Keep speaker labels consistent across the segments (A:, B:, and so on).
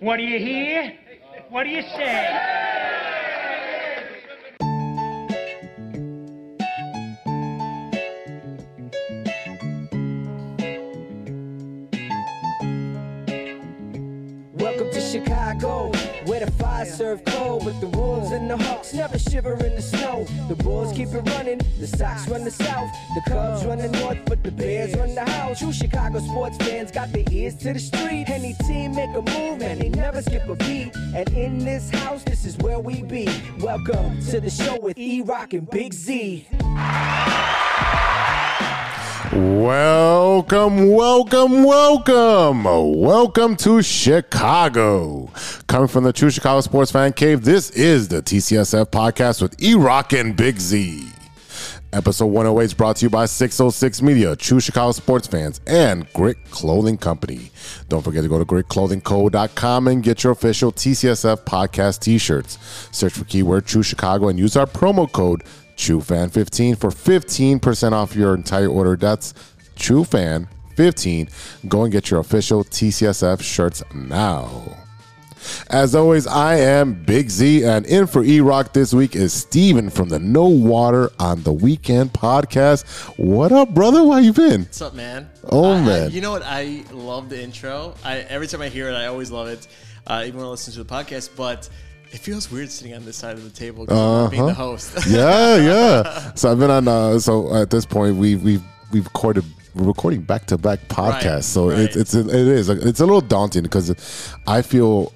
A: What do you hear? What do you say?
B: Welcome to Chicago, where the fires serve cold, but the wolves and the hawks never shiver in the snow. The bulls keep it running, the Sox run the south, the Cubs run the north, but the Bears run the house. True Chicago sports fans got their ears to the street. Any team make a move and they never skip a beat. And in this house, this is where we be. Welcome to the show with E Rock and Big Z.
C: Welcome, welcome, welcome. Welcome to Chicago. Coming from the True Chicago Sports Fan Cave, this is the TCSF podcast with E Rock and Big Z. Episode 108 is brought to you by 606 Media, True Chicago Sports Fans, and Grit Clothing Company. Don't forget to go to gritclothingco.com and get your official TCSF podcast t shirts. Search for keyword True Chicago and use our promo code TrueFan15 for 15% off your entire order. That's TrueFan15. Go and get your official TCSF shirts now. As always, I am Big Z, and in for E Rock this week is Steven from the No Water on the Weekend podcast. What up, brother? Where you been?
D: What's up, man?
C: Oh,
D: I- I-
C: man.
D: you know what? I love the intro. I every time I hear it, I always love it. Uh, even when I listen to the podcast, but it feels weird sitting on this side of the table 'cause I'm not being the host.
C: Uh-huh. yeah, yeah. So I've been on. Uh, so at this point, we we we recorded. We're recording back to back podcasts,
D: Right,
C: so
D: right.
C: it's it's it is it's a little daunting because I feel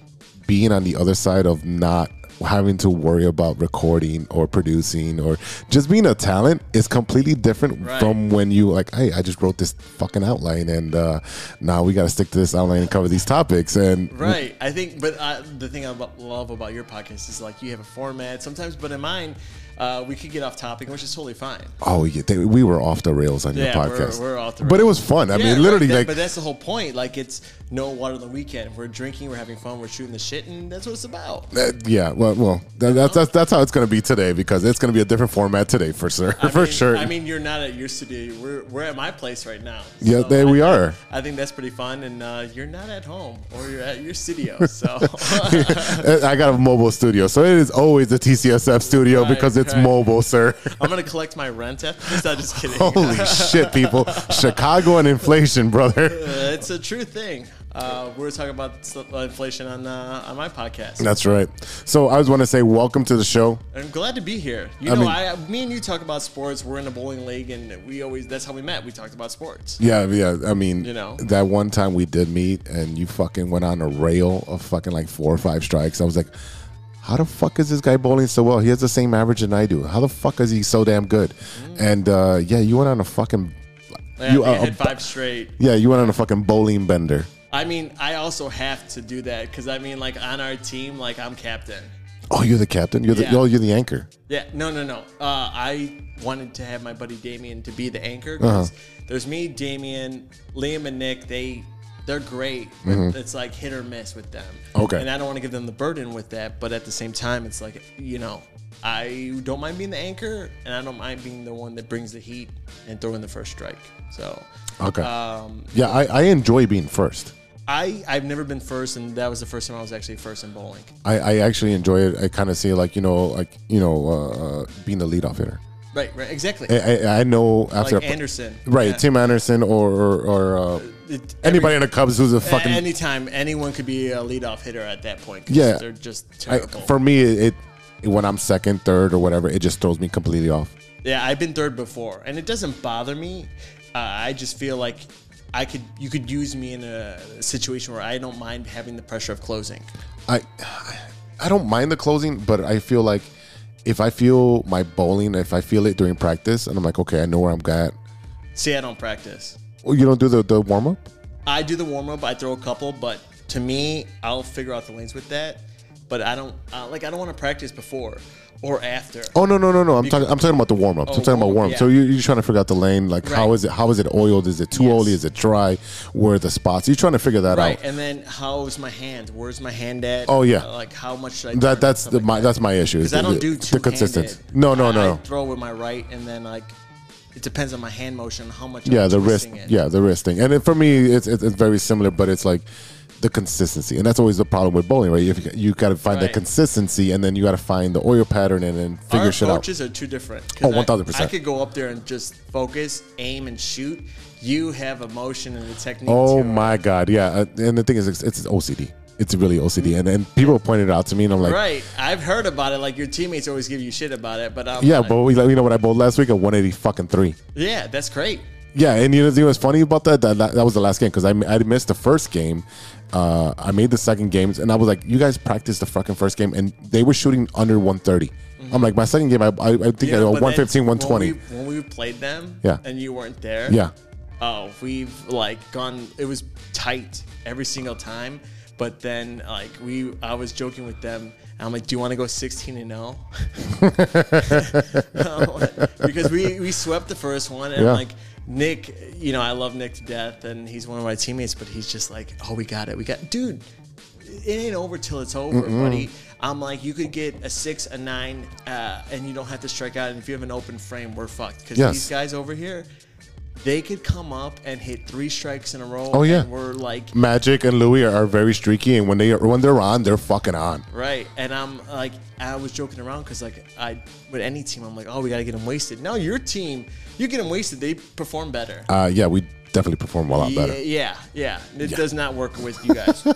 C: being on the other side of not having to worry about recording or producing or just being a talent is completely different
D: Right.
C: from when you like hey i just wrote this fucking outline and uh now we got to stick to this outline and cover these topics and
D: Right, I think, but uh, the thing I lo- love about your podcast is like you have a format sometimes, but in mine, uh, we could get off topic, which is totally fine.
C: oh yeah, they, we were off the rails on your
D: Yeah, we're-
C: podcast
D: we're off the
C: but it was
D: rails.
C: fun i
D: Yeah,
C: mean literally
D: right, that-
C: like
D: but that's the whole point. Like, it's no water on the weekend. We're drinking, we're having fun, we're shooting the shit, and that's what it's about.
C: Uh, yeah, well, well, that, that's that's that's how it's going to be today because it's going to be a different format today for sure,
D: I
C: for
D: mean,
C: sure.
D: I mean, you're not at your studio. We're, we're at my place right now.
C: Yeah,
D: So
C: there
D: I
C: we
D: think-
C: are.
D: I think that's pretty fun. And uh, you're not at home or you're at your studio. So
C: I got a mobile studio, so it is always the TCSF studio
D: Right,
C: because it's
D: right.
C: mobile, sir.
D: I'm going to collect my rent after this. I'm just kidding.
C: Holy shit, people! Chicago and inflation, brother.
D: Uh, it's a true thing. Uh, we were talking about s- uh, inflation on uh, on my podcast.
C: That's right. So I just want to say welcome to the show.
D: I'm glad to be here. You
C: I
D: know,
C: mean-
D: I, me and you talk about sports. We're in a bowling league, and we always that's how we met. We talked about sports.
C: Yeah, yeah. I mean,
D: You know.
C: that one time we did meet, and you fucking went on a rail of fucking like four or five strikes. I was like, how the fuck is this guy bowling so well? He has the same average than I do. How the fuck is he so damn good? And uh, yeah, you went on a fucking
D: Mm. Yeah,
C: you
D: we
C: uh,
D: hit five straight.
C: yeah, you went on a fucking bowling bender.
D: I mean, I also have to do that because I mean, like on our team, like I'm captain.
C: Oh, you're the captain. You're
D: Yeah.
C: the oh, you're the anchor.
D: Yeah, no, no, no. Uh, I wanted to have my buddy Damien to be the anchor.
C: Uh-huh.
D: 'cause There's me, Damien, Liam, and Nick. They they're great, but it's like hit or miss with them.
C: Mm-hmm. Okay.
D: And I don't want to give them the burden with that, but at the same time, it's like you know, I don't mind being the anchor, and I don't mind being the one that brings the heat and throwing the first strike. So.
C: Okay.
D: Um,
C: yeah, I, I enjoy being first.
D: I, I've never been first, and that was the first time I was actually first in bowling.
C: I, I actually enjoy it. I kind of see like you know like you know uh, being the leadoff hitter.
D: Right, right, exactly.
C: I, I, I know after
D: like
C: a-
D: Anderson.
C: Eh, Right,
D: Yeah.
C: Tim Anderson or or, or uh,
D: It-
C: anybody in the Cubs who's a fucking
D: anytime anyone could be a leadoff hitter at that point. 'cause
C: Yeah.
D: they're just
C: I-
D: terrible.
C: for me it, it when I'm second, third, or whatever, it just throws me completely off.
D: yeah, I've been third before, and it doesn't bother me. Uh, I just feel like I could you could use me in a situation where I don't mind having the pressure of closing.
C: I I don't mind the closing, but I feel like if I feel my bowling, if I feel it during practice, and I'm like, okay, I know where I'm at.
D: See, I don't practice.
C: Well, you don't do the, the warm up.
D: I do the warm up. I throw a couple, but to me, I'll figure out the lanes with that. But I don't uh, like I don't want to practice before or after.
C: Oh no no no no! I'm talking I'm talking about the warm ups.
D: Oh,
C: I'm talking about warm.
D: warm-up,
C: So
D: yeah.
C: you you're trying to figure out the lane, like how
D: Right.
C: is it how is it oiled? Is it too
D: Yes.
C: oily? Is it dry? Where are the spots? You're trying to figure that
D: Right,
C: out.
D: and then how's my hand? Where's my hand at?
C: Oh, yeah.
D: Uh, like how much should I? turn?
C: That that's the,
D: Something
C: my
D: like that.
C: that's my issue. is
D: Because I don't
C: the-
D: do
C: the
D: two
C: consistency. No, no, no.
D: I throw with my right, and then like it depends on my hand motion, how much.
C: yeah,
D: I'm
C: the wrist.
D: twisting It.
C: Yeah, the wrist thing. And it, for me, it's, it's it's very similar, but it's like the consistency, and that's always the problem with bowling, right? If you, you got to find the
D: Right.
C: consistency, and then you got to find the oil pattern, and then figure
D: Our
C: shit out.
D: coaches are too different. 'Cause
C: Oh,
D: I-
C: 1000%.
D: I could go up there and just focus, aim, and shoot. You have emotion and the technique.
C: Oh
D: too.
C: my god, yeah. Uh, And the thing is, it's, it's OCD. It's really OCD, and and people pointed it out to me, and I'm like,
D: Right. I've heard about it. Like your teammates always give you shit about it, but I'm
C: yeah,
D: like,
C: but we, you know what I bowled last week at 180 fucking three.
D: yeah, that's great.
C: Yeah, and you know you know what's funny about that? That, that, that was the last game because I, I missed the first game. Uh, I made the second games, and I was like, "You guys practiced the fucking first game, and they were shooting under 130." I'm like, "My second game, I, I, I think I
D: Yeah,
C: got
D: but then
C: 115, 120."
D: When we, when we played them,
C: Yeah.
D: and you weren't there,
C: Yeah.
D: Oh, we've like gone. It was tight every single time. But then, like we, I was joking with them. and I'm like, "Do you want to go 16 and oh?" 0?" because we we swept the first one, and
C: Yeah.
D: like Nick, you know, I love Nick to death, and he's one of my teammates. But he's just like, "Oh, we got it, we got, dude." It ain't over till it's over, buddy. I'm like, you could get a six, a nine, uh, and you don't have to strike out. And if you have an open frame, we're fucked. Because
C: Yes.
D: these guys over here, they could come up and hit three strikes in a row.
C: Oh, yeah.
D: and we're like
C: Magic and Louis are, are very streaky, and when they are, when they're on, they're fucking on.
D: right, and I'm like, I was joking around because like I with any team, I'm like, oh, we gotta get them wasted. No, your team, you get them wasted, they perform better.
C: Uh, yeah, we definitely perform a lot
D: yeah,
C: better.
D: yeah, yeah. It does not work with you guys.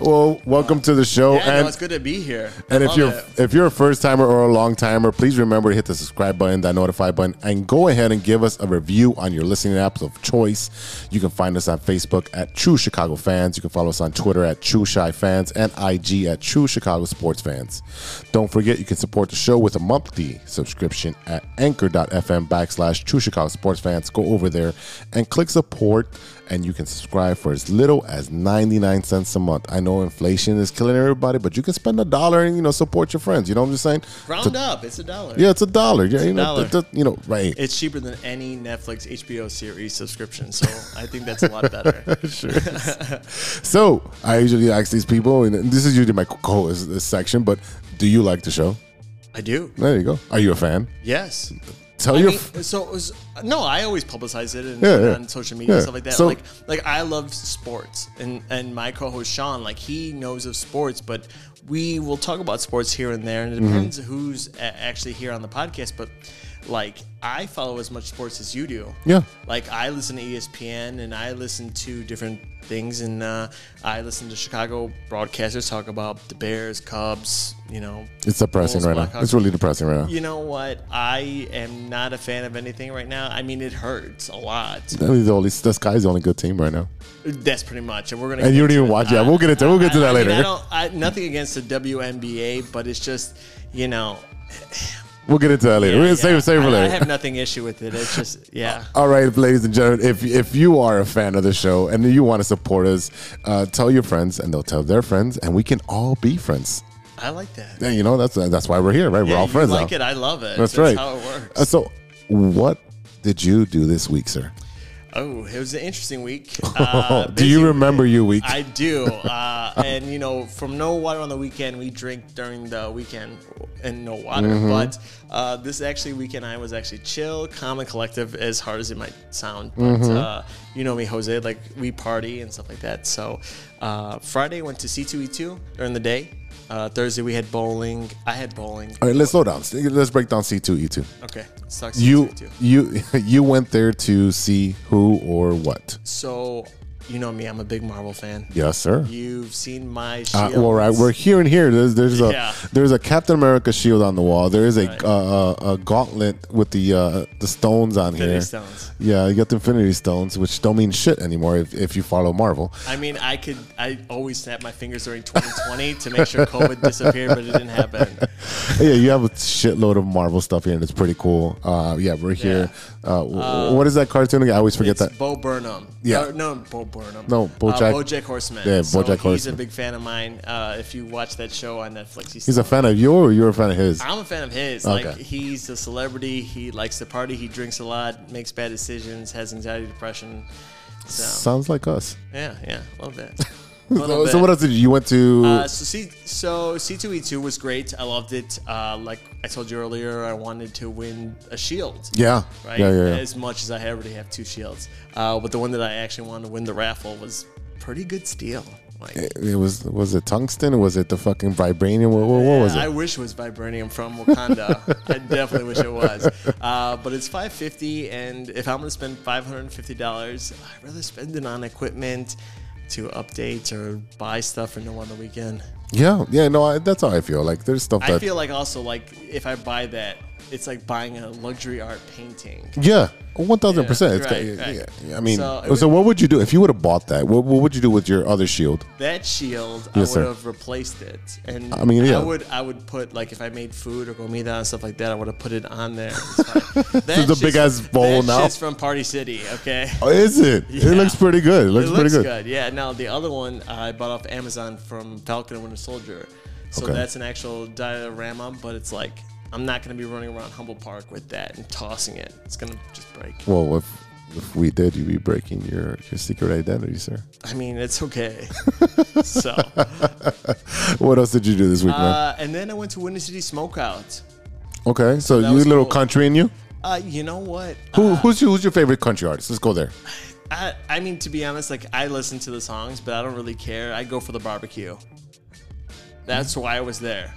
C: Well, welcome to the show,
D: yeah,
C: and
D: no, it's good to be here. I
C: And if
D: love
C: you're
D: it.
C: if you're a first timer or a long timer, please remember to hit the subscribe button, that notify button, and go ahead and give us a review on your listening apps of choice. You can find us on Facebook at True Chicago Fans. You can follow us on Twitter at True Shy Fans and IG at True Chicago Sports Fans. Don't forget you can support the show with a monthly subscription at anchor.fm backslash True Chicago Sports Fans. Go over there and click support and you can subscribe for as little as 99 cents a month. I know inflation is killing everybody, but you can spend a dollar and you know support your friends. You know what I'm just saying?
D: round up, it's a dollar.
C: Yeah, it's a dollar. Yeah, you know,
D: dollar.
C: th- th- you know, right.
D: It's cheaper than any Netflix HBO series subscription, so I think that's a lot better.
C: so I usually ask these people, and this is usually my co is this section, but do you like the show?
D: I do.
C: There you go. Are you a fan?
D: Yes.
C: Tell
D: I
C: your
D: mean,
C: f-
D: so it was, no, I always publicize it and
C: Yeah, yeah.
D: on social media
C: Yeah.
D: and stuff like that.
C: So-
D: like like I love sports and and my co-host Sean, like he knows of sports, but we will talk about sports here and there, and
C: Mm-hmm.
D: it depends who's a- actually here on the podcast. But like I follow as much sports as you do.
C: Yeah.
D: Like I listen to E ESPN and I listen to different things, and uh, I listen to Chicago broadcasters talk about the Bears, Cubs, you know.
C: it's depressing
D: Bulls,
C: right now.
D: Blackhawks.
C: It's really depressing right now.
D: You know what? I am not a fan of anything right now. I mean, it hurts a lot.
C: That is the only the sky's the only good team right now.
D: That's pretty much, and we're gonna.
C: And
D: get
C: you don't
D: to
C: even
D: it.
C: watch- yeah, we'll get into- we'll get to
D: I-
C: that
D: I mean,
C: later.
D: I don't. I, nothing against the WNBA, but it's just you know.
C: We'll get into that later.
D: yeah,
C: We're gonna
D: yeah.
C: save it, save it for
D: I,
C: later.
D: I have nothing issue with it. It's just yeah.
C: All right, ladies and gentlemen, if if you are a fan of the show and you want to support us, uh, tell your friends and they'll tell their friends, and we can all be friends.
D: I like that.
C: And you know that's that's why we're here, right? we're
D: Yeah,
C: all
D: you
C: friends.
D: like
C: now.
D: it. I love it.
C: That's,
D: That's
C: right.
D: How it works.
C: Uh, so, what did you do this week, sir?
D: Oh, it was an interesting week. Uh,
C: do you
D: busy
C: remember your week?
D: I do. Uh, and, you know, from no water on the weekend, we drink during the weekend and no water.
C: Mm-hmm.
D: But uh, this actually weekend, I was actually chill, calm, and collective, as hard as it might sound. But
C: Mm-hmm.
D: uh, you know me, Jose, like we party and stuff like that. So uh, Friday, went to C2E2 during the day. Uh, Thursday, we had bowling. I had bowling.
C: all right, let's slow down. Let's break down C two E two.
D: Okay. Let's talk
C: You
D: C2E2.
C: you you went there to see who or what?
D: So, you know me, I'm a big Marvel fan.
C: Yes, sir.
D: You've seen my
C: Uh,
D: shields.
C: well, right, we're here and here. There's there's a
D: Yeah.
C: there's a Captain America shield on the wall. There is a uh, uh, a gauntlet with the uh, the stones on
D: Infinity
C: here.
D: Stones.
C: Yeah, you got the Infinity Stones, which don't mean shit anymore if, if you follow Marvel.
D: I mean, I could. I always snap my fingers during 2020 to make sure COVID disappeared, but it didn't happen.
C: yeah, you have a shitload of Marvel stuff here, and it's pretty cool. Uh, yeah, we're here. Uh, w- what is that cartoon again? I always forget
D: It's
C: that.
D: Bo Burnham.
C: Yeah.
D: Or, no, Bo Burnham.
C: No, Bojack-
D: Uh, Bojack Horseman.
C: Yeah,
D: So
C: Bojack
D: He's a
C: Horseman.
D: big fan of mine. Uh, if you watch that show on Netflix, he's,
C: He's a fan of you, or you're a fan of his.
D: I'm a fan of his. Like
C: Okay.
D: he's a celebrity. He likes to party. He drinks a lot. Makes bad decisions. Has anxiety, depression. So
C: Sounds like us.
D: yeah, yeah, love that.
C: So, so what else did you, you went to?
D: Uh, so C so C two E two was great. I loved it. Uh, like I told you earlier, I wanted to win a shield.
C: yeah.
D: Right.
C: yeah, yeah, yeah.
D: As much as I already have two shields, uh, but the one that I actually wanted to win the raffle was pretty good steel. Like,
C: It, it was was it tungsten? Was it the fucking vibranium? What, what, what was
D: I
C: it?
D: wish it was vibranium from Wakanda. I definitely wish it was. Uh, but it's 550 and if I'm going to spend $550, I'd rather spend it on equipment to update or buy stuff for no on the weekend.
C: Yeah, yeah. No, I, that's how I feel. Like there's stuff
D: I
C: that.
D: feel like also like if I buy that, it's like buying a luxury art painting.
C: yeah, one thousand percent.
D: Yeah, right, right.
C: I mean,
D: So,
C: so, what would you do if you would have bought that? What, what would you do with your other shield?
D: That shield,
C: Yes,
D: I
C: sir.
D: would have replaced it. And
C: I mean, yeah.
D: I would I would put like if I made food or comida and stuff like that, I would have put it on there. This
C: is a big-ass bowl now.
D: It's from Party City, okay?
C: Oh, is it?
D: Yeah.
C: It looks pretty good. It looks,
D: it
C: pretty
D: looks
C: good.
D: good. Yeah. Now the other one I bought off Amazon from Falcon and Winter Soldier. So
C: Okay.
D: that's an actual diorama, but it's like I'm not going to be running around Humble Park with that and tossing it. It's going to just break.
C: Well, if if we did, you'd be breaking your your secret identity, sir.
D: I mean, it's okay. so,
C: What else did you do this week, man?
D: uh, and then I went to Winter City Smokeout.
C: Okay, so
D: that
C: you
D: was
C: little
D: cool.
C: country in you.
D: Uh, you know what?
C: Who, who's your who's your favorite country artist? Let's go there.
D: I, I mean, to be honest, like I listen to the songs, but I don't really care. I go for the barbecue. That's why I was there.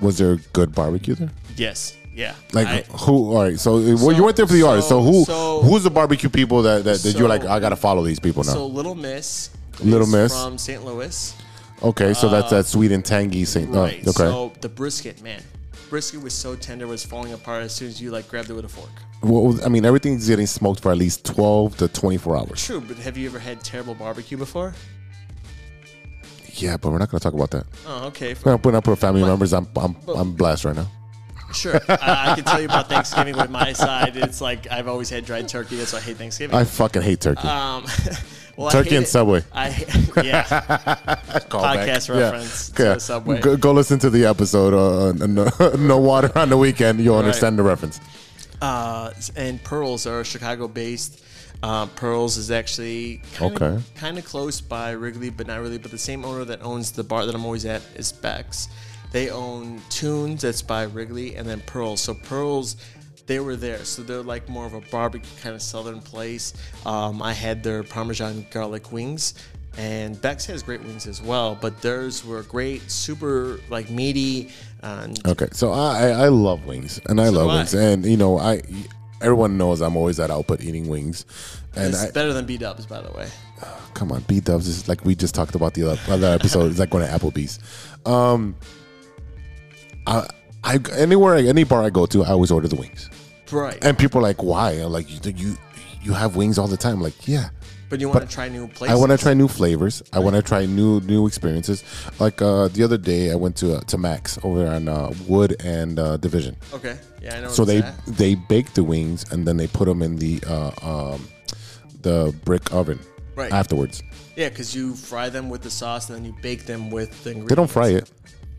C: Was there good barbecue there?
D: Yes. Yeah.
C: Like oh,
D: I-
C: who? All right, so, uh, well, you
D: So-
C: went there for the
D: so-
C: artists. So who
D: so-
C: who's the barbecue people that that, that you're like
D: So-
C: I gotta follow these people now?
D: so Little Miss.
C: Little
D: is
C: Miss.
D: from St. Louis.
C: okay, so that's that sweet and tangy Saint. oh,
D: Um, Right.
C: okay,
D: So the brisket, man, brisket was so tender, it was falling apart as soon as you like grabbed it with a fork.
C: What was- I mean everything's getting smoked for at least twelve to twenty four hours.
D: True, but have you ever had terrible barbecue before?
C: Yeah, but we're not gonna talk about that.
D: Oh, okay. for-
C: We're not putting up our family members. I'm I'm, I'm blessed right now.
D: Sure. I, I can tell you about Thanksgiving with my side. It's like I've always had dried turkey. That's why I hate Thanksgiving.
C: I fucking hate turkey.
D: um, well, I
C: Turkey
D: hate
C: and
D: it-
C: Subway.
D: I yeah.
C: Call
D: podcast reference to Subway.
C: Go, go listen to the episode. Uh, no, no water on the weekend. You'll understand the reference.
D: Uh, and Pearls are Chicago-based. Uh, Pearls is actually kind
C: Okay.
D: of kind of close by Wrigley, but not really. But the same owner that owns the bar that I'm always at is Beck's. They own Tunes, that's by Wrigley, and then Pearls. So Pearls, they were there. So they're like more of a barbecue kind of southern place. Um, I had their Parmesan garlic wings, and Beck's has great wings as well. But theirs were great, super like meaty. And
C: Okay, so I I I love wings and I
D: So
C: love
D: do I.
C: wings and you know I everyone knows I'm always at output eating wings, and
D: it's
C: I,
D: better than B Dubs, by the way.
C: come on B Dubs is like we just talked about the other- other episode. it's like going to Applebee's. Um, I I anywhere I- any bar I go to, I always order the wings,
D: Right.
C: and people are like why? I'm like you you you have wings all the time. I'm like yeah.
D: But you want to try new places.
C: I want to try new flavors. I want to try new new experiences. Like uh, the other day, I went to uh, to Max over on uh, Wood and uh, Division.
D: Okay. Yeah, I know.
C: So
D: where
C: they
D: it's at.
C: they bake the wings and then they put them in the uh, um, the brick oven
D: Right.
C: afterwards.
D: Yeah, because you fry them with the sauce and then you bake them with the ingredients.
C: They don't fry it.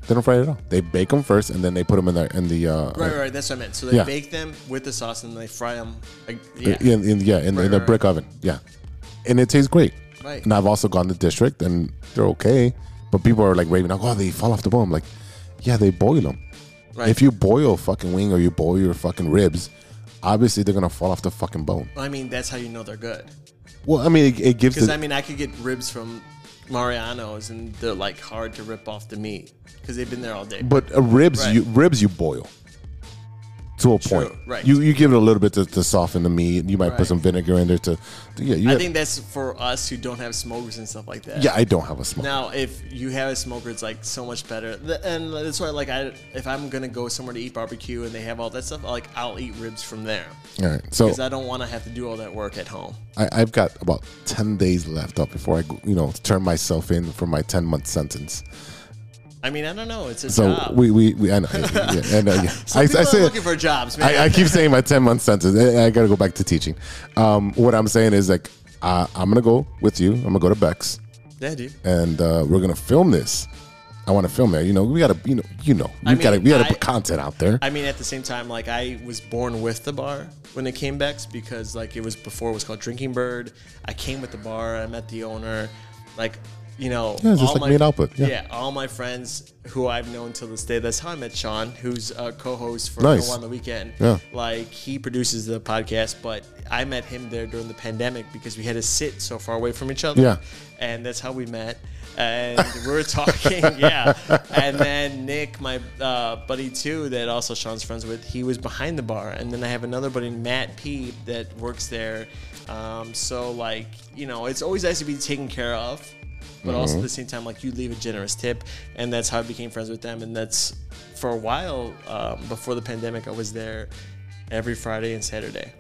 C: They don't fry it at all. They bake them first and then they put them in the in the uh,
D: Right, right. That's what I meant. So they
C: Yeah.
D: bake them with the sauce and then they fry them. Like, yeah.
C: yeah. In, in, yeah, in,
D: Right,
C: in the
D: right,
C: brick oven. Yeah, and it tastes great.
D: Right.
C: And I've also gone to district and they're okay, but people are like raving, like, "Oh, they fall off the bone." I'm like, yeah, they boil them.
D: Right.
C: If you boil a fucking wing or you boil your fucking ribs, obviously they're gonna fall off the fucking bone.
D: I mean, that's how you know they're good.
C: Well, I mean, it, it gives.
D: Because
C: The,
D: I mean, I could get ribs from Mariano's and they're like hard to rip off the meat because they've been there all day.
C: but uh, ribs,
D: Right.
C: you ribs you boil to a point.
D: right.
C: You you give it a little bit to, to soften the meat. You might put
D: Right.
C: some vinegar in there to. Yeah. You
D: I
C: have-
D: think that's for us who don't have smokers and stuff like that.
C: yeah, I don't have a smoke.
D: Now, if you have a smoker, it's like so much better. The- And that's why, like, I if I'm gonna go somewhere to eat barbecue and they have all that stuff, like I'll eat ribs from there
C: All right. So
D: because I don't want to have to do all that work at home.
C: I, I've got about ten days left up before I go- you know turn myself in for my ten month sentence.
D: I mean, I don't know. It's a
C: So
D: job.
C: we, we, we I know. Yeah, I know. Yeah.
D: Some
C: I, I
D: people are
C: say
D: looking for jobs, man.
C: I, I keep saying my 10 month sentence. I, I got to go back to teaching. Um, what I'm saying is like, uh, I'm going to go with you. I'm going to go to Beck's
D: yeah, dude.
C: and uh, we're going to film this. I want to film it. You know, we got to, you know, you know, we
D: I
C: got to,
D: mean,
C: we got to
D: I-
C: put content out there.
D: I mean, at the same time, like I was born with the bar when it came back because like it was before it was called Drinking Bird. I came with the bar. I met the owner. Like you know,
C: Yeah, it's just
D: all
C: like me and Alput, yeah.
D: all my friends who I've known till this day. That's how I met Sean, who's a co-host for
C: Nice.
D: No on the Weekend.
C: Yeah.
D: like he produces the podcast, but I met him there during the pandemic because we had to sit so far away from each other.
C: Yeah.
D: and that's how we met. And we were talking, yeah. And then Nick, my uh, buddy too, that also Sean's friends with, he was behind the bar. And then I have another buddy, Matt P, that works there. Um, so like, you know, it's always nice to be taken care of, but also
C: Mm-hmm.
D: at the same time, like you leave a generous tip, and that's how I became friends with them. And that's for a while um, before the pandemic, I was there every Friday and Saturday.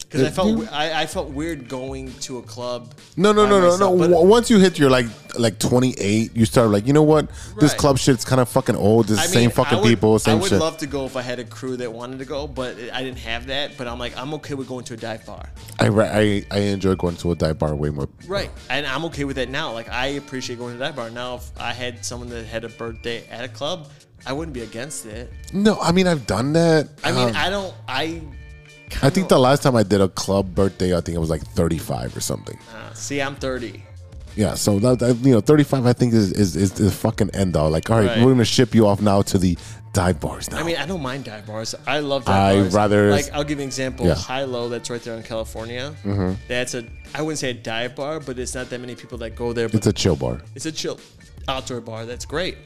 D: Because I
C: If
D: felt
C: you-
D: we- I, I felt weird going to a club.
C: No, no,
D: by
C: no, no,
D: myself,
C: no.
D: but-
C: W- Once you hit your like like 28, you start like, you know what? This
D: Right.
C: club shit's kind of fucking old. This
D: I
C: the same
D: mean,
C: fucking
D: I would-
C: people,
D: I
C: same
D: would
C: shit.
D: love to go if I had a crew that wanted to go, but I didn't have that. But I'm like, I'm okay with going to a dive bar,
C: I, re- I I enjoy going to a dive bar way more.
D: right? And I'm okay with that now. Like, I appreciate going to a dive bar. Now, if I had someone that had a birthday at a club, I wouldn't be against it.
C: No, I mean I've done that.
D: I mean,
C: Um,
D: I don't. I.
C: I think the last time I did a club birthday, I think I was like 35 or something.
D: Uh, see, I'm 30.
C: Yeah, so that, that- you know, 35 I think is is, is the fucking end all. Like, all right,
D: Right.
C: we're gonna ship you off now to the dive bars now.
D: I mean, I don't mind dive bars. I love dive
C: I
D: bars.
C: rather-
D: like I'll give you an example.
C: Yeah. Mm-hmm.
D: High Low, that's right there in California. That's a I wouldn't say a dive bar, but it's not that many people that go there. But
C: it's a chill bar.
D: It's a chill outdoor bar. That's great.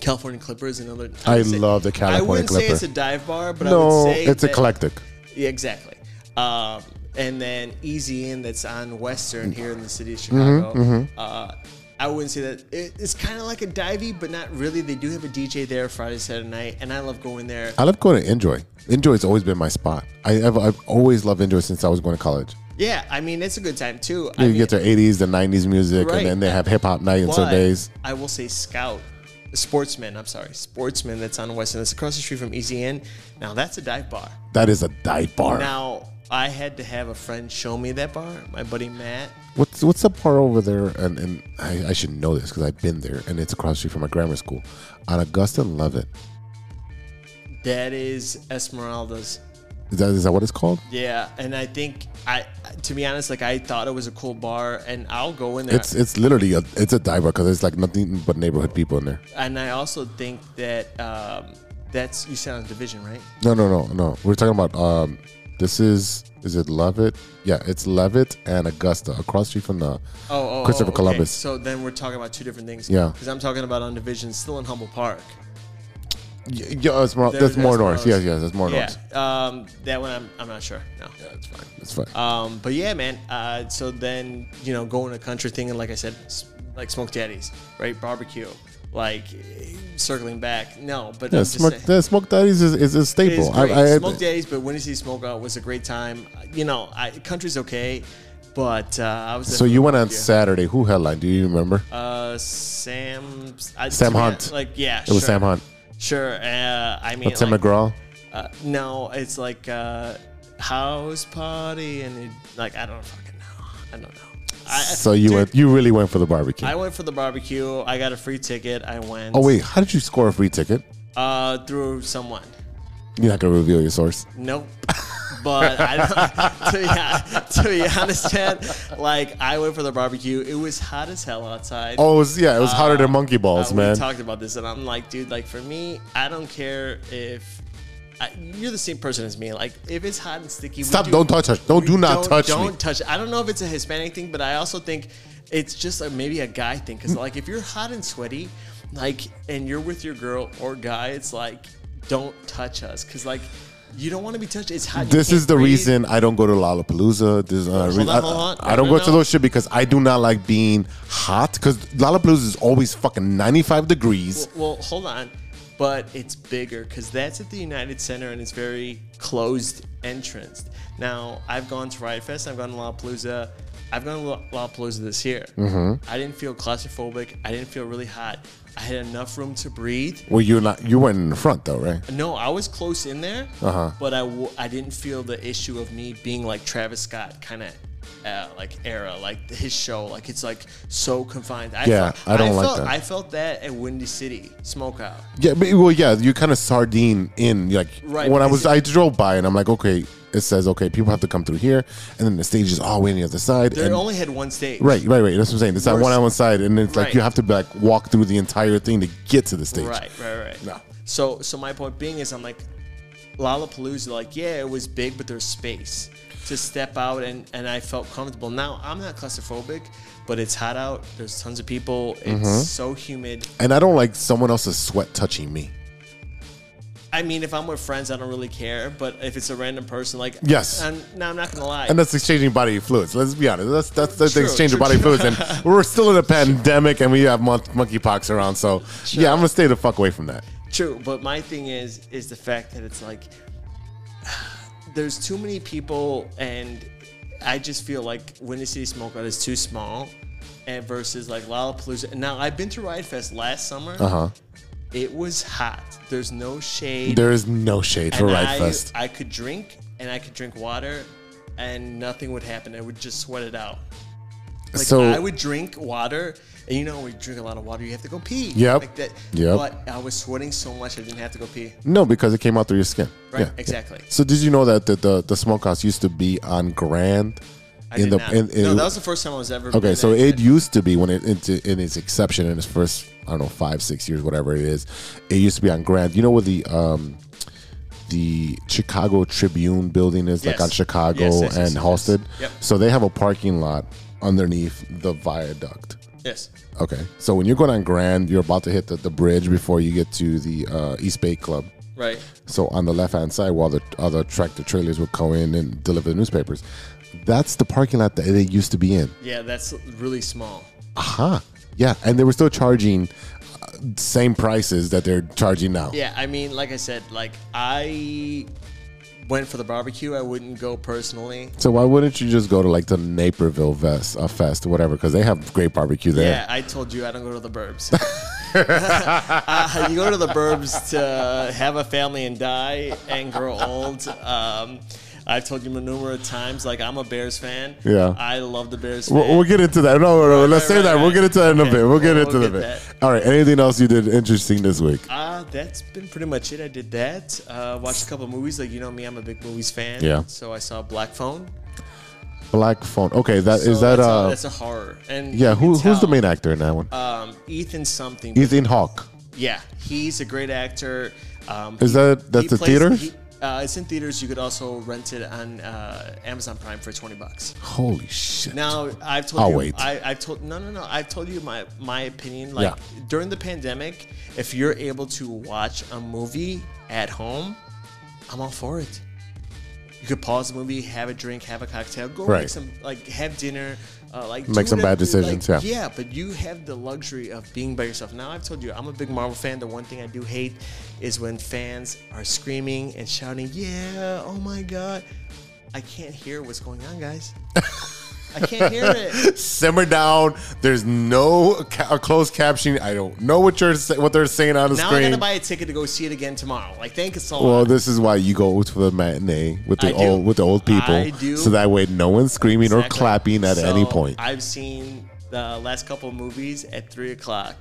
D: California Clipper is another.
C: I
D: would say-
C: love the California
D: I wouldn't say
C: Clipper.
D: it's a dive bar, but I
C: No,
D: would say
C: it's
D: that-
C: eclectic.
D: Yeah, exactly. Um, and then Easy In that's on Western here in the city of
C: Mm-hmm,
D: Chicago. Uh, I wouldn't say that it, it's kind of like a divey, but not really. They do have a DJ there Friday, Saturday night, and I love going there.
C: I love going to Enjoy. Enjoy's always been my spot. I have, I've always loved Enjoy since I was going to college.
D: Yeah, I mean it's a good time too. I
C: You
D: mean,
C: get their 80s, the 90s music,
D: Right.
C: and then they have hip hop night on some days.
D: I will say Scout, Sportsman. I'm sorry, Sportsman. That's on Western. That's across the street from Easy In. Now that's a dive bar.
C: That is a dive bar.
D: Now I had to have a friend show me that bar. My buddy Matt.
C: What's what's the bar over there? And and I, I should know this because I've been there, and it's across the street from my grammar school on Augusta and Lovett.
D: That is Esmeralda's.
C: Is that is that what it's called?
D: Yeah, and I think I, to be honest, like I thought it was a cool bar, and I'll go in there.
C: It's it's literally a it's a dive bar because it's like nothing but neighborhood people in there.
D: and I also think that um, that's you said on Division, right?
C: No no no no. We're talking about um this is is it Lovett? Yeah, it's Lovett and Augusta across the street from the
D: Oh, oh
C: Christopher
D: oh, okay.
C: Columbus.
D: So then we're talking about two different things.
C: Yeah.
D: because I'm talking about on Division, still in Humble Park.
C: Y- Yeah, it's more,
D: There-
C: that's more north.
D: that's Morris.
C: Yes, yes, that's more
D: Yeah,
C: north.
D: um, that one I'm, I'm not sure. No.
C: Yeah, it's fine. It's fine.
D: Um, but yeah, man. Uh, so then you know, going to country thing, and like I said, s- like smoke daddies, right? Barbecue, like eh, circling back. No, but
C: yeah,
D: I'm just
C: smoke,
D: saying-
C: the smoke daddies is, is a
D: it is
C: staple.
D: great.
C: I, I,
D: smoke daddies, but Windy City Smoke Out was a great time. Uh, You know, I, country's okay, but uh, I was
C: so you went on
D: Yeah.
C: Saturday. Who headline? Do you remember?
D: uh, Sam I,
C: Sam
D: to be
C: Hunt.
D: honest, Like yeah,
C: it was
D: sure.
C: Sam Hunt.
D: Sure. Uh, I mean,
C: But Tim
D: like,
C: McGraw.
D: Uh, no, it's like uh, house party, and it, like I don't fucking know. I don't know. I,
C: So you
D: dude,
C: went. You really went for the barbecue.
D: I went for the barbecue. I got a free ticket. I went.
C: oh wait, how did you score a free ticket?
D: Uh, through someone.
C: You're not gonna reveal your source.
D: Nope. But I don't, to, be, to be honest, Chad, like I went for the barbecue. It was hot as hell outside.
C: Oh it was, yeah, it was hotter than monkey
D: Uh,
C: balls,
D: we
C: man.
D: talked about this, and I'm like, dude, like for me, I don't care if I, you're the same person as me. Like if it's hot and sticky, we
C: Stop!
D: do-
C: don't touch us. Don't
D: we
C: do not
D: don't-
C: touch
D: Don't
C: me.
D: touch. I don't know if it's a Hispanic thing, but I also think it's just like maybe a guy thing. Because like if you're hot and sweaty, like and you're with your girl or guy, it's like don't touch us. Because like you don't want to be touched. It's hot. you
C: This
D: can't
C: is the
D: breathe.
C: reason I don't go to Lollapalooza. This is another
D: Hold
C: reason-
D: on, hold on.
C: I, I don't
D: No,
C: go
D: no,
C: to
D: no.
C: those shit because I do not like being hot. Because Lollapalooza is always fucking 95 degrees.
D: Well, hold on. But it's bigger because that's at the United Center and it's very closed entrance. Now, I've gone to Riot Fest, I've gone to Lollapalooza. I've gone to Lo- Lollapalooza this year.
C: Mm-hmm.
D: I didn't feel claustrophobic. I didn't feel really hot. I had enough room to breathe.
C: Well, you're not. You weren't in the front though, right?
D: No, I was close in there,
C: Uh-huh.
D: but I, w- I didn't feel the issue of me being like Travis Scott kind of uh, like era, like his show, like it's like so confined. I
C: Yeah, I don't like
D: felt,
C: that.
D: I felt that at Windy City Smokeout.
C: Yeah, but, well, yeah, you kind of sardine in. Like
D: Right,
C: when I
D: because
C: was, I drove by and I'm like, okay, it says okay, people have to come through here, and then the stage is all way on the other side.
D: They
C: and-
D: only had one stage.
C: right, right, right. That's what I'm saying. It's that
D: Worse.
C: one on one side, and it's like
D: Right.
C: you have to like walk through the entire thing to get to the stage.
D: Right, right, right.
C: No.
D: So, so my point being is, I'm like, Lollapalooza, like, yeah, it was big, but there's space to step out, and and I felt comfortable. Now I'm not claustrophobic, but it's hot out. There's tons of people. It's
C: Mm-hmm.
D: so humid.
C: And I don't like someone else's sweat touching me.
D: I mean, if I'm with friends, I don't really care. But if it's a random person, like,
C: Yes.
D: I'm, no, I'm not gonna lie.
C: And that's exchanging body fluids. Let's be honest. That's that's, that's the
D: True,
C: exchange of
D: true,
C: body
D: true.
C: fluids, and we're still in a pandemic, and we have mon- monkeypox around. So yeah, I'm gonna stay the fuck away from that.
D: True, but my thing is is the fact that it's like there's too many people, and I just feel like Windy City Smokeout is too small, and versus like Lollapalooza. And Now I've been to Riot Fest last summer.
C: Uh huh.
D: It was hot. There's no shade.
C: There is no shade for
D: and
C: Riot
D: I,
C: Fest.
D: I could drink, and I could drink water, and nothing would happen. I would just sweat it out. Like
C: so
D: I would drink water, and you know when you drink a lot of water, you have to go pee.
C: Yep.
D: Like that.
C: Yep.
D: But I was sweating so much, I didn't have to go pee.
C: No, because it came out through your skin.
D: Right,
C: Yeah.
D: exactly.
C: So did you know that the the, the smokehouse used to be on Grand?
D: I did not.
C: in- in-
D: no, that was the first time I was ever.
C: okay,
D: been
C: so
D: at-
C: it used to be when it into in its exception in its first I don't know five six years whatever it is, it used to be on Grand. You know where the um the Chicago Tribune building is like
D: Yes.
C: on Chicago
D: Yes, yes, yes,
C: and
D: yes, yes.
C: Halsted.
D: Yep.
C: So they have a parking lot underneath the viaduct.
D: Yes.
C: Okay, so when you're going on Grand, you're about to hit the, the bridge before you get to the uh, East Bay Club.
D: Right.
C: So on the left hand side, while the other tractor trailers would go in and deliver the newspapers, that's the parking lot that they used to be in.
D: Yeah, that's really small.
C: Aha. Yeah, and they were still charging uh, same prices that they're charging now.
D: Yeah, I mean, like I said, like I went for the barbecue. I wouldn't go personally.
C: So why wouldn't you just go to like the Naperville Vest, uh, Fest, or whatever? Because they have great barbecue there.
D: Yeah, I told you I don't go to the burbs. uh, you go to the burbs to have a family and die and grow old. Um, I've told you numerous times, like I'm a Bears fan.
C: Yeah.
D: I love the Bears.
C: We'll,
D: fan.
C: we'll get into that. No, no, no.
D: Right,
C: let's
D: right,
C: say
D: right,
C: that. We'll
D: right.
C: get into that in a
D: Okay,
C: bit. We'll get
D: we'll-
C: into
D: we'll
C: that.
D: get
C: bit.
D: that.
C: All right. Anything else you did interesting this week?
D: Uh, that's been pretty much it. I did that. Uh, watched a couple movies. Like you know me, I'm a big movies fan.
C: Yeah.
D: So I saw Black Phone.
C: Black phone. Okay, that is that.
D: So that's
C: uh,
D: a, that's a horror? And
C: yeah.
D: you
C: Who,
D: can
C: who's the
D: tell,
C: main actor in that one?
D: Um, Ethan something.
C: Ethan Hawke.
D: Yeah, he's a great actor. Um,
C: Is that- that's the theaters?
D: he- uh, it's in theaters. You could also rent it on uh, Amazon Prime for twenty bucks.
C: Holy shit.
D: Now I've told
C: I'll
D: you.
C: wait.
D: I, I've told no, no, no. I've told you my my opinion. Like
C: Yeah.
D: during the pandemic, if you're able to watch a movie at home, I'm all for it. You could pause the movie, have a drink, have a cocktail, go
C: Right.
D: make some like have dinner, uh, like
C: Make
D: do
C: some bad
D: whatever you
C: decisions,
D: Like,
C: yeah.
D: yeah, but you have the luxury of being by yourself. Now I've told you I'm a big Marvel fan. The one thing I do hate is when fans are screaming and shouting, "Yeah, oh my god." I can't hear what's going on, guys. I can't hear it.
C: simmer down. There's no ca- closed captioning. I don't know what you're sa- what they're saying on the
D: Now I
C: screen.
D: gotta buy a ticket to go see it again tomorrow. Like, thank us all.
C: well, this is why you go to the matinee with the
D: I do.
C: old with the old people,
D: I do.
C: so that way no one's screaming or
D: Exactly.
C: clapping at
D: So,
C: any point.
D: I've seen the last couple of movies at three o'clock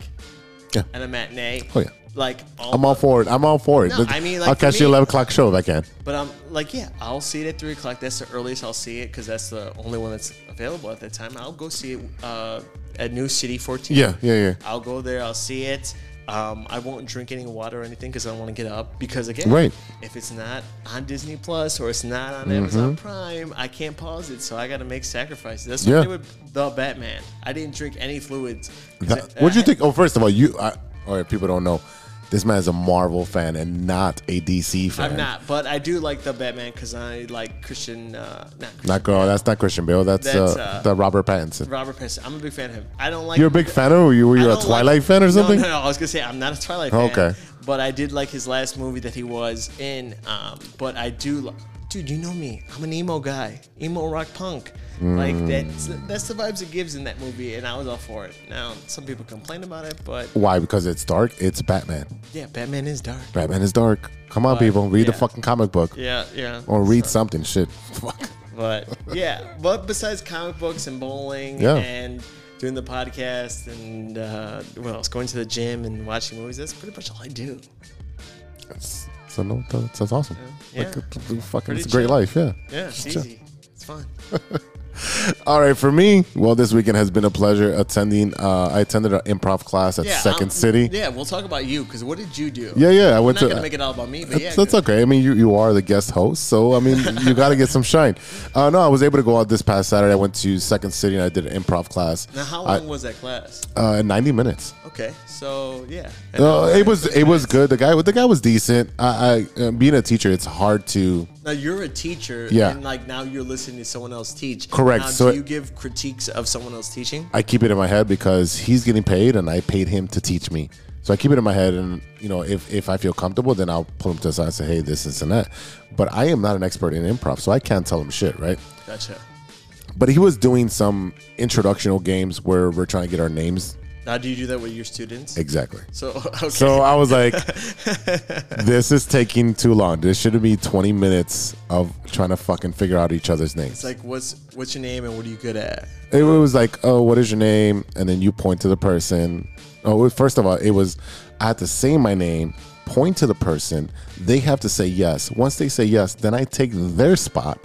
C: Yeah.
D: and a matinee.
C: Oh, yeah.
D: Like all,
C: I'm all for it. I'm all for it.
D: No, I mean, like,
C: I'll
D: for
C: catch the
D: me-
C: 11 o'clock show if I can.
D: but I'm like, yeah, I'll see it at three o'clock. That's the earliest I'll see it because that's the only one that's available at that time. I'll go see it uh, at New City 14.
C: Yeah, yeah, yeah.
D: I'll go there. I'll see it. Um, I won't drink any water or anything because I don't want to get up. Because again,
C: Right.
D: if it's not on Disney Plus or it's not on Amazon Prime, I can't pause it. So I got to make sacrifices. That's what
C: Mm-hmm. Yeah.
D: I did with the Batman. I didn't drink any fluids. 'Cause
C: That-
D: I-
C: what do you
D: I-
C: think? Oh, first of all, you. I, all right, people don't know. This man is a Marvel fan and not a DC fan.
D: I'm not, but I do like the Batman because I like Christian. Uh, not Christian,
C: Not girl. That's not Christian Bale. That's,
D: That's,
C: uh,
D: uh,
C: the Robert Pattinson.
D: Robert Pattinson. I'm a big fan of him. I don't like.
C: You're a big fan of? him, Or you were
D: I
C: you a
D: don't like-
C: Twilight fan or something?
D: No, no, no. I was gonna say I'm not a Twilight fan.
C: Okay.
D: But I did like his last movie that he was in. Um, but I do, li- dude. You know me. I'm an emo guy. Emo rock punk. Like
C: Hmm.
D: that's that's the vibes it gives in that movie, and I was all for it. Now some people complain about it, but
C: Why? Because it's dark. It's Batman.
D: yeah, Batman is dark.
C: Batman is dark. Come on, people, read the
D: yeah.
C: fucking comic book
D: Yeah, yeah.
C: or read something. Shit, fuck.
D: But yeah, but besides comic books and bowling
C: Yeah.
D: and doing the podcast and uh, what else, going to the gym and watching movies, that's pretty much all I do.
C: That's, so no, that's, that's awesome.
D: Yeah.
C: Like, it's- it's fucking, it's a
D: Pretty
C: great
D: chill.
C: life. Yeah.
D: Yeah, it's
C: Chill.
D: easy. It's fun.
C: All right, for me, well, this weekend has been a pleasure attending. Uh, I attended an improv class at
D: Yeah,
C: Second
D: um,
C: City.
D: Yeah, we'll talk about you because what did you do?
C: Yeah, yeah, I
D: I'm
C: went to.
D: not gonna make it all about me, but yeah,
C: That's, that's okay. I mean, you, you are the guest host, so I mean, you got to get some shine. Uh, no, I was able to go out this past Saturday. I went to Second City and I did an improv class.
D: Now, how
C: I-
D: long was that class?
C: Uh, ninety minutes.
D: Okay, so yeah,
C: Uh, it was it was good. The guy the guy was decent. I, I uh, being a teacher, it's hard to.
D: Now you're a teacher,
C: Yeah.
D: and like now you're listening to someone else teach.
C: Correct,
D: Now,
C: so
D: do
C: it-
D: you give critiques of someone else teaching?
C: I keep it in my head because he's getting paid and I paid him to teach me. So I keep it in my head, and you know, if if I feel comfortable, then I'll pull him to the side and say, "Hey, this, this, and that." But I am not an expert in improv, so I can't tell him shit, right?
D: Gotcha.
C: But he was doing some introductional games where we're trying to get our names
D: Now do you do that with your students?
C: exactly.
D: So okay.
C: So I was like, "This is taking too long. This should be twenty minutes of trying to fucking figure out each other's names."
D: it's like what's what's your name and what are you good at?
C: It was like, oh, what is your name? And then you point to the person. Oh, well, first of all, it was I had to say my name, point to the person. They have to say yes. Once they say yes, then I take their spot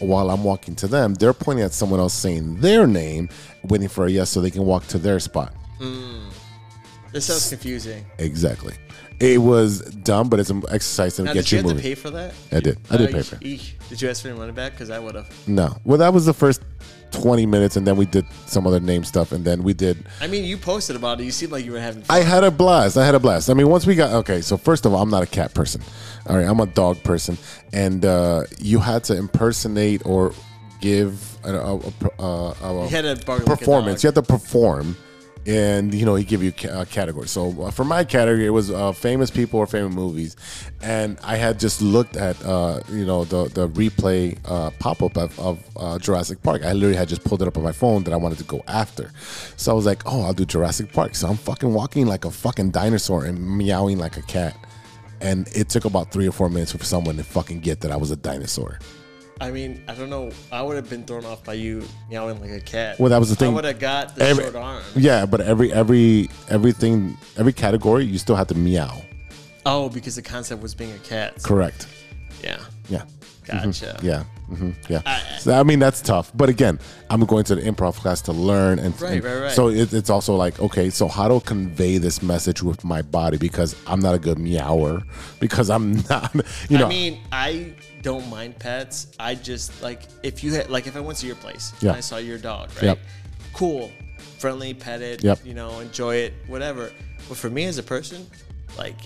C: while I'm walking to them. They're pointing at someone else saying their name, waiting for a yes so they can walk to their spot.
D: This sounds confusing.
C: Exactly. It was dumb, but it's an exercise to
D: Now
C: get
D: did you
C: you
D: have to
C: moving.
D: pay for that?
C: I did. I did
D: Uh,
C: pay for it.
D: eek. Did you ask for your money back? Because I would have.
C: No. Well, that was the first 20 minutes, and then we did some other name stuff, and then we did
D: I mean, you posted about it. You seemed like you were having. Fun.
C: I had a blast. I had a blast. I mean, once we got okay. So first of all, I'm not a cat person. All right, I'm a dog person, and uh, you had to impersonate or give a, a, a, a, a
D: You had to bark like a
C: performance.
D: dog.
C: you had to perform, and you know he give you ca- a category. So uh, for my category, it was uh, famous people or famous movies, and I had just looked at uh, you know the the replay uh, pop up of, of uh, Jurassic Park. I literally had just pulled it up on my phone that I wanted to go after. So I was like, oh, I'll do Jurassic Park. So I'm fucking walking like a fucking dinosaur and meowing like a cat. And it took about three or four minutes for someone to fucking get that I was a dinosaur.
D: I mean, I don't know. I would have been thrown off by you meowing like a cat.
C: Well, that was the
D: I
C: thing.
D: would have got the
C: Every-
D: short arm.
C: Yeah, but every every everything every category you still have to meow.
D: Oh, because the concept was being a cat.
C: Correct.
D: Yeah.
C: Yeah.
D: Gotcha.
C: Mm-hmm. Yeah. hmm Yeah. so, I mean that's tough, but again, I'm going to the improv class to learn and
D: Right,
C: and
D: right, right.
C: So it, it's also like okay, so how to convey this message with my body because I'm not a good meower because I'm not you know
D: I mean, I don't mind pets. I just like if you had like if I went to your place
C: Yeah.
D: and I saw your dog, right?
C: Yep.
D: Cool, friendly, pet it,
C: Yep.
D: you know, enjoy it, whatever. But for me as a person, like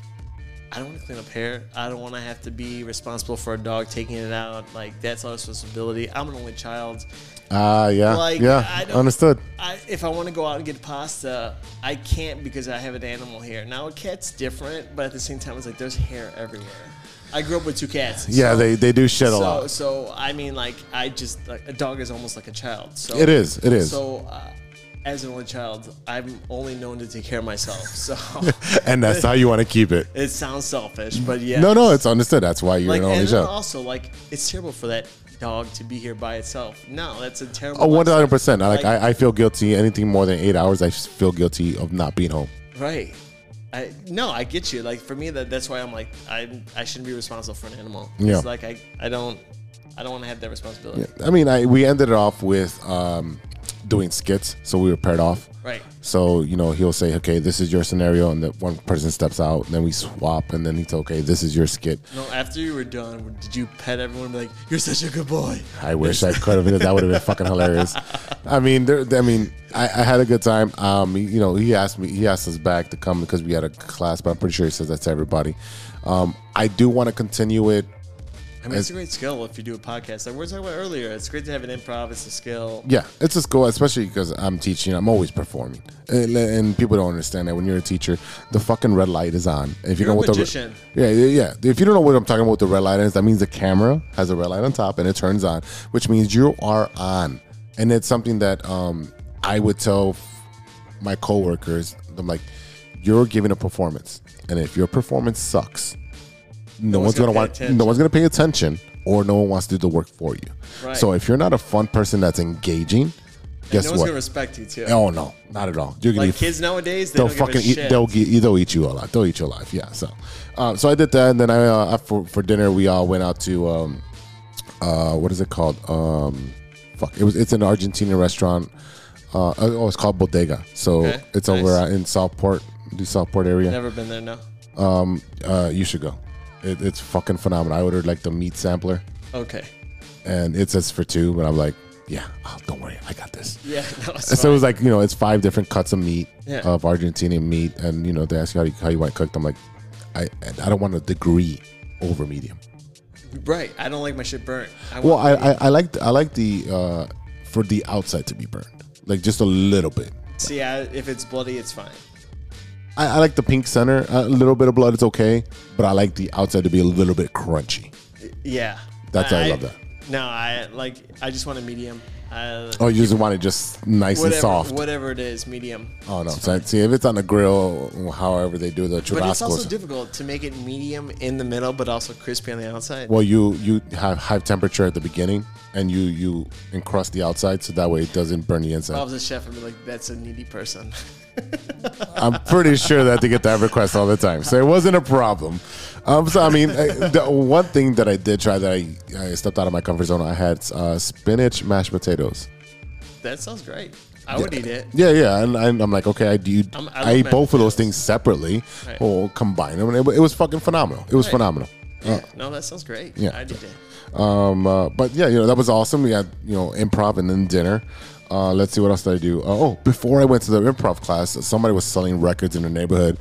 D: I don't want to clean up hair. I don't want to have to be responsible for a dog taking it out. Like that's our responsibility. I'm an only child.
C: ah yeah
D: Like
C: yeah
D: I don't,
C: understood.
D: I, if I want to go out and get pasta, I can't because I have an animal here. Now a cat's different, but at the same time, it's like there's hair everywhere. I grew up with two cats.
C: Yeah,
D: so-
C: they they do shit a
D: so,
C: lot.
D: so I mean, like I just like, a dog is almost like a child. So
C: It is, it is.
D: So uh, as an only child, I'm only known to take care of myself. So
C: And that's how you want to keep it.
D: it sounds selfish, but yeah.
C: No, no, it's understood. That's why you're
D: like
C: an only
D: and then
C: child.
D: also like it's terrible for that dog to be here by itself. No, that's a terrible.
C: Oh, one
D: lifestyle.
C: hundred percent. Like,
D: Like-
C: I, I feel guilty. Anything more than eight hours, I s- feel guilty of not being home.
D: Right. I no, I get you. Like for me, that that's why I'm like I I shouldn't be responsible for an animal.
C: Yeah.
D: It's like I I don't I don't want to have that responsibility.
C: I mean, I we ended it off with um, doing skits, so we were paired off.
D: Right.
C: So you know, he'll say, "Okay, this is your scenario," and the one person steps out, and then we swap, and then he's okay. This is your skit.
D: No, after you were done, did you pet everyone and be like, "You're such a good boy"?
C: I wish I could have because that would have been fucking hilarious. I mean, there, I mean, I, I had a good time. Um, you know, he asked me, he asked us back to come because we had a class, but I'm pretty sure he says that to everybody. Um, I do want to continue it.
D: I mean, it's a great skill if you do a podcast. Like we were talking about earlier, it's great to have an improv. It's a skill.
C: Yeah, it's a school, especially because I'm teaching. I'm always performing, and, and people don't understand that when you're a teacher, the fucking red light is on. If you
D: You're
C: know
D: a
C: what
D: magician.
C: the red, yeah, yeah, yeah. If you don't know what I'm talking about, with the red light is that means the camera has a red light on top and it turns on, which means you are on, and it's something that um, I would tell my coworkers. I'm like, you're giving a performance, and if your performance sucks, no, one's
D: one's
C: gonna,
D: gonna pay
C: want.
D: attention.
C: No one's gonna pay attention. or no one wants to do the work for you.
D: Right.
C: So if you're not a fun person that's engaging, guess
D: no one's
C: what?
D: gonna respect you too.
C: oh no, not at all. You're gonna
D: Like
C: be
D: kids nowadays, they
C: they'll
D: don't
C: fucking
D: give a
C: eat,
D: shit.
C: they'll get, they'll eat you alive. They'll eat you alive. Yeah. So, uh, so I did that, and then I uh, for for dinner we all went out to um, uh, what is it called? Um, fuck, it was it's an Argentinian restaurant. Uh, oh, it's called Bodega. So
D: Okay,
C: it's
D: nice.
C: over uh, in Southport, the Southport area.
D: Never been there, no.
C: Um, uh, you should go. It, it's fucking phenomenal. I ordered like the meat sampler,
D: Okay.
C: and it says for two, but I'm like, yeah, oh, don't worry, I got this.
D: Yeah. No, it's
C: So it was like you know, it's five different cuts of meat
D: Yeah.
C: of Argentinian meat, and you know they ask you how you, how you want it cooked. I'm like, I and I don't want a degree over medium.
D: fine. right. I don't like my shit burnt. I
C: Well,
D: want-
C: I I, I like I like the uh, for the outside to be burned, like just a little bit.
D: see I, if it's bloody, it's fine.
C: I, I like the pink center, a little bit of blood is okay, but I like the outside to be a little bit crunchy.
D: Yeah.
C: That's- I love that.
D: No, I like. I just want a medium. I,
C: Oh, you just want it just nice
D: whatever,
C: and soft.
D: whatever it is, medium.
C: Oh no! So, see, if it's on the grill, however they do the
D: But it's
C: churrasco.
D: also difficult to make it medium in the middle, but also crispy on the outside.
C: well, you you have high temperature at the beginning, and you you encrust the outside, so that way it doesn't burn the
D: If I
C: inside.
D: was a chef, I'd be like, "That's a needy person."
C: I'm pretty sure that they get that request all the time, so it wasn't a problem. Um, so I mean, I- the one thing that I did try that I, I stepped out of my comfort zone. I had uh, spinach mashed potatoes.
D: that sounds great. I would eat it.
C: Yeah, yeah, and, and I'm like, okay, I do.
D: I'm- I love
C: I, ate
D: mashed
C: both of those
D: potatoes.
C: things separately
D: Right.
C: or combine them, and it, wa- it was fucking phenomenal. It was
D: Right.
C: phenomenal.
D: Yeah. No, that sounds great.
C: Yeah.
D: I'd eat it.
C: Um, uh, but yeah, you know that was awesome. We had you know improv and then dinner. Uh, let's see what else did I do. Uh, oh, before I went to the improv class, somebody was selling records in the neighborhood,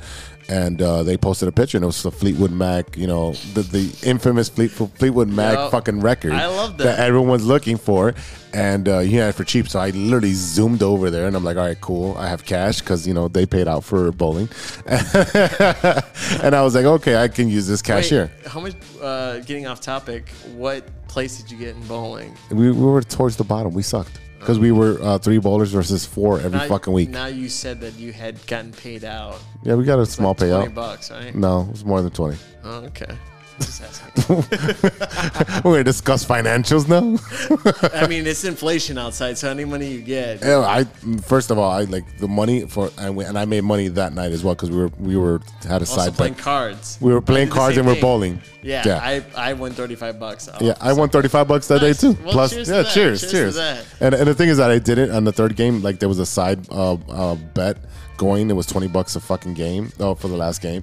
C: and uh, they posted a picture, and it was the Fleetwood Mac, you know, the, the infamous Fleet, Fleetwood Mac
D: Yup.
C: fucking record
D: I love that.
C: everyone's looking for, and uh, he had it for cheap. So I literally zoomed over there, and I'm like, all right, cool, I have cash because you know they paid out for bowling, and I was like, okay, I can use this
D: Wait,
C: cash here.
D: How much? Uh, getting off topic. What place did you get in bowling?
C: We, we were towards the bottom. We sucked because we were uh, three bowlers versus four every
D: Now-
C: fucking week.
D: Now you said that you had gotten paid out.
C: yeah, we got a small
D: like 20
C: payout.
D: bucks, right?
C: No, it was more than twenty.
D: Oh, okay. Just asking.
C: we're gonna discuss financials now.
D: I mean, it's inflation outside, so any money you get.
C: Yeah, I first of all, I like the money for, and, we, and I made money that night as well because we were we were had a
D: Also
C: side
D: playing
C: bet.
D: cards.
C: We were
D: I
C: playing
D: did the
C: cards
D: same
C: and we're
D: thing.
C: bowling.
D: Yeah,
C: yeah, I,
D: I, I won 35 bucks. off.
C: yeah, I won thirty five bucks that
D: Nice.
C: day too.
D: Well,
C: Plus,
D: cheers to
C: yeah,
D: that.
C: cheers,
D: Cheers
C: cheers.
D: to that.
C: And and the thing is that I did it on the third game. Like there was a side uh, uh, bet going. It was twenty bucks a fucking game oh, for the last game,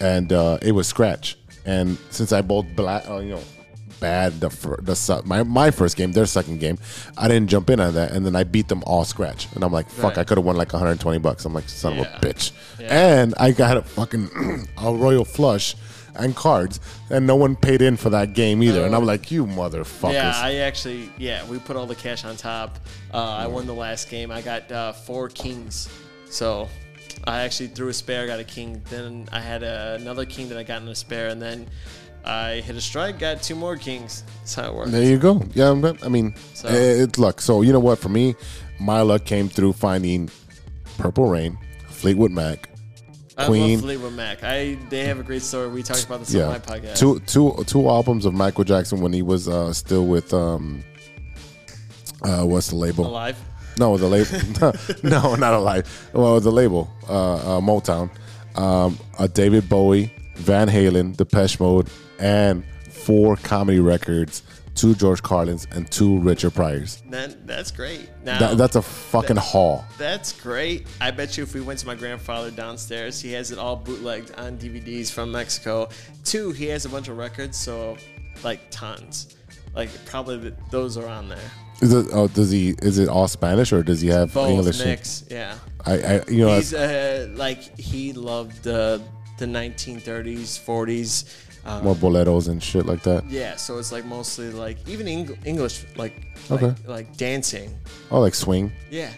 C: and uh, it was scratch. And since I bowled black, uh, you know, bad the fir- the su- my my first game, their second game, I didn't jump in on that, and then I beat them all scratch. And I'm like, fuck,
D: Right.
C: I could have won like 120 bucks. I'm like, son
D: Yeah.
C: of a bitch.
D: Yeah.
C: And I got a fucking a royal flush. And cards, and no one paid in for that game either. And I'm like, you motherfuckers.
D: Uh. Yeah, I actually, yeah, we put all the cash on top. Uh, I won the last game. I got uh, four kings. So I actually threw a spare, got a king. Then I had uh, another king that I got in a spare, and then I hit a strike, got two more kings. That's how it works.
C: There you go. Yeah, but, I mean,
D: So-
C: eh, it's luck. So you know what? For me, my luck came through finding Purple Rain, Fleetwood Mac,
D: I
C: Queen.
D: love Fleetwood Mac. I they have a great story. We talked about this on my
C: yeah,
D: podcast.
C: two two two albums of Michael Jackson when he was uh, still with um, uh, what's the label?
D: alive.
C: No, the label. no, not alive. Well, the label, uh, uh, Motown, um, uh, David Bowie, Van Halen, Depeche Mode, and four comedy records, two George Carlins and two Richard Pryors.
D: That, that's great. Now
C: That, that's a fucking haul.
D: That's great. I bet you if we went to my grandfather downstairs, he has it all bootlegged on DVDs from Mexico. Two, he has a bunch of records, so like tons. Like probably th- those are on there.
C: Is it? Oh, does he? Is it all Spanish or does he have
D: Both
C: English?
D: mix, yeah.
C: I, I, you know,
D: He's
C: that's-
D: uh, like he loved the the 1930s, 40s. Um,
C: more boletos and shit like that.
D: yeah, so it's like mostly like even Eng- English, like,
C: Okay.
D: like like dancing.
C: Oh, like swing.
D: Yeah,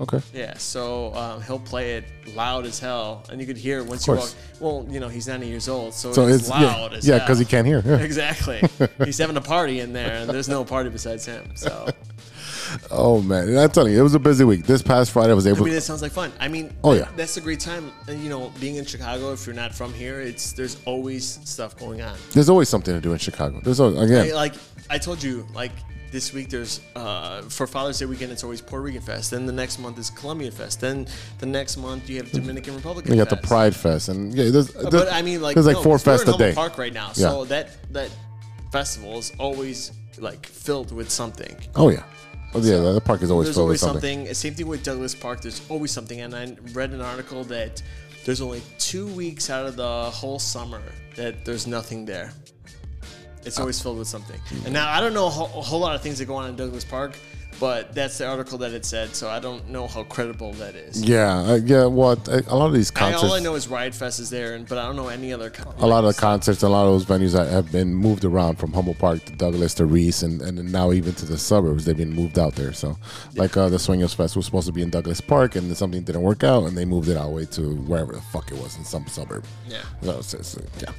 C: Okay.
D: Yeah, so um, he'll play it loud as hell, and you could hear it once
C: Of
D: you walk.
C: course.
D: Well, you know he's ninety years old, so,
C: So
D: it's,
C: it's,
D: loud
C: yeah,
D: as
C: yeah,
D: hell.
C: because he can't hear. Yeah.
D: Exactly, he's having a party in there, and there's no party besides him. So
C: Oh man, I'm telling you, it was a busy week. This past Friday, I was
D: I
C: able.
D: mean, that sounds like fun. I mean,
C: Oh,
D: that-
C: yeah.
D: that's a great time. And you know, being in Chicago, if you're not from here, it's there's always stuff going on.
C: There's always something to do in Chicago. There's always,
D: I-
C: again,
D: like I told you, like this week there's uh, for Father's Day weekend, it's always Puerto Rican Fest. Then the next month is Colombian Fest. Then the next month you have Dominican Republic.
C: you got the
D: Fest.
C: Pride Fest, and yeah, there's, there's
D: But I mean, like
C: there's like
D: no,
C: four
D: because we're
C: fests
D: in
C: a
D: Humboldt
C: day.
D: Park right now. So that that festival is always like filled with something.
C: Oh yeah, oh yeah. the park is always
D: There's
C: filled with
D: always
C: something.
D: something. Same thing with Douglas Park. There's always something. And I read an article that there's only two weeks out of the whole summer that there's nothing there.
C: Ah.
D: It's always filled with something.
C: Hmm.
D: And now I don't know a whole, a whole lot of things that go on in Douglas Park, but that's the article that it said. So I don't know how credible that is.
C: Yeah, uh, yeah. What well, a lot of these
D: I,
C: concerts,
D: all I know is Riot Fest is there, and but I don't know any other. co-
C: a lot of
D: like,
C: the concerts, a lot of those venues that have been moved around from Humble Park to Douglas to Reese, and, and then now even to the suburbs, they've been moved out there. So, like uh, the Swingers Fest was supposed to be in Douglas Park, and then something didn't work out, and they moved it all the way to wherever the fuck it was in some suburb.
D: Yeah.
C: That was just, yeah.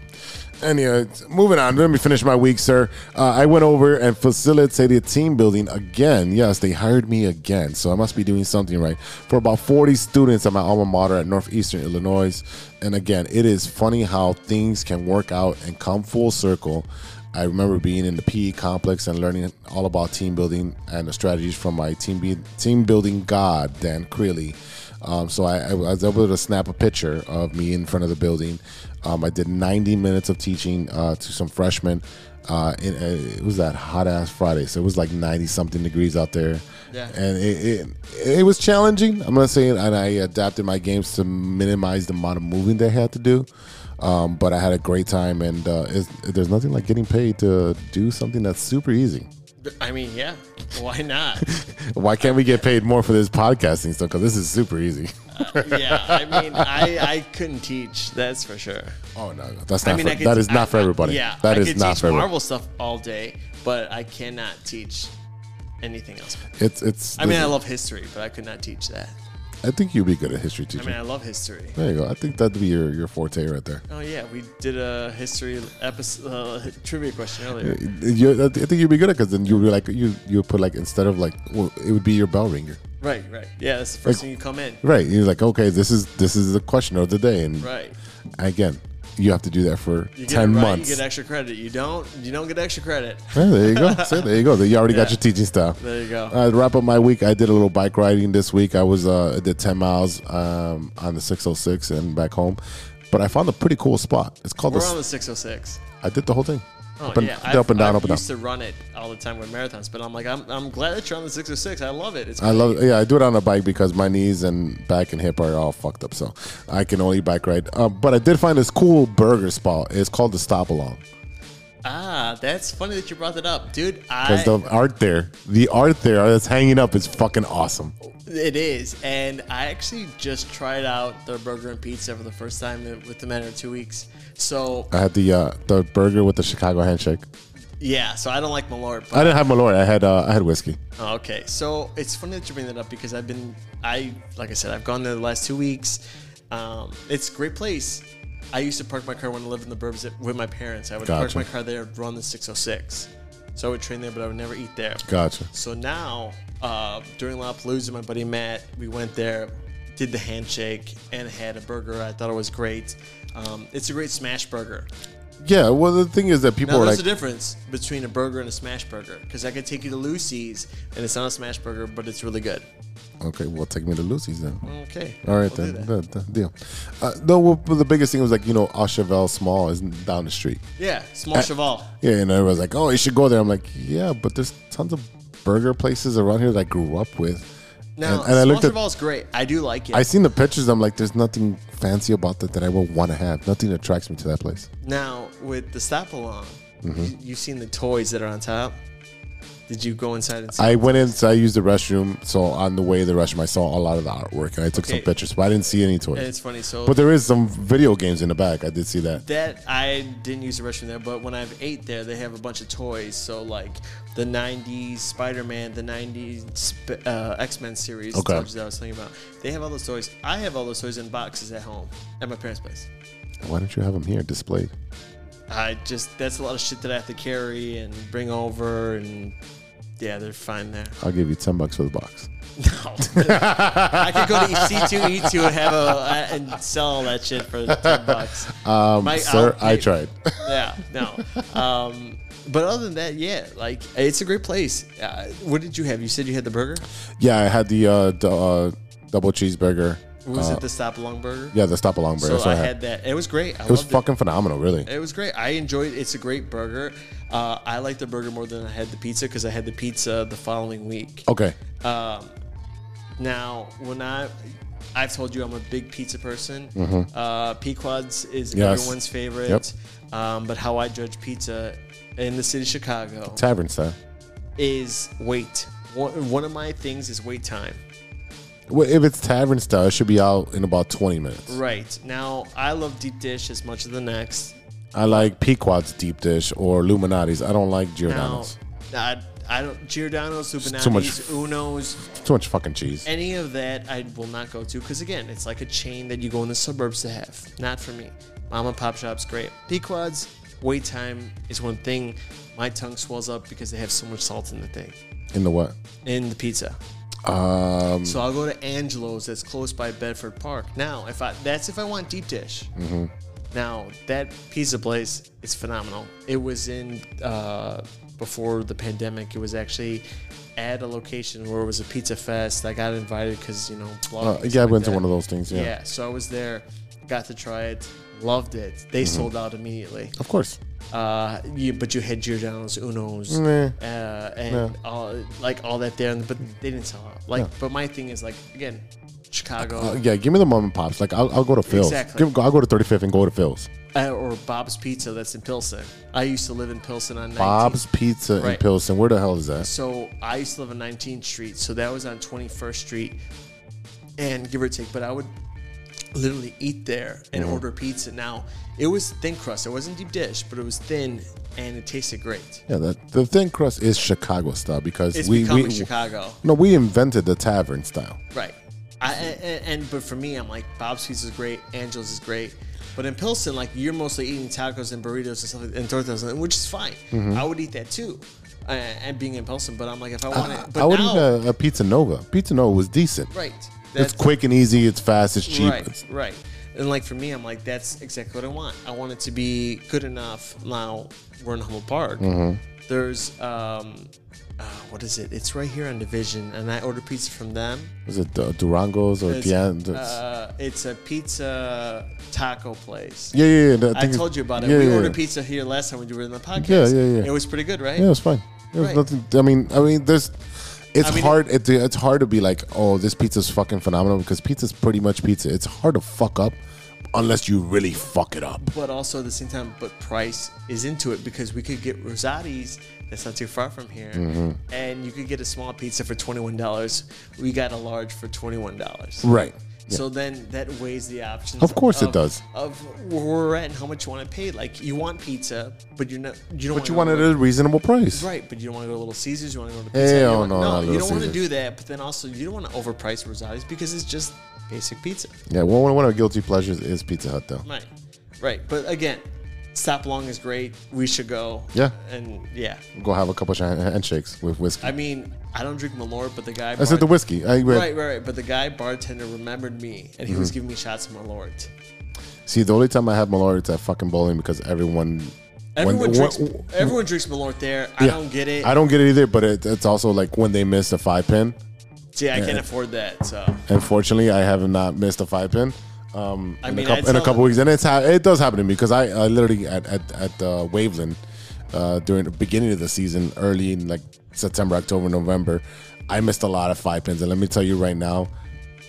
C: Anyway, moving on. Let me finish my week, sir. Uh, I went over and facilitated team building again. Yes, they hired me again, so I must be doing something right for about 40 students at my alma mater at Northeastern Illinois. And again, it is funny how things can work out and come full circle. I remember being in the PE complex and learning all about team building and the strategies from my team be- team building god Dan Creeley. Um, so I, I was able to snap a picture of me in front of the building. Um, I did 90 minutes of teaching uh, to some freshmen. Uh, it, it was that hot ass Friday, so it was like 90 something degrees out there.
D: Yeah.
C: And it, it, it was challenging. I'm gonna say, and I adapted my games to minimize the amount of moving they had to do. Um, but I had a great time, and uh, it's, there's nothing like getting paid to do something that's super easy.
D: I mean, yeah. Why not?
C: Why can't we get paid more for this podcasting stuff? Because this is super easy.
D: yeah. I mean, I I couldn't teach. That's for sure.
C: Oh no, no, that's not.
D: I mean,
C: for,
D: I could,
C: that is
D: I-
C: not for
D: I-
C: everybody.
D: Yeah,
C: that
D: I
C: is
D: could
C: not
D: teach
C: for everybody.
D: Marvel stuff all day, but I cannot teach anything else.
C: It's it's.
D: I mean, I love history, but I could not teach that.
C: I think you'd be good at history
D: I
C: teaching.
D: mean, I love history.
C: there you go. I think that'd be your, your forte right there.
D: Oh yeah, we did a history episode uh, trivia question earlier.
C: You, I think you'd be good at because then you'd be like you you would put like instead of like well, it would be your bell ringer.
D: Right, right. Yeah, that's the first
C: Like-
D: thing you come in.
C: Right. You're like okay, this is this is the question of the day, and
D: Right. again,
C: again, you have to do that for
D: You get
C: ten
D: it right,
C: months.
D: You get extra credit. You don't. You don't get extra credit.
C: Yeah, there you go. So there you go. You already got
D: Yeah.
C: your teaching style.
D: There you go.
C: Uh, to wrap up my week, I did a little bike riding this week. I was uh, I did ten miles um, on the six hundred six and back home, but I found a pretty cool spot. It's called the.
D: We're on
C: s-
D: the 606.
C: I did the whole thing.
D: Oh,
C: up and,
D: yeah.
C: did up and down,
D: I've
C: up and down.
D: used to run it all the time with marathons, but I'm like, I'm, I'm glad that you're on the 606. I love it. It's
C: I love yeah, I do it on a bike because my knees and back and hip are all fucked up, so I can only bike ride. Um, but I did find this cool burger spot. It's called the Stop Along
D: Ah, that's funny that you brought that up, dude. I
C: because the art there, the art there that's hanging up is fucking awesome.
D: it is, and I actually just tried out their burger and pizza for the first time in- with the matter of two weeks. So
C: I had the uh, the burger with the Chicago handshake.
D: yeah, so I don't like Malort. But,
C: I didn't have Malort. I had uh, I had whiskey.
D: oh, okay, so it's funny that you bring that up because I've been I like I said I've gone there the last two weeks. Um, it's a great place. I used to park my car when I lived in the burbs with my parents. I would
C: Gotcha.
D: park my car there, run the 606. So I would train there, but I would never eat there.
C: Gotcha.
D: So now, uh, during Lollapalooza, my buddy Matt, we went there, did the handshake, and had a burger. I thought it was great. Um, it's a great smash burger.
C: Yeah. Well, the thing is that people
D: Now,
C: are
D: there's
C: like,
D: a difference between a burger and a smash burger because I could take you to Lucy's, and it's not a smash burger, but it's really good.
C: okay, well, take me to Lucy's then.
D: Okay.
C: All right
D: we'll Mm-hmm. do
C: then,
D: that.
C: That- that deal. Uh, no, well, but the biggest thing was like you know Cheval Small is down the street.
D: Yeah, small cheval.
C: Yeah, and everyone's like, oh, you should go there. I'm like, yeah, but there's tons of burger places around here that I grew up with.
D: Now,
C: and, and I
D: small
C: looked at,
D: cheval is great. I do like it.
C: I seen the pictures. I'm like, there's nothing fancy about that that I would want to have. Nothing attracts me to that place.
D: now, with the stop along,
C: Mm-hmm.
D: you, you've seen the toys that are on top. Did you go inside and see?
C: I went in, so I used the restroom. So on the way to the restroom, I saw a lot of the artwork and I took some
D: Okay.
C: pictures, but I didn't see any toys.
D: and it's funny. So
C: but there is some video games in the back. I did see that.
D: That I didn't use the restroom there, but when I've ate there, they have a bunch of toys. So like the '90s Spider-Man, the '90s Sp- uh, X-Men series the
C: Okay.
D: toys that I was talking about. They have all those toys. I have all those toys in boxes at home at my parents' place.
C: Why don't you have them here displayed?
D: I just that's a lot of shit that I have to carry and bring over, and Yeah, they're fine there.
C: I'll give you ten bucks for the box.
D: No. I could go to E C2E2 and have a uh, and sell all that shit for ten bucks. Um,
C: Sir, I tried.
D: Yeah, no. Um, but other than that, yeah, like it's a great place. Uh, what did you have? You said you had the burger.
C: yeah, I had the uh, d- uh, double cheeseburger.
D: Was
C: Uh,
D: it the Stop Long Burger?
C: yeah, the stop along burger.
D: So
C: That's what
D: I had that. It was great. I
C: It was
D: loved
C: fucking phenomenal, really.
D: It was great. I enjoyed. It's a great burger. Uh, I like the burger more than I had the pizza because I had the pizza the following week.
C: Okay.
D: Now, when I, I've told you I'm a big pizza person. Uh, Pequod's is
C: Mm-hmm. Yes.
D: everyone's favorite. Um, but how I judge pizza in the city of Chicago
C: Tavern style.
D: is wait. One, one of my things is wait time.
C: Well, if it's tavern style, it should be out in about 20 minutes.
D: Right now, I love deep dish as much as the next.
C: I like Pequod's deep dish or Luminati's. I don't like
D: Now,
C: Giordano's.
D: I, I don't Giordano's,
C: too much-
D: Lupinati's, Uno's.
C: Too much fucking cheese.
D: any of that I will not go to because again, it's like a chain that you go in the suburbs to have. Not for me. Mom and pop shops, great. Pequod's wait time is one thing. My tongue swells up because they have so much salt in the thing,
C: In the what?
D: in the pizza.
C: Um,
D: So I'll go to Angelo's that's close by Bedford Park. Now, if I that's if I want deep dish.
C: Mm-hmm.
D: Now that pizza place is phenomenal. It was in uh, before the pandemic. It was actually at a location where it was a pizza fest. I got invited because you know.
C: uh,
D: blogging and
C: yeah, I
D: stuff like
C: went to
D: that.
C: one of those things. Yeah.
D: Yeah. so I was there, got to try it, loved it. They
C: Mm-hmm.
D: sold out immediately.
C: Of course.
D: Uh, you, but you had Giordano's, Uno's,
C: Meh.
D: uh, and all, like all that there, but they didn't sell out. Like, but my thing is like again, Chicago
C: Uh, yeah, give me the mom and pops. Like, I'll, I'll go to Phil's.
D: Exactly.
C: Give- I'll go to 35th and go to Phil's.
D: uh, or Bob's Pizza that's in Pilsen. I used to live in Pilsen on 19th.
C: Bob's Pizza in
D: Right.
C: Pilsen. Where the hell is that?
D: So I used to live on 19th Street, so that was on 21st Street, and give or take. But I would literally eat there and
C: Mm-hmm.
D: order pizza. Now it was thin crust; it wasn't deep dish, but it was thin and it tasted great.
C: Yeah, that, the thin crust is Chicago style because
D: It's
C: we,
D: becoming
C: we
D: Chicago,
C: No, we invented the tavern style.
D: right? I, and, and but for me, I'm like Bob's Pizza is great, Angel's is great. But in Pilsen, like you're mostly eating tacos and burritos and stuff, like- and tortas, and- which is fine.
C: Mm-hmm.
D: I would eat that too, uh, and being in Pilsen. But I'm like, if I want it, but
C: Uh, I would
D: now,
C: eat a, a Pizza Nova. Pizza Nova was decent.
D: right?
C: it's quick and easy. It's fast. It's cheap.
D: Right,
C: It's-
D: right. And like for me, I'm like, that's exactly what I want. I want it to be good enough. Now we're in Humble Park.
C: Mm-hmm.
D: There's um, uh, what is it? It's right here on Division, and I order pizza from them.
C: Was it uh, Durango's or
D: It's,
C: Tian?
D: uh, it's a pizza taco place.
C: yeah, yeah, yeah. that
D: I
C: thing is-
D: told you about it.
C: yeah,
D: we
C: yeah,
D: ordered
C: yeah.
D: pizza here last time when you were in the podcast.
C: Yeah, yeah, yeah.
D: It was pretty good, right?
C: Yeah, it was fine. There was
D: Right.
C: nothing. I mean, I mean, there's. It's
D: I mean,
C: hard. It, it's hard to be like, oh, this pizza's fucking phenomenal because pizza's pretty much pizza. It's hard to fuck up unless you really fuck it up.
D: but also at the same time, but Price is into it because we could get Rosati's that's not too far from here,
C: Mm-hmm.
D: and you could get a small pizza for twenty one dollars. We got a large for twenty one dollars.
C: Right. Yeah.
D: So then that weighs the options.
C: Of course it does.
D: Of where we're at and how much you want to pay. Like you want pizza, but you're not. You don't.
C: but you
D: wanna
C: want it
D: go
C: at a reasonable price.
D: to- Right, but you don't want to go to Little Caesars. You want to go to
C: Hell
D: Pizza. Hut, you don't-
C: no, not
D: no, you
C: Little
D: don't want to
C: Caesars.
D: do that. But then also, you don't want to overprice Rosati's because it's just basic pizza.
C: Yeah. One, one of our guilty pleasures is Pizza Hut, though.
D: Right. Right. But again, stop long is great. We should go.
C: Yeah.
D: And yeah.
C: Go have a couple of hand- handshakes with whiskey.
D: I mean, I don't drink Malort, but the guy.
C: I said Mm-hmm. the whiskey. I read,
D: Right, right, right. But the guy bartender remembered me, and he was giving me shots of Malort.
C: See, the only time I have Malort is at fucking bowling because everyone.
D: Everyone
C: when-
D: drinks.
C: when-
D: everyone drinks Malort there. I
C: yeah.
D: don't get it.
C: I don't get it either, but it, it's also like when they miss a five pin.
D: See, I can't afford that. So
C: Unfortunately, I have not missed a five pin. Um,
D: I
C: in,
D: mean,
C: a
D: I
C: couple, in a
D: tell
C: couple
D: them.
C: weeks, and it's ha- it does happen to me because I, I literally at at at uh, Waveland uh, during the beginning of the season, early in like September, October, November, I missed a lot of five pins, and let me tell you right now,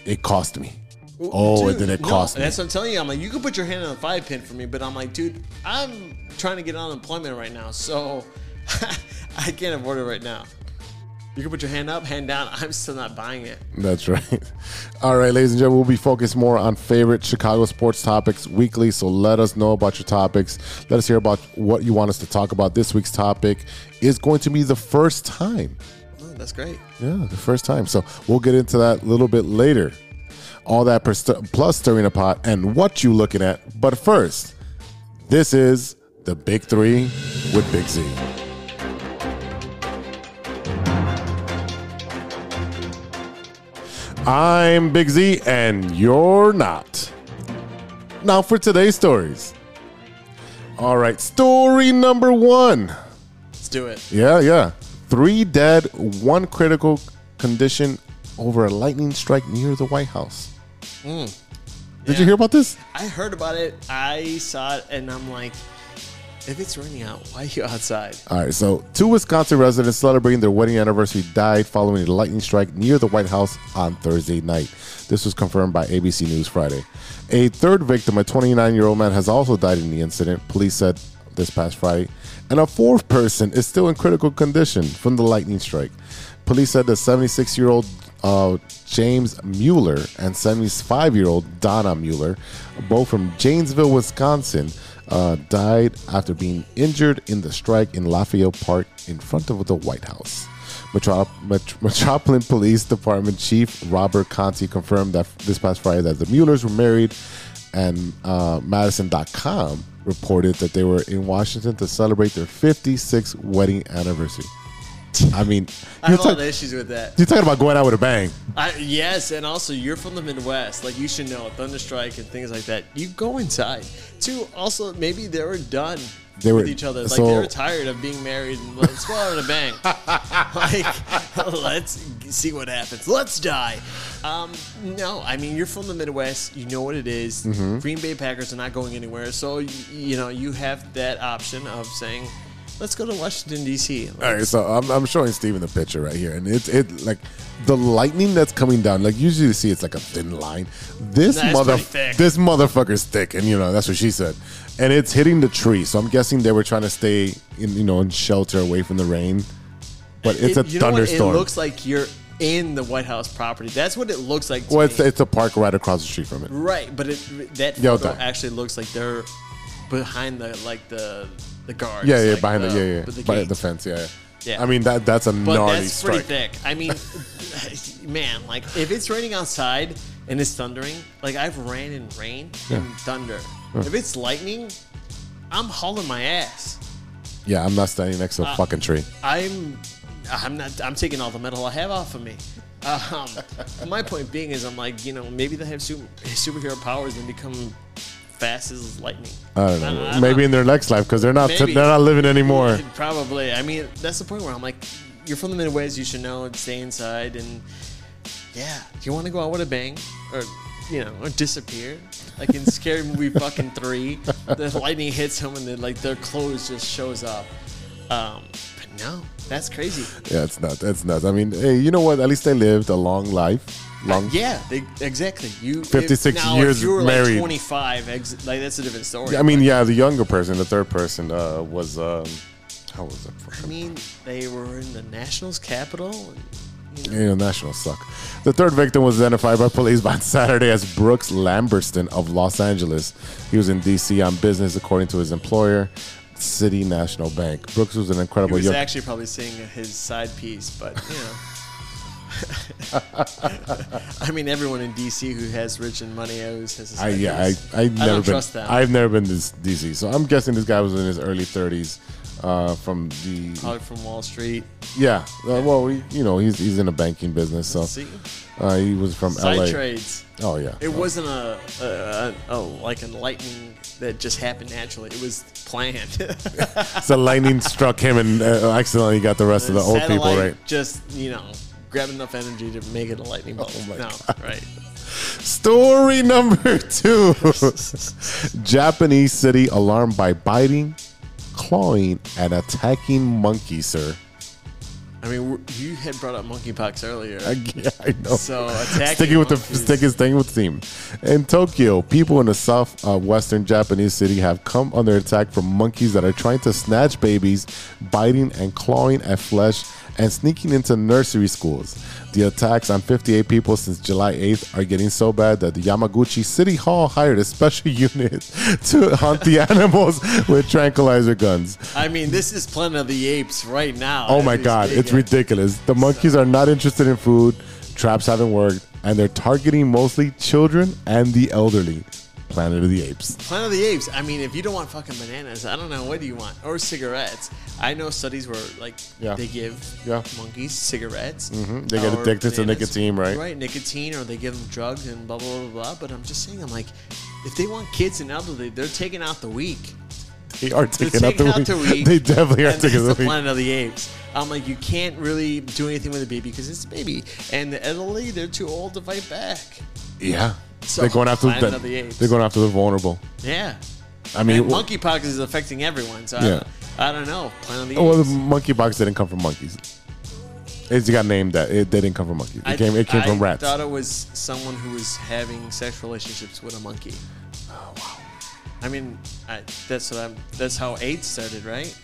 C: it cost me. Oh,
D: Dude,
C: did it
D: no,
C: cost me?
D: That's what I'm telling you. I'm like, you could put your hand on a five pin for me, but I'm like, dude, I'm trying to get unemployment right now, so I can't afford it right now. You can put your hand up, hand down. I'm still not buying it.
C: That's right. All right, ladies and gentlemen, we'll be focused more on favorite Chicago sports topics weekly. So let us know about your topics. Let us hear about what you want us to talk about. This week's topic is going to be the first time.
D: Oh, that's great.
C: Yeah, the first time. So we'll get into that a little bit later. All that per- plus stirring a pot and what you looking at. But first, this is the Big Three with Big Z. I'm Big Z, and you're not. Now for today's stories. All right, story number one.
D: Let's do it.
C: Yeah, yeah. Three dead, one critical condition over a lightning strike near the White House. Did you
D: Yeah.
C: hear about this?
D: I heard about it. I saw it, and I'm like, if it's raining out, why are you outside?
C: All right, so two Wisconsin residents celebrating their wedding anniversary died following a lightning strike near the White House on Thursday night. This was confirmed by ABC News Friday. A third victim, a 29 year old man, has also died in the incident, police said this past Friday. And a fourth person is still in critical condition from the lightning strike. Police said the 76 year old uh, James Mueller and 75 year old Donna Mueller, both from Janesville, Wisconsin, uh, died after being injured in the strike in Lafayette Park in front of the White House. Metrop- Met- Metropolitan Police Department Chief Robert Conti confirmed that this past Friday that the Muellers were married, and uh, Madison.com reported that they were in Washington to celebrate their 56th wedding anniversary. I mean,
D: I
C: you're
D: have a lot
C: talk-
D: of issues with that.
C: you're talking about going out with a bang.
D: I, yes, and also you're from the Midwest, like you should know thunderstrike and things like that. You go inside. Two, also maybe they were done
C: They
D: with
C: were-
D: each other, like
C: so-
D: they were tired of being married and let's go out in a bang. like let's g- see what happens. Let's die. Um, no, I mean you're from the Midwest. You know what it is.
C: Mm-hmm.
D: Green Bay Packers are not going anywhere, so you, you know you have that option of saying, "Let's go to Washington D.C."
C: All right, so I'm, I'm showing Steven the picture right here, and it's it like the lightning that's coming down. Like usually, you see it's like a thin line. This
D: Nah, it's
C: mother,
D: pretty thick.
C: this motherfucker's thick, and you know that's what she said. And it's hitting the tree, so I'm guessing they were trying to stay in you know in shelter away from the rain. But it's
D: It-
C: a
D: you know what?
C: thunderstorm.
D: It looks like you're in the White House property. That's what it looks like. To
C: well, it's,
D: me.
C: it's a park right across the street from it.
D: right, but it, that
C: Yeah,
D: photo
C: okay.
D: actually looks like they're behind the like the the guards.
C: Yeah, yeah,
D: like
C: behind the,
D: the-
C: yeah, yeah,
D: but the
C: by
D: gate.
C: the fence. Yeah, yeah,
D: Yeah.
C: I mean that that's a
D: But
C: gnarly
D: that's
C: strike.
D: pretty thick. I mean, man, like if it's raining outside and it's thundering, like I've ran in rain and thunder. If it's lightning, I'm hauling my ass.
C: Yeah, I'm not standing next to
D: Uh,
C: a fucking tree.
D: I'm I'm not I'm taking all the metal I have off of me. Um, my point being is I'm like you know maybe they have super, superhero powers and become fast as lightning.
C: I don't know.
D: I- I-
C: Maybe in their next life because they're not
D: Maybe.
C: they're not living anymore.
D: Probably. I mean that's the point where I'm like you're from the Midwest you should know and stay inside and yeah if you want to go out with a bang or you know or disappear like in scary movie fucking three the lightning hits them and then like their clothes just shows up. Um, but no, that's crazy.
C: Yeah, it's nuts. It's nuts. I mean, hey, you know what? At least they lived a long life. Long.
D: Yeah, they, exactly. You
C: 56
D: if- now,
C: years
D: if you were
C: married.
D: Like Twenty five. Ex- like that's a different story.
C: I mean, yeah, the younger person, the third person, uh, was um, how was it?
D: I mean, they were in the Nationals capital.
C: You know, national suck. The third victim was identified by police by Saturday as Brooks Lamberston of Los Angeles. He was in D.C. on business, according to his employer, City National Bank. Brooks was an
D: He
C: incredible
D: was
C: young.
D: actually probably seeing his side piece, but you know. I mean, everyone in DC who has rich and money always has. A
C: I,
D: side
C: yeah,
D: piece.
C: I, I've never
D: don't
C: been.
D: trust them.
C: I've never been to D.C. So I'm guessing this guy was in his early 30s, uh, from the
D: Probably from Wall Street.
C: Yeah. Uh, well, he, you know, he's he's in the banking business, so
D: See,
C: uh, he was from
D: side
C: LA.
D: trades.
C: Oh yeah.
D: It wasn't a, a, a, a like a lightning that just happened naturally. It was planned.
C: so lightning struck him and uh, accidentally got the rest of the old
D: satellite
C: people right.
D: Just you know, grab enough energy to make it a lightning bolt.
C: Oh my
D: no, right?
C: Story number two: Japanese city alarmed by biting, clawing, and attacking monkey. Sir,
D: I mean, we're- you had brought up monkeypox earlier.
C: I, yeah, I know.
D: So attacking
C: sticking with the
D: monkeys.
C: sticking, sticking with the theme. In Tokyo, people in the south uh, western Japanese city have come under attack from monkeys that are trying to snatch babies, biting and clawing at flesh, and sneaking into nursery schools. The attacks on 58 people since July 8th are getting so bad that the Yamaguchi City Hall hired a special unit to hunt the animals with tranquilizer guns.
D: I mean, this is Planet of the Apes right now.
C: Oh
D: as
C: my
D: we
C: god,
D: speak.
C: it's ridiculous. The monkeys are not interested in food, traps haven't worked, and they're targeting mostly children and the elderly. Planet of the Apes.
D: Planet of the Apes. I mean, if you don't want fucking bananas, I don't know what do you want or cigarettes. I know studies where like
C: Yeah.
D: they give
C: Yeah. Mm-hmm.
D: monkeys cigarettes.
C: They get
D: or
C: addicted to
D: bananas.
C: nicotine, right?
D: Right, nicotine, or they give them drugs and blah blah blah blah. But I'm just saying, I'm like, if they want kids and elderly, they're taking out the weak.
C: They are
D: They're
C: taking out the week.
D: weak,
C: They definitely are
D: and that's
C: taking out
D: the
C: the week.
D: Planet of the Apes. I'm like, you can't really do anything with a baby because it's a baby, and the elderly they're too old to fight back.
C: Yeah.
D: So,
C: they're going after
D: Planet
C: the,
D: of the Apes.
C: they're going after the vulnerable.
D: Yeah,
C: I mean,
D: and monkeypox is affecting everyone. So
C: Yeah. Oh,
D: I, I don't know. Planet of the
C: well, the
D: Apes.
C: monkeypox didn't come from monkeys. It got named that. It they didn't come from monkeys. It
D: I-
C: came. It came
D: I
C: from rats.
D: thought it was someone who was having sexual relationships with a monkey.
C: Oh,
D: I mean, I, that's what I'm. That's how AIDS started, right?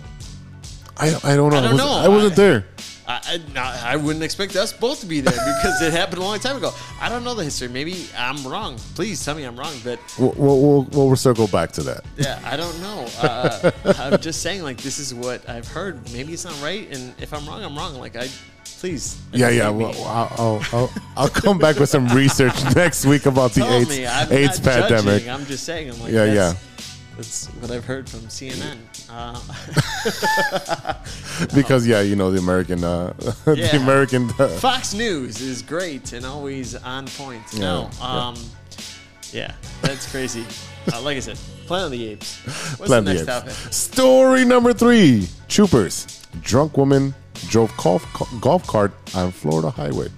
C: I, I don't know.
D: I don't
C: was,
D: know.
C: I wasn't
D: I-
C: there.
D: I, I, not- I wouldn't expect us both to be there because it happened a long time ago. I don't know the history. Maybe I'm wrong. Please tell me I'm wrong. But
C: We'll we'll, we'll, we'll circle back to that.
D: yeah, I don't know. Uh, I'm just saying, like, this is what I've heard. Maybe it's not right. And if I'm wrong, I'm wrong. Like, I please.
C: Yeah, yeah.
D: educate me.
C: Well, I'll, I'll, I'll, I'll come back with some research next week about the
D: Tell
C: AIDS,
D: me. I'm
C: AIDS
D: not judging.
C: pandemic.
D: I'm just saying. I'm like,
C: Yeah,
D: that's,
C: yeah.
D: That's what I've heard from CNN. Uh,
C: Because yeah, you know the American, uh,
D: Yeah.
C: the American. Uh,
D: Fox News is great and always on point. No,
C: Yeah, yeah.
D: um, yeah, that's crazy. Uh, like I said, Planet of the Apes. What's
C: Planet
D: the
C: of
D: next
C: the
D: topic?
C: Apes. Story number three: Troopers, drunk woman drove golf golf cart on Florida highway.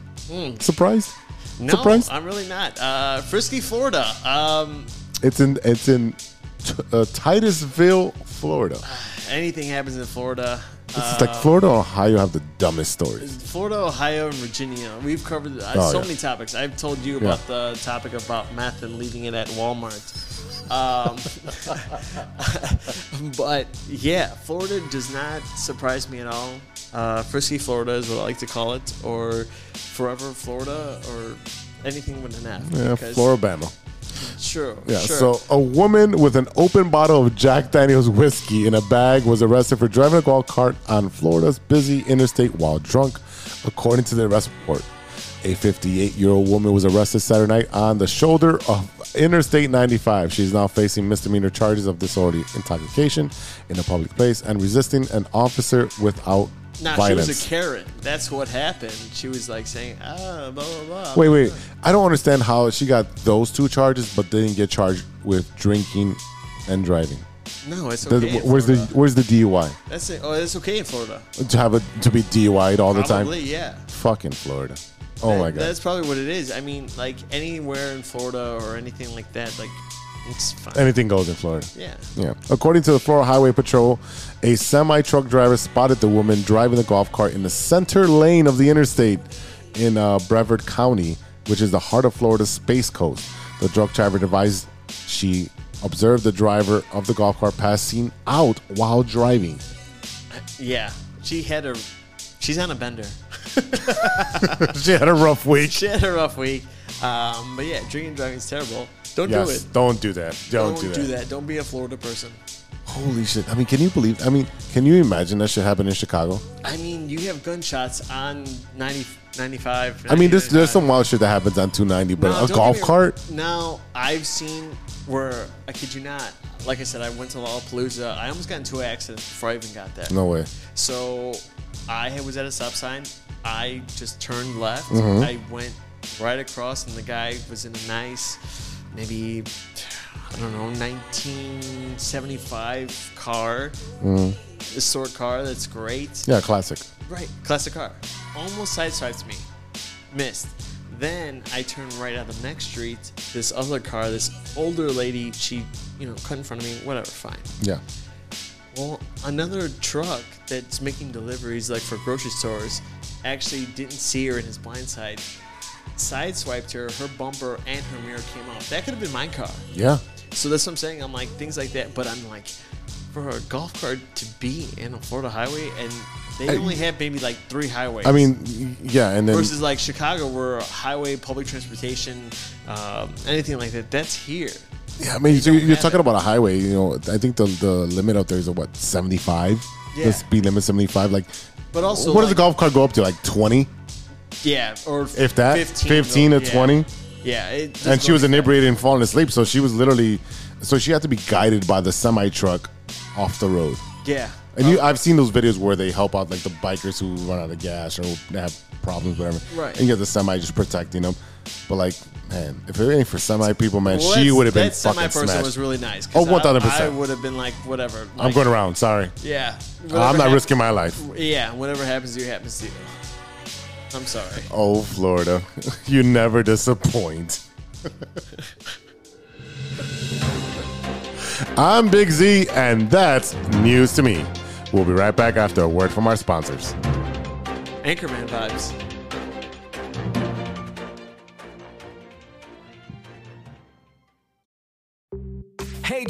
C: Surprised?
D: Hmm. No,
C: Surprised?
D: I'm really not. Uh, Frisky, Florida. Um,
C: It's in it's in t- uh, Titusville, Florida.
D: anything happens in Florida.
C: It's
D: Uh,
C: like Florida, or Ohio have the dumbest stories.
D: Florida, Ohio, and Virginia. We've covered uh,
C: Oh,
D: so
C: yeah.
D: many topics. I've told you about the topic about meth and leaving it at Walmart. Um, but yeah, Florida does not surprise me at all. Uh, Frisky, Florida is what I like to call it, or Forever Florida, or anything with an F.
C: Yeah,
D: because-
C: Floribama.
D: Sure.
C: Yeah.
D: sure.
C: So a woman with an open bottle of Jack Daniel's whiskey in a bag was arrested for driving a golf cart on Florida's busy interstate while drunk, according to the arrest report. A 58-year-old woman was arrested Saturday night on the shoulder of Interstate 95. She is now facing misdemeanor charges of disorderly intoxication in a public place and resisting an officer without
D: Nah,
C: violence.
D: she was a Karen. That's what happened. She was like saying, ah, blah, blah, blah.
C: Wait, wait. I don't understand how she got those two charges, but didn't get charged with drinking and driving.
D: No, it's
C: The-
D: okay. in
C: where's the
D: Florida.
C: Where's the DUI?
D: That's it. Oh, it's okay in Florida.
C: To have a, to be DUI'd all the
D: Probably,
C: time.
D: yeah.
C: Fucking Florida. Oh my god.
D: That's probably what it is. I mean, like anywhere in Florida or anything like that, like it's fine.
C: Anything goes in Florida.
D: yeah.
C: Yeah. According to the Florida Highway Patrol, a semi truck driver spotted the woman driving the golf cart in the center lane of the interstate in uh, Brevard County, which is the heart of Florida's Space Coast. The drunk driver devised she observed the driver of the golf cart passing out while driving.
D: Yeah. She had a she's on a bender.
C: she had a rough week.
D: She had a rough week. Um, but yeah, drinking and driving is terrible. Don't do
C: yes,
D: it.
C: don't do that. Don't,
D: do that. Don't be a Florida person.
C: Holy shit. I mean, can you believe? I mean, can you imagine that shit happened in Chicago?
D: I mean, you have gunshots on 90, 95.
C: I mean, there's, there's
D: 95.
C: some wild shit that happens on 290, but
D: No,
C: a
D: don't
C: golf
D: get me-
C: cart?
D: No, I've seen where I kid you not. Like I said, I went to Lollapalooza. I almost got into an accident before I even got there.
C: No way.
D: So I was at a stop sign. I just turned left.
C: Mm-hmm.
D: I went right across, and the guy was in a nice, maybe, I don't know, 1975 car,
C: Mm.
D: a sort car that's great.
C: Yeah, classic.
D: Right, classic car. Almost sideswiped me. Missed. Then I turn right on the next street. This other car, this older lady, she, you know, cut in front of me. Whatever, fine.
C: Yeah.
D: Well, another truck that's making deliveries like for grocery stores actually didn't see her in his blind side. Sideswiped her, her bumper and her mirror came off. That could have been my car.
C: Yeah.
D: So that's what I'm saying. I'm like things like that, but I'm like, for a golf cart to be in a Florida highway, and they
C: I-
D: only have maybe like three highways.
C: I mean, yeah, and then
D: versus like Chicago, where highway, public transportation, um, anything like that, that's here.
C: yeah, I mean, so you're
D: have
C: talking
D: it.
C: about a highway. You know, I think the the limit out there is what 75.
D: Yeah.
C: The speed limit 75. Like,
D: But also,
C: what does a
D: like-
C: golf cart go up to? Like 20,
D: Yeah, or
C: if that. 15, to
D: yeah.
C: 20.
D: Yeah, it just
C: and she
D: goes
C: was
D: to that.
C: inebriated and falling asleep, so she was literally, so she had to be guided by the semi truck off the road.
D: Yeah,
C: And
D: Um,
C: you, I've seen those videos where they help out like the bikers who run out of gas or they have problems, whatever.
D: Right.
C: And you got the semi just protecting them. But like, man, if it ain't for semi people, man,
D: Well,
C: she
D: that's-
C: would have been
D: that semi
C: fucking
D: person
C: smashed.
D: was really nice. 'cause
C: Oh, 1,000%.
D: I, I would have been like, whatever.
C: I'm
D: like,
C: going around. Sorry,
D: Yeah,
C: I'm
D: whatever
C: not
D: hap-
C: risking my life.
D: Yeah, whatever happens to you happens to you. I'm sorry.
C: Oh, Florida, you never disappoint. I'm Big Z, and that's news to me. We'll be right back after a word from our sponsors.
D: Anchorman vibes.
B: Hey,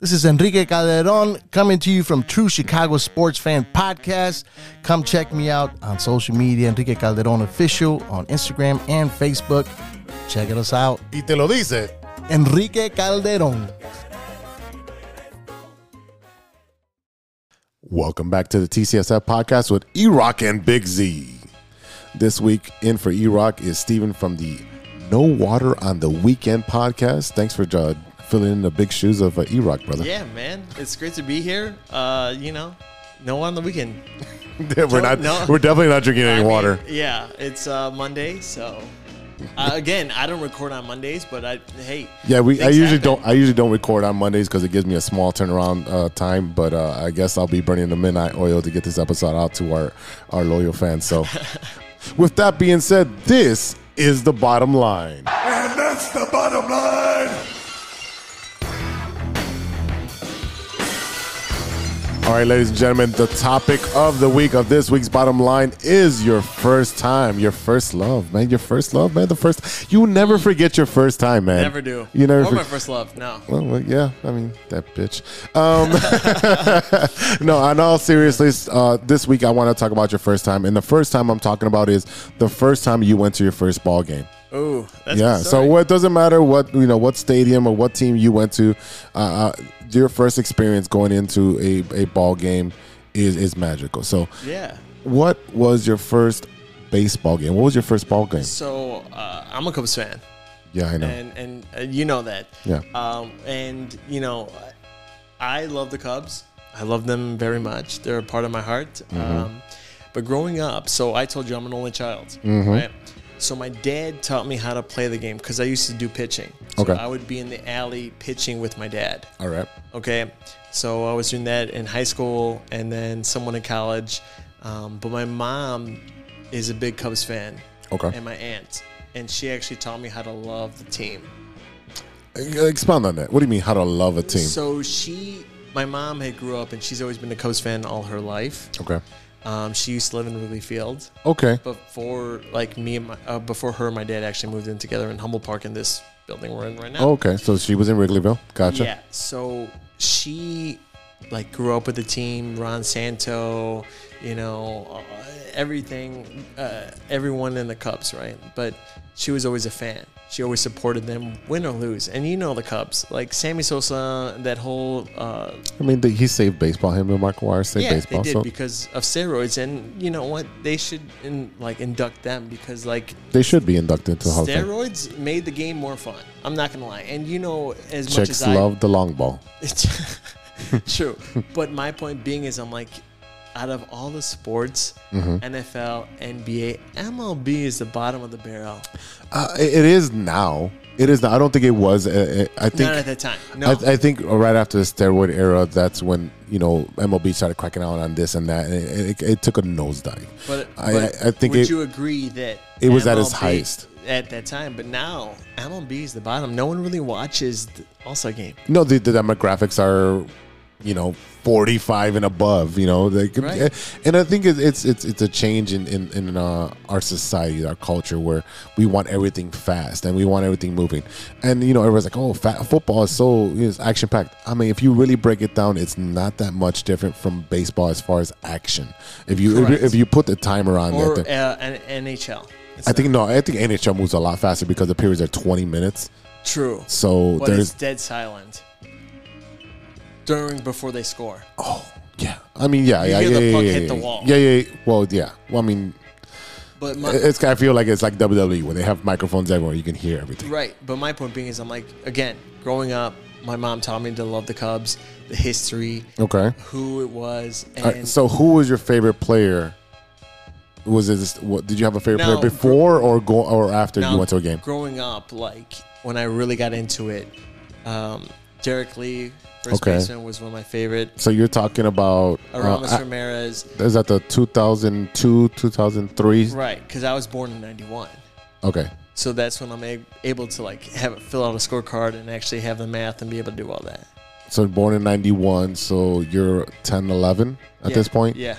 E: This is Enrique Calderon coming to you from True Chicago Sports Fan Podcast. Come check me out on social media, Enrique Calderon Official on Instagram and Facebook. Check us out,
C: Y te lo dice.
E: Enrique Calderon.
C: Welcome back to the TCSF podcast with E Rock and Big Z. This week in for E Rock is Steven from the No Water on the Weekend podcast. Thanks for uh, filling in the big shoes of uh, E Rock, brother.
D: Yeah, man, it's great to be here. Uh, you know, no one on the weekend.
C: we're not.
D: No.
C: We're definitely not drinking
D: I
C: any
D: mean,
C: water.
D: yeah, it's uh, Monday, so uh, again, I don't record on Mondays, but I hey.
C: Yeah, we. I
D: things
C: usually
D: happen.
C: don't. I usually don't record on Mondays because it gives me a small turnaround uh, time. But uh, I guess I'll be burning the midnight oil to get this episode out to our our loyal fans. So, with that being said, this is the bottom line.
F: And that's the bottom line.
C: All right, ladies and gentlemen, the topic of the week of this week's bottom line is your first time, your first love, man. Your first love, man. The first, you never forget your first time, man.
D: Never do.
C: You never.
D: Or my
C: forget.
D: first love. No.
C: Well, well, yeah, I mean that bitch. Um, no, in all seriousness, uh, this week I want to talk about your first time, and the first time I'm talking about is the first time you went to your first ball game.
D: Ooh. That's
C: yeah.
D: good
C: So
D: story.
C: what it doesn't matter what you know, what stadium or what team you went to, uh, uh, your first experience going into a, a ball game is is magical. So,
D: Yeah.
C: what was your first baseball game? What was your first ball game?
D: So uh, I'm a Cubs fan.
C: Yeah, I know.
D: and and uh, you know that.
C: Yeah.
D: Um, and you know, I love the Cubs. I love them very much. They're a part of my heart.
C: Mm-hmm.
D: Um, but growing up, so I told you I'm an only child,
C: Mm-hmm.
D: right? So my dad taught me how to play the game because I used to do pitching. So
C: Okay.
D: I would be in the alley pitching with my dad.
C: all right.
D: Okay, so I was doing that in high school and then someone in college. Um, but my mom is a big Cubs fan.
C: Okay.
D: And my aunt. And she actually taught me how to love the team.
C: Expound on that. What do you mean? How to love a team?
D: So she, my mom had grew up and she's always been a Cubs fan all her life.
C: okay. Oh.
D: Um, she used to live in Wrigley Field
C: Okay.
D: before, like me and my, uh, before her and my dad actually moved in together in Humble Park in this building we're in right now.
C: Okay, so she was in Wrigleyville. Gotcha.
D: Yeah. So she like grew up with the team, Ron Santo, you know, uh, everything, uh, everyone in the Cubs, right? But she was always a fan. She always supported them, win or lose. And you know the Cubs, like Sammy Sosa, that whole uh,
C: I mean, they, he saved baseball. Him and Michael Wire saved
D: yeah,
C: baseball.
D: they did
C: so
D: because of steroids. And you know what? They should in, like induct them because like
C: they should be inducted into the Hall of Fame.
D: steroids made the game more fun. I'm not gonna lie. And you know, as much
C: Chicks
D: as I
C: love the long ball.
D: It's true. But my point being is, I'm like, out of all the sports,
C: Mm-hmm.
D: NFL, NBA, MLB is the bottom of the barrel.
C: Uh, it it is now. It is not. I don't think it was. uh, uh, I think
D: Not at the time. No.
C: I, I think right after the steroid era, that's when you know MLB started cracking out on this and that. And it, it, it took a nosedive.
D: But,
C: I,
D: but
C: I, I think
D: would
C: it,
D: you agree that
C: it was at its
D: MLB
C: highest.
D: at that time? But now MLB is the bottom. No one really watches the All Star game.
C: no, the, the demographics are, you know, forty-five and above. You know, they could,
D: Right.
C: and I think it's it's it's, it's a change in in, in uh, our society, our culture, where we want everything fast and we want everything moving. And you know, everyone's like, "Oh, fa football is so it's action packed." I mean, if you really break it down, it's not that much different from baseball as far as action. If you if,
D: Correct.
C: you- if you put the timer on
D: Or
C: that,
D: uh,
C: the-
D: an NHL. It's
C: I think no, I think NHL moves a lot faster because the periods are twenty minutes.
D: not true.
C: So
D: but
C: there's
D: it's dead silent during before they score.
C: Yeah, I mean, yeah,
D: You
C: yeah,
D: hear
C: yeah,
D: the
C: yeah,
D: puck
C: yeah,
D: hit the
C: yeah.
D: wall.
C: yeah, yeah. Well, yeah. Well, I mean,
D: But my,
C: it's. I feel like it's like WWE where they have microphones everywhere. You can hear everything.
D: Right, but my point being is, I'm like, again, growing up, my mom taught me to love the Cubs, the history,
C: Okay.
D: who it was, and
C: All right, so, who was your favorite player? Was it? Just, what, did you have a favorite
D: No,
C: player before or go or after
D: now,
C: you went to a game?
D: Growing up, like when I really got into it, um, Derek Lee, first
C: Okay.
D: baseman, was one of my favorite.
C: So you're talking about uh,
D: Aramis
C: I-
D: Ramirez,
C: is that the 2002, 2003?
D: right? Because I was born in '91,
C: Okay.
D: so that's when I'm a- able to like have it fill out a scorecard and actually have the math and be able to do all that.
C: So born in 91, so you're 10, 11 at
D: Yeah,
C: this point?
D: yeah,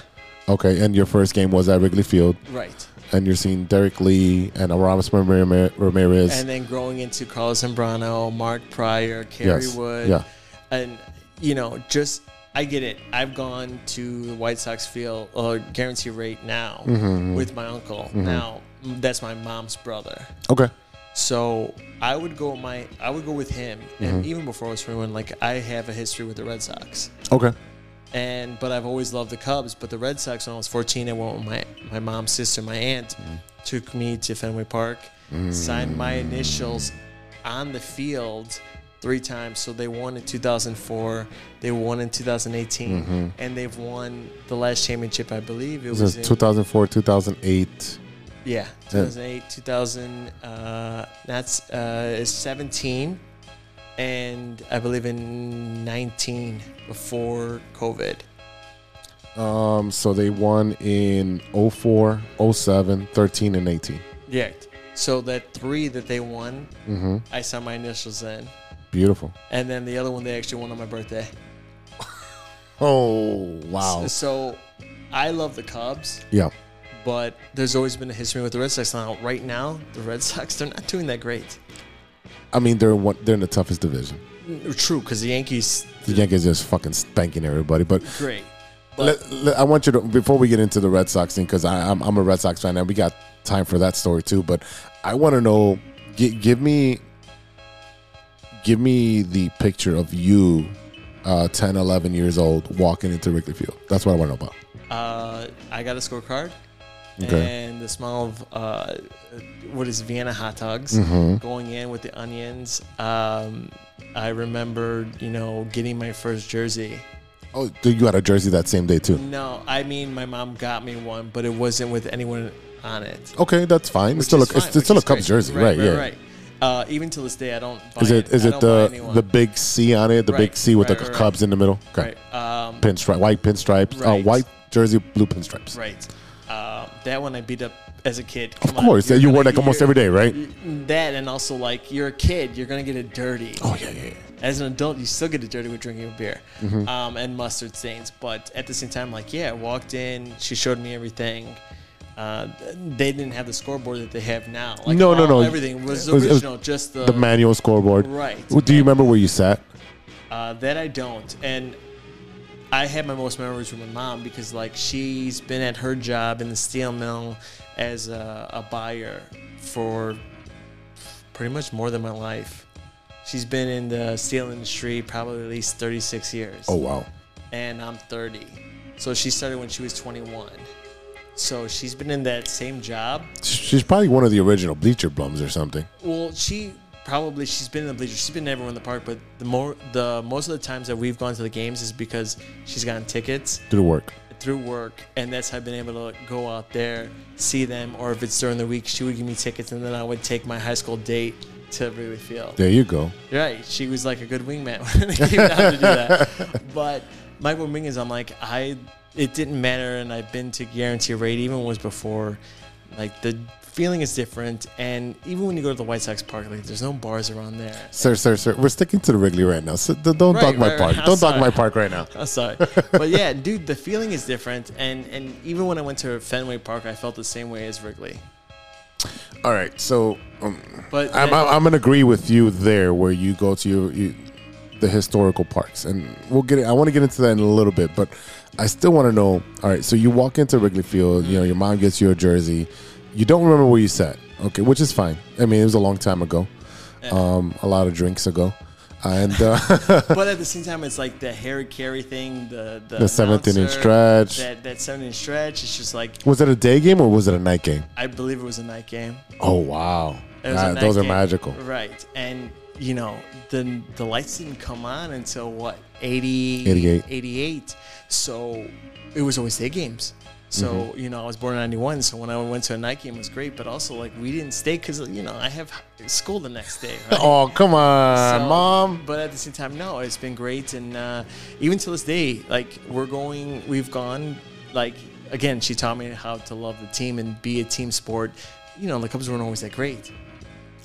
C: Okay, and your first game was at Wrigley Field.
D: right.
C: and you're seeing Derek Lee and Aramis Ramir- Ramirez.
D: and then growing into Carlos Zambrano, Mark Pryor, Kerry
C: Yes,
D: Wood,
C: yeah.
D: and you know, just I get it. I've gone to the White Sox field or guarantee rate now
C: Mm-hmm,
D: with my uncle. Now that's my mom's brother,
C: okay,
D: so I would go my I would go with him,
C: Mm-hmm.
D: and even before I was twenty one, like I have a history with the Red Sox.
C: okay,
D: And but I've always loved the Cubs. But the Red Sox, when I was 14, I went with my my mom's sister, my aunt, took me to Fenway Park, signed my initials on the field three times. So they won in 2004, they won in 2018, and they've won the last championship, I believe. Mm-hmm. It
C: this
D: was
C: is
D: in,
C: 2004, 2008.
D: yeah, 2008, 2000. Uh, that's uh, is 17, and I believe in 19 before COVID.
C: Um, so they won in 04, 07, 13, and 18.
D: Yeah. So that three that they won, I signed my initials in,
C: Beautiful.
D: and then the other one they actually won on my birthday.
C: Oh wow!
D: So I love the Cubs,
C: Yeah,
D: but there's always been a history with the Red Sox. Now, right now, the Red Sox they're not doing that great.
C: I mean they're one, they're in the toughest division.
D: True, because the Yankees
C: The Yankees just fucking spanking everybody, but
D: great.
C: Let- let- I want you to before we get into the Red Sox thing because I'm I'm a Red Sox fan and we got time for that story too. But I want to know, gi- give me, give me the picture of you, uh, 10, 11 years old, walking into Wrigley Field. That's what I want to know about.
D: Uh, I got a scorecard.
C: Okay.
D: And the smell of uh, what is Vienna hot dogs going in with the onions. Um, I remembered, you know, getting my first jersey.
C: Oh, dude, you got a jersey that same day too.
D: No, I mean my mom got me one, but it wasn't with anyone on it.
C: Okay, that's fine.
D: which
C: Oh, It's still a
D: is fine,
C: it's, it's
D: which
C: still a
D: is
C: Cubs
D: great.
C: jersey, right? yeah.
D: Right. Uh, even to this day, I don't. Buy
C: Is it is
D: I
C: it
D: don't buy
C: the
D: anyone.
C: the big C on it? The big
D: Right,
C: C with
D: right,
C: the
D: right,
C: Cubs in the middle. Okay.
D: right? Um,
C: Pinstripe, white pinstripes, uh,
D: Right.
C: white jersey, blue pinstripes.
D: right. Um, that one I beat up as a kid.
C: Of course, yeah, you wore that almost every day, right?
D: That and also like you're a kid, you're gonna get it dirty.
C: Oh yeah, yeah, yeah.
D: As an adult, you still get it dirty with drinking a beer
C: Mm-hmm.
D: um, and mustard stains. But at the same time, like yeah, I walked in, she showed me everything. Uh, they didn't have the scoreboard that they have now. Like,
C: No, no,
D: all-
C: no.
D: Everything was
C: It was- it was
D: original. just the,
C: the manual scoreboard.
D: Right.
C: Well, do you remember where you sat?
D: Uh, that I don't. And I have my most memories with my mom because, like, she's been at her job in the steel mill as a, a buyer for pretty much more than my life. She's been in the steel industry probably at least 36 years.
C: Oh wow.
D: And I'm 30. So she started when she was 21. So she's been in that same job
C: She's probably one of the original bleacher bums or something.
D: Well, she probably she's been in the bleachers. She's been everywhere in the park, but the more the most of the times that we've gone to the games is because she's gotten tickets
C: Did it work?
D: through work, and that's how I've been able to go out there see them. Or if it's during the week, she would give me tickets, and then I would take my high school date to really feel.
C: There you go.
D: Right. She was like a good wingman when they came down to do that. But Michael Ming is, I'm like, I, it didn't matter. And I've been to Guarantee Rate, even was before. Like, the feeling is different. And even when you go to the White Sox Park, like, there's no bars around there.
C: Sir, sir, sir. We're sticking to the Wrigley right now. So don't don't
D: Right,
C: dog my
D: right,
C: park.
D: right. I'm
C: Don't dog
D: sorry.
C: my park right now.
D: I'm sorry. But yeah, dude, the feeling is different. And, and even when I went to Fenway Park, I felt the same way as Wrigley.
C: All right. So um,
D: But
C: I'm, I'm, I'm gonna agree with you there, where you go to your, you, the historical parks, and we'll get. I want to get into that in a little bit, but I still want to know. All right, so you walk into Wrigley Field, you know, your mom gets you a jersey. You don't remember where you sat, okay, which is fine. I mean, it was a long time ago, um, a lot of drinks ago, and uh,
D: but at the same time, it's like the Harry Carey thing, the the,
C: The seventh inning
D: announcer,
C: stretch.
D: That that seventh inning stretch. It's just like
C: was it a day game or was it a night game?
D: I believe it was a night game.
C: Oh wow,
D: It was a
C: Ah,
D: night
C: those are
D: game.
C: magical.
D: right? And you know the the lights didn't come on until what 80,
C: 88.
D: 88. So it was always day games. So
C: Mm-hmm.
D: you know I was born in ninety one. So when I went to a night game, it was great. But also like we didn't stay because you know I have school the next day. Right?
C: Oh come on,
D: So,
C: mom.
D: But at the same time, no, it's been great, and uh, even to this day, like we're going, we've gone, like again, she taught me how to love the team and be a team sport. You know, the Cubs weren't always that great.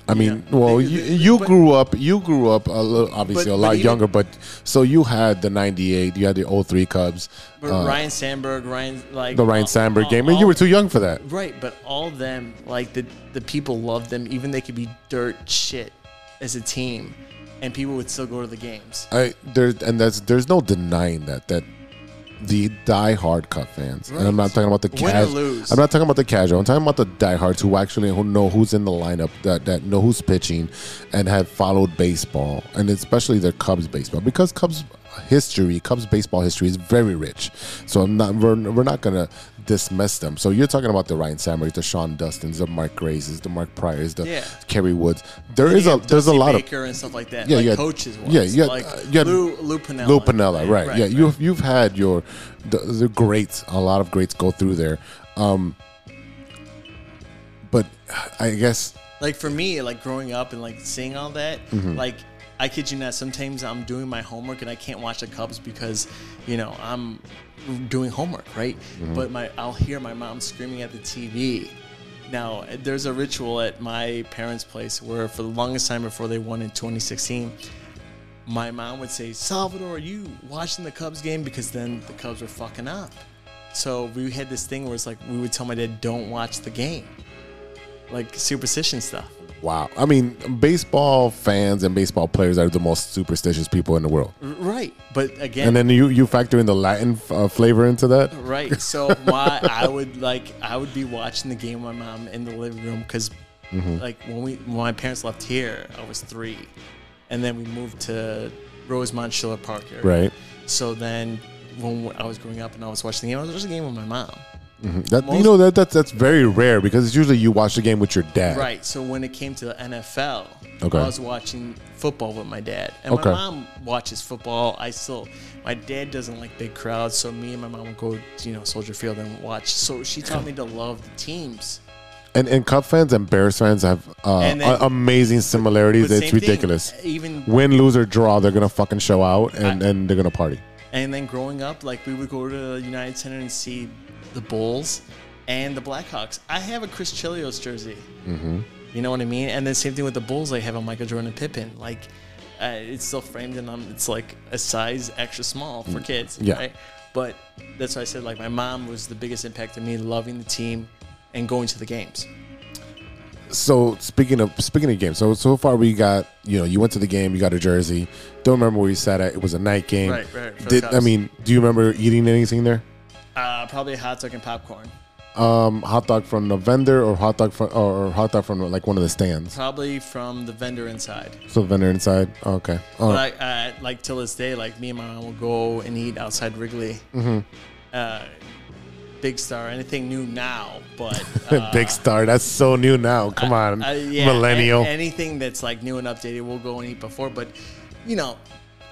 C: I mean,
D: Yeah.
C: well,
D: They-
C: you,
D: they-
C: you
D: but-
C: grew up, you grew up a little, obviously
D: But-
C: a
D: but
C: lot
D: even-
C: younger, but so you had the '98, you had the 03 Cubs,
D: But
C: uh,
D: Ryan Sandberg, Ryan like
C: the Ryan
D: all-
C: Sandberg
D: all-
C: game, and you
D: all-
C: were too young for that.
D: Right, but all of them, like the the people loved them, even they could be dirt shit as a team, and people would still go to the games.
C: I there, and that's there's no denying that that the diehard Cub fans, and I'm not talking about the
D: Win or
C: casual.
D: lose.
C: I'm not talking about the casual. I'm talking about the diehards who actually who know who's in the lineup, that that know who's pitching, and have followed baseball, and especially their Cubs baseball because Cubs history, Cubs baseball history is very rich. So I'm not we're, we're not gonna dismiss them. So you're talking about the Ryan Sandberg, the Sean Dustins, the Mark Graces, the Mark Pryors, the
D: Yeah.
C: Kerry Woods. There is
D: Yeah,
C: a there's a
D: Dusty
C: lot of
D: Baker and stuff like that.
C: Yeah,
D: Yeah, like
C: yeah.
D: coaches. Ones.
C: Yeah, yeah,
D: Like
C: uh, yeah.
D: Lou Lou Pinella.
C: Lou Pinella, right? yeah,
D: right.
C: you've you've had your the, the greats, a lot of greats go through there. Um, but I guess
D: like for me, like growing up and like seeing all that, like I kid you not, sometimes I'm doing my homework and I can't watch the Cubs because, you know, I'm doing homework, right? But my I'll hear my mom screaming at the TV. Now there's a ritual at my parents' place where for the longest time before they won in 2016. My mom would say, Salvador, are you watching the Cubs game? Because then the Cubs were fucking up. So we had this thing where it's like we would tell my dad, don't watch the game. Like superstition stuff.
C: wow, I mean, baseball fans and baseball players are the most superstitious people in the world.
D: Right, but again,
C: And then you you factor in the Latin uh, flavor into that.
D: right. So why I would like I would be watching the game with my mom in the living room because,
C: Mm-hmm.
D: like when we when my parents left here, I was three, and then we moved to Rosemont Schiller Park area.
C: Right.
D: So then when I was growing up and I was watching the game, I was watching the game with my mom.
C: That you
D: Most-
C: know that that's that's very rare because it's usually you watch the game with your dad.
D: Right. So when it came to the NFL,
C: Okay.
D: I was watching football with my dad, and
C: Okay.
D: my mom watches football. I still, my dad doesn't like big crowds, so me and my mom would go, to, you know, Soldier Field and watch. So she taught me to love the teams.
C: And and Cub fans and Bears fans have uh,
D: And then-
C: a- amazing similarities.
D: But
C: it's
D: same thing,
C: ridiculous.
D: even
C: Win, lose or draw, they're gonna fucking show out and and they're gonna party.
D: and then growing up, like we would go to the United Center and see the Bulls and the Blackhawks. I have a Chris Chilios jersey. You know what I mean? And then same thing with the Bulls. I have a Michael Jordan and Pippen. Like uh, it's still framed and um, it's like a size extra small for kids.
C: Yeah.
D: Right? But that's why I said like my mom was the biggest impact on me loving the team and going to the games.
C: so speaking of speaking of games, so so far we got you know you went to the game, you got a jersey. Don't remember where you sat at. It was a night game.
D: Right, right, for the
C: Did
D: Cubs.
C: I mean? Do you remember eating anything there?
D: Uh, probably hot dog and popcorn.
C: Um, hot dog from the vendor or hot dog from or hot dog from like one of the stands.
D: Probably from the vendor inside.
C: So the vendor inside. Okay. Oh,
D: But I, I like till this day, like me and my mom will go and eat outside Wrigley.
C: Mm-hmm.
D: Uh, Big Star, anything new now? But uh,
C: big star. That's so new now. Come on,
D: uh, yeah,
C: millennial.
D: a- anything that's like new and updated, we'll go and eat before. But you know,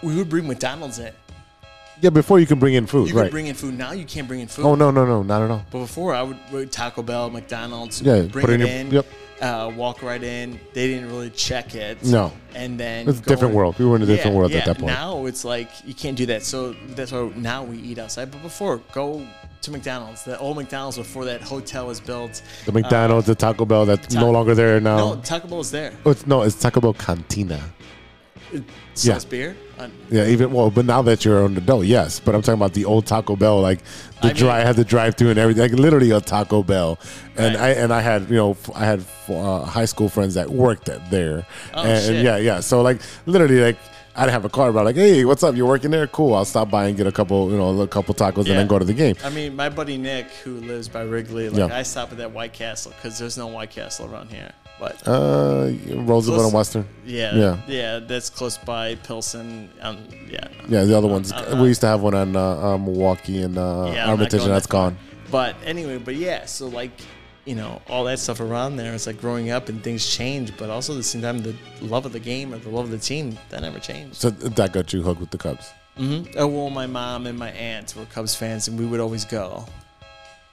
D: we would bring McDonald's in.
C: Yeah, before you can bring in food,
D: You
C: right?
D: could bring in food. Now you can't bring in food.
C: oh no, no, no, not at all.
D: But before, I would, would Taco Bell, McDonald's,
C: Yeah,
D: bring
C: put it
D: it
C: in
D: in,
C: your- yep.
D: uh, walk right in. They didn't really check it.
C: No.
D: And then
C: It's a different world. We were in a different
D: Yeah,
C: world at
D: yeah.
C: that point.
D: Now it's like you can't do that. So that's why now we eat outside. But before, go to McDonald's. The old McDonald's before that hotel was built.
C: The McDonald's, the Taco Bell, that's
D: Ta-
C: no longer there now.
D: No, Taco Bell is there.
C: Oh, it's, no, it's Taco Bell Cantina.
D: Sells beer. Uh,
C: Yeah, even well, but now that you're an adult, yes. But I'm talking about the old Taco Bell, like the
D: I mean-
C: dry had the drive through and everything, like literally a Taco Bell. And
D: Right.
C: I and I had you know f- I had uh, high school friends that worked at there,
D: Oh,
C: and, and
D: shit.
C: yeah, yeah. So like literally like. I'd have a car, but like, hey, what's up? You're working there? Cool. I'll stop by and get a couple, you know, a couple tacos, and
D: Yeah.
C: then go to the game.
D: I mean, my buddy Nick, who lives by Wrigley, like
C: Yeah.
D: I stop at that White Castle because there's no White Castle around here. But
C: Uh, Roosevelt
D: Close-
C: and Western.
D: Yeah,
C: yeah,
D: yeah, That's close by Pilsen. Um, yeah,
C: yeah. The other ones.
D: Uh, uh,
C: we used to have one on uh, uh, Milwaukee and uh,
D: Yeah, I'm not
C: Armitage,
D: going
C: and that's
D: that far.
C: gone.
D: But anyway, but yeah. So like, you know, all that stuff around there. It's like growing up and things change, but also at the same time, the love of the game or the love of the team that never changed.
C: So that got you hooked with the Cubs.
D: Oh, well, my mom and my aunt were Cubs fans, and we would always go.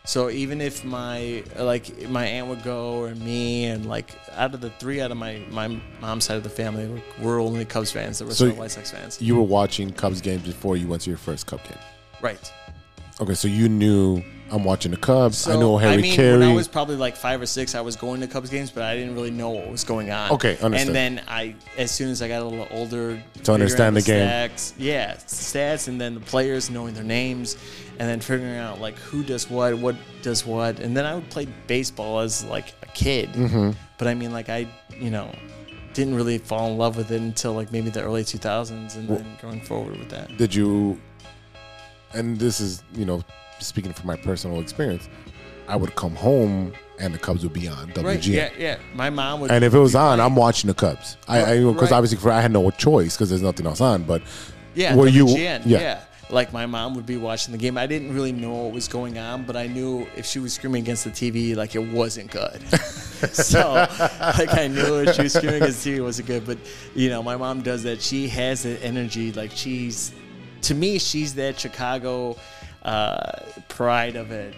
D: So even if my like my aunt would go or me and like out of the three out of my my mom's side of the family, we're, we're only Cubs fans. The rest
C: So
D: are White Sox fans,
C: you were watching Cubs games before you went to your first Cub game.
D: right?
C: Okay, so you knew I'm watching the Cubs. I know Harry
D: mean,
C: Carey.
D: When I was probably like five or six, I was going to Cubs games, but I didn't really know what was going on.
C: Okay, understood.
D: And then I, as soon as I got a little older,
C: To understand
D: figuring out
C: the
D: stats, yeah, stats, and then the players knowing their names, and then figuring out like who does what, what does what, and then I would play baseball as like a kid.
C: Mm-hmm.
D: But I mean, like I, you know. Didn't really fall in love with it until like maybe the early 2000s, and then going forward with that.
C: Did you? And this is you know speaking from my personal experience. I would come home and the Cubs would be on WGN.
D: Right? Yeah, yeah. My mom would.
C: And if it was
D: be
C: on,
D: playing.
C: I'm watching the Cubs. I because
D: Right.
C: obviously for, I had no choice because there's nothing else on. But
D: Yeah,
C: were you?
D: WGN, yeah. Like my mom would be watching the game. I didn't really know what was going on, but I knew if she was screaming against the TV, like it wasn't good. so, like I knew if she was screaming against the TV, it wasn't good. But you know, my mom does that. She has that energy. Like she's, to me, she's that Chicago uh, pride of it.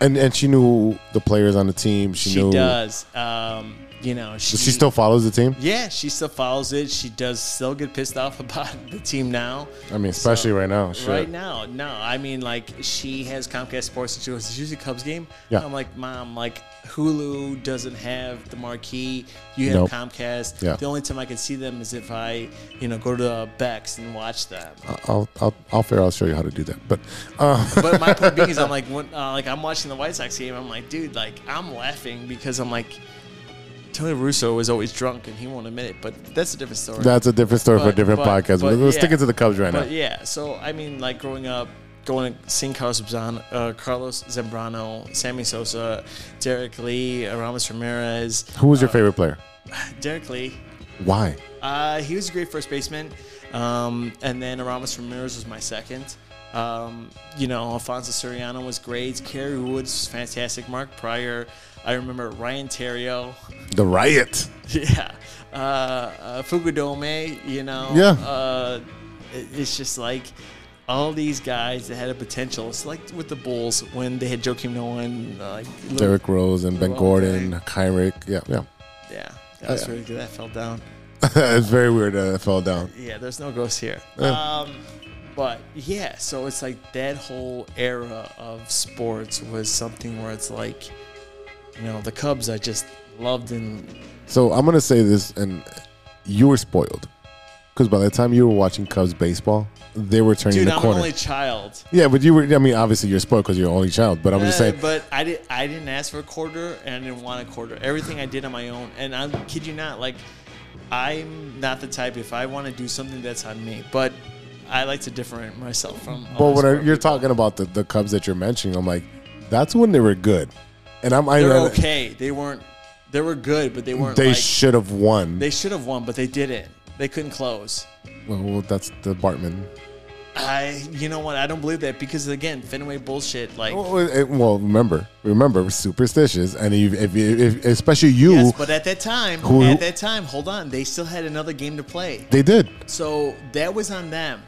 C: And and she knew the players on the team. She,
D: She
C: knew.
D: does. Um, you know, she,
C: She still follows the team.
D: Yeah, she still follows it. She does still get pissed off about the team now.
C: I mean, especially right now, shit.
D: Right now, no. I mean, like she has Comcast Sports and she goes, "Did you see the Cubs game?"
C: Yeah.
D: I'm like, Mom, like Hulu doesn't have the marquee. You have
C: Nope.
D: Comcast.
C: Yeah.
D: The only time I can see them is if I, you know, go to Bex and watch them.
C: I'll I'll I'll figure. I'll show you how to do that. But uh,
D: but my point being is, I'm like, when, uh, like I'm watching the White Sox game. I'm like, dude, like I'm laughing because I'm like, Tony Russo is always drunk and he won't admit it, but that's a different story.
C: That's a different story for a
D: But-
C: different
D: but-
C: podcast.
D: but
C: But We're
D: yeah.
C: sticking to the Cubs right now.
D: But yeah, so I mean, like growing up, going to seeing Carlos Zambrano, uh, Carlos Zambrano, Sammy Sosa, Derek Lee, uh, Ramos Ramirez,
C: Who was your favorite player?
D: Derek Lee.
C: Why?
D: Uh, he was a great first baseman, um, and then Ramos Ramirez was my second. Um, you know, Alfonso Soriano was great. Kerry Woods was fantastic. Mark Pryor. I remember Ryan Terrio.
C: The riot.
D: Yeah. Uh, uh, Fugudome, you know.
C: Yeah.
D: Uh, it- it's just like all these guys that had a potential. It's like with the Bulls when they had Joakim Noah and uh, like, Lil-
C: Derrick Rose and Ben
D: Well,
C: Gordon, Kyrick. Yeah, yeah.
D: Yeah. That was really good. That fell down.
C: it's very weird that it fell down.
D: Yeah, there's no ghosts here. Um, but yeah, so it's like that whole era of sports was something where it's like, you know, the Cubs I just loved and
C: So I'm gonna say this, and you were spoiled because by the time you were watching Cubs baseball, they were turning
D: dude,
C: the
D: I'm
C: corner.
D: an only child.
C: yeah, but you were. I mean, obviously you're spoiled because you're an only child. But I'm just
D: Uh,
C: saying.
D: but I did. I didn't ask for a quarter, and I didn't want a quarter. Everything I did on my own, and I am kid you not, like I'm not the type. If I want to do something, that's on me. But I like to differentiate myself from.
C: But
D: other
C: when I-
D: sport
C: you're
D: people.
C: talking about the, the Cubs that you're mentioning, I'm like, that's when they were good, and I'm. I,
D: they're
C: I-
D: okay. They weren't. They were good, but they weren't.
C: They
D: like,
C: should have won.
D: They should have won, but they didn't. They couldn't close.
C: well, well, that's the Bartman.
D: I, you know what? I don't believe that because again, Fenway bullshit. Like,
C: Well, it- well, remember, remember, we're superstitious, and if, if, if especially you,
D: yes, but at that time,
C: Who-
D: at that time, hold on, they still had another game to play.
C: they did.
D: So that was on them.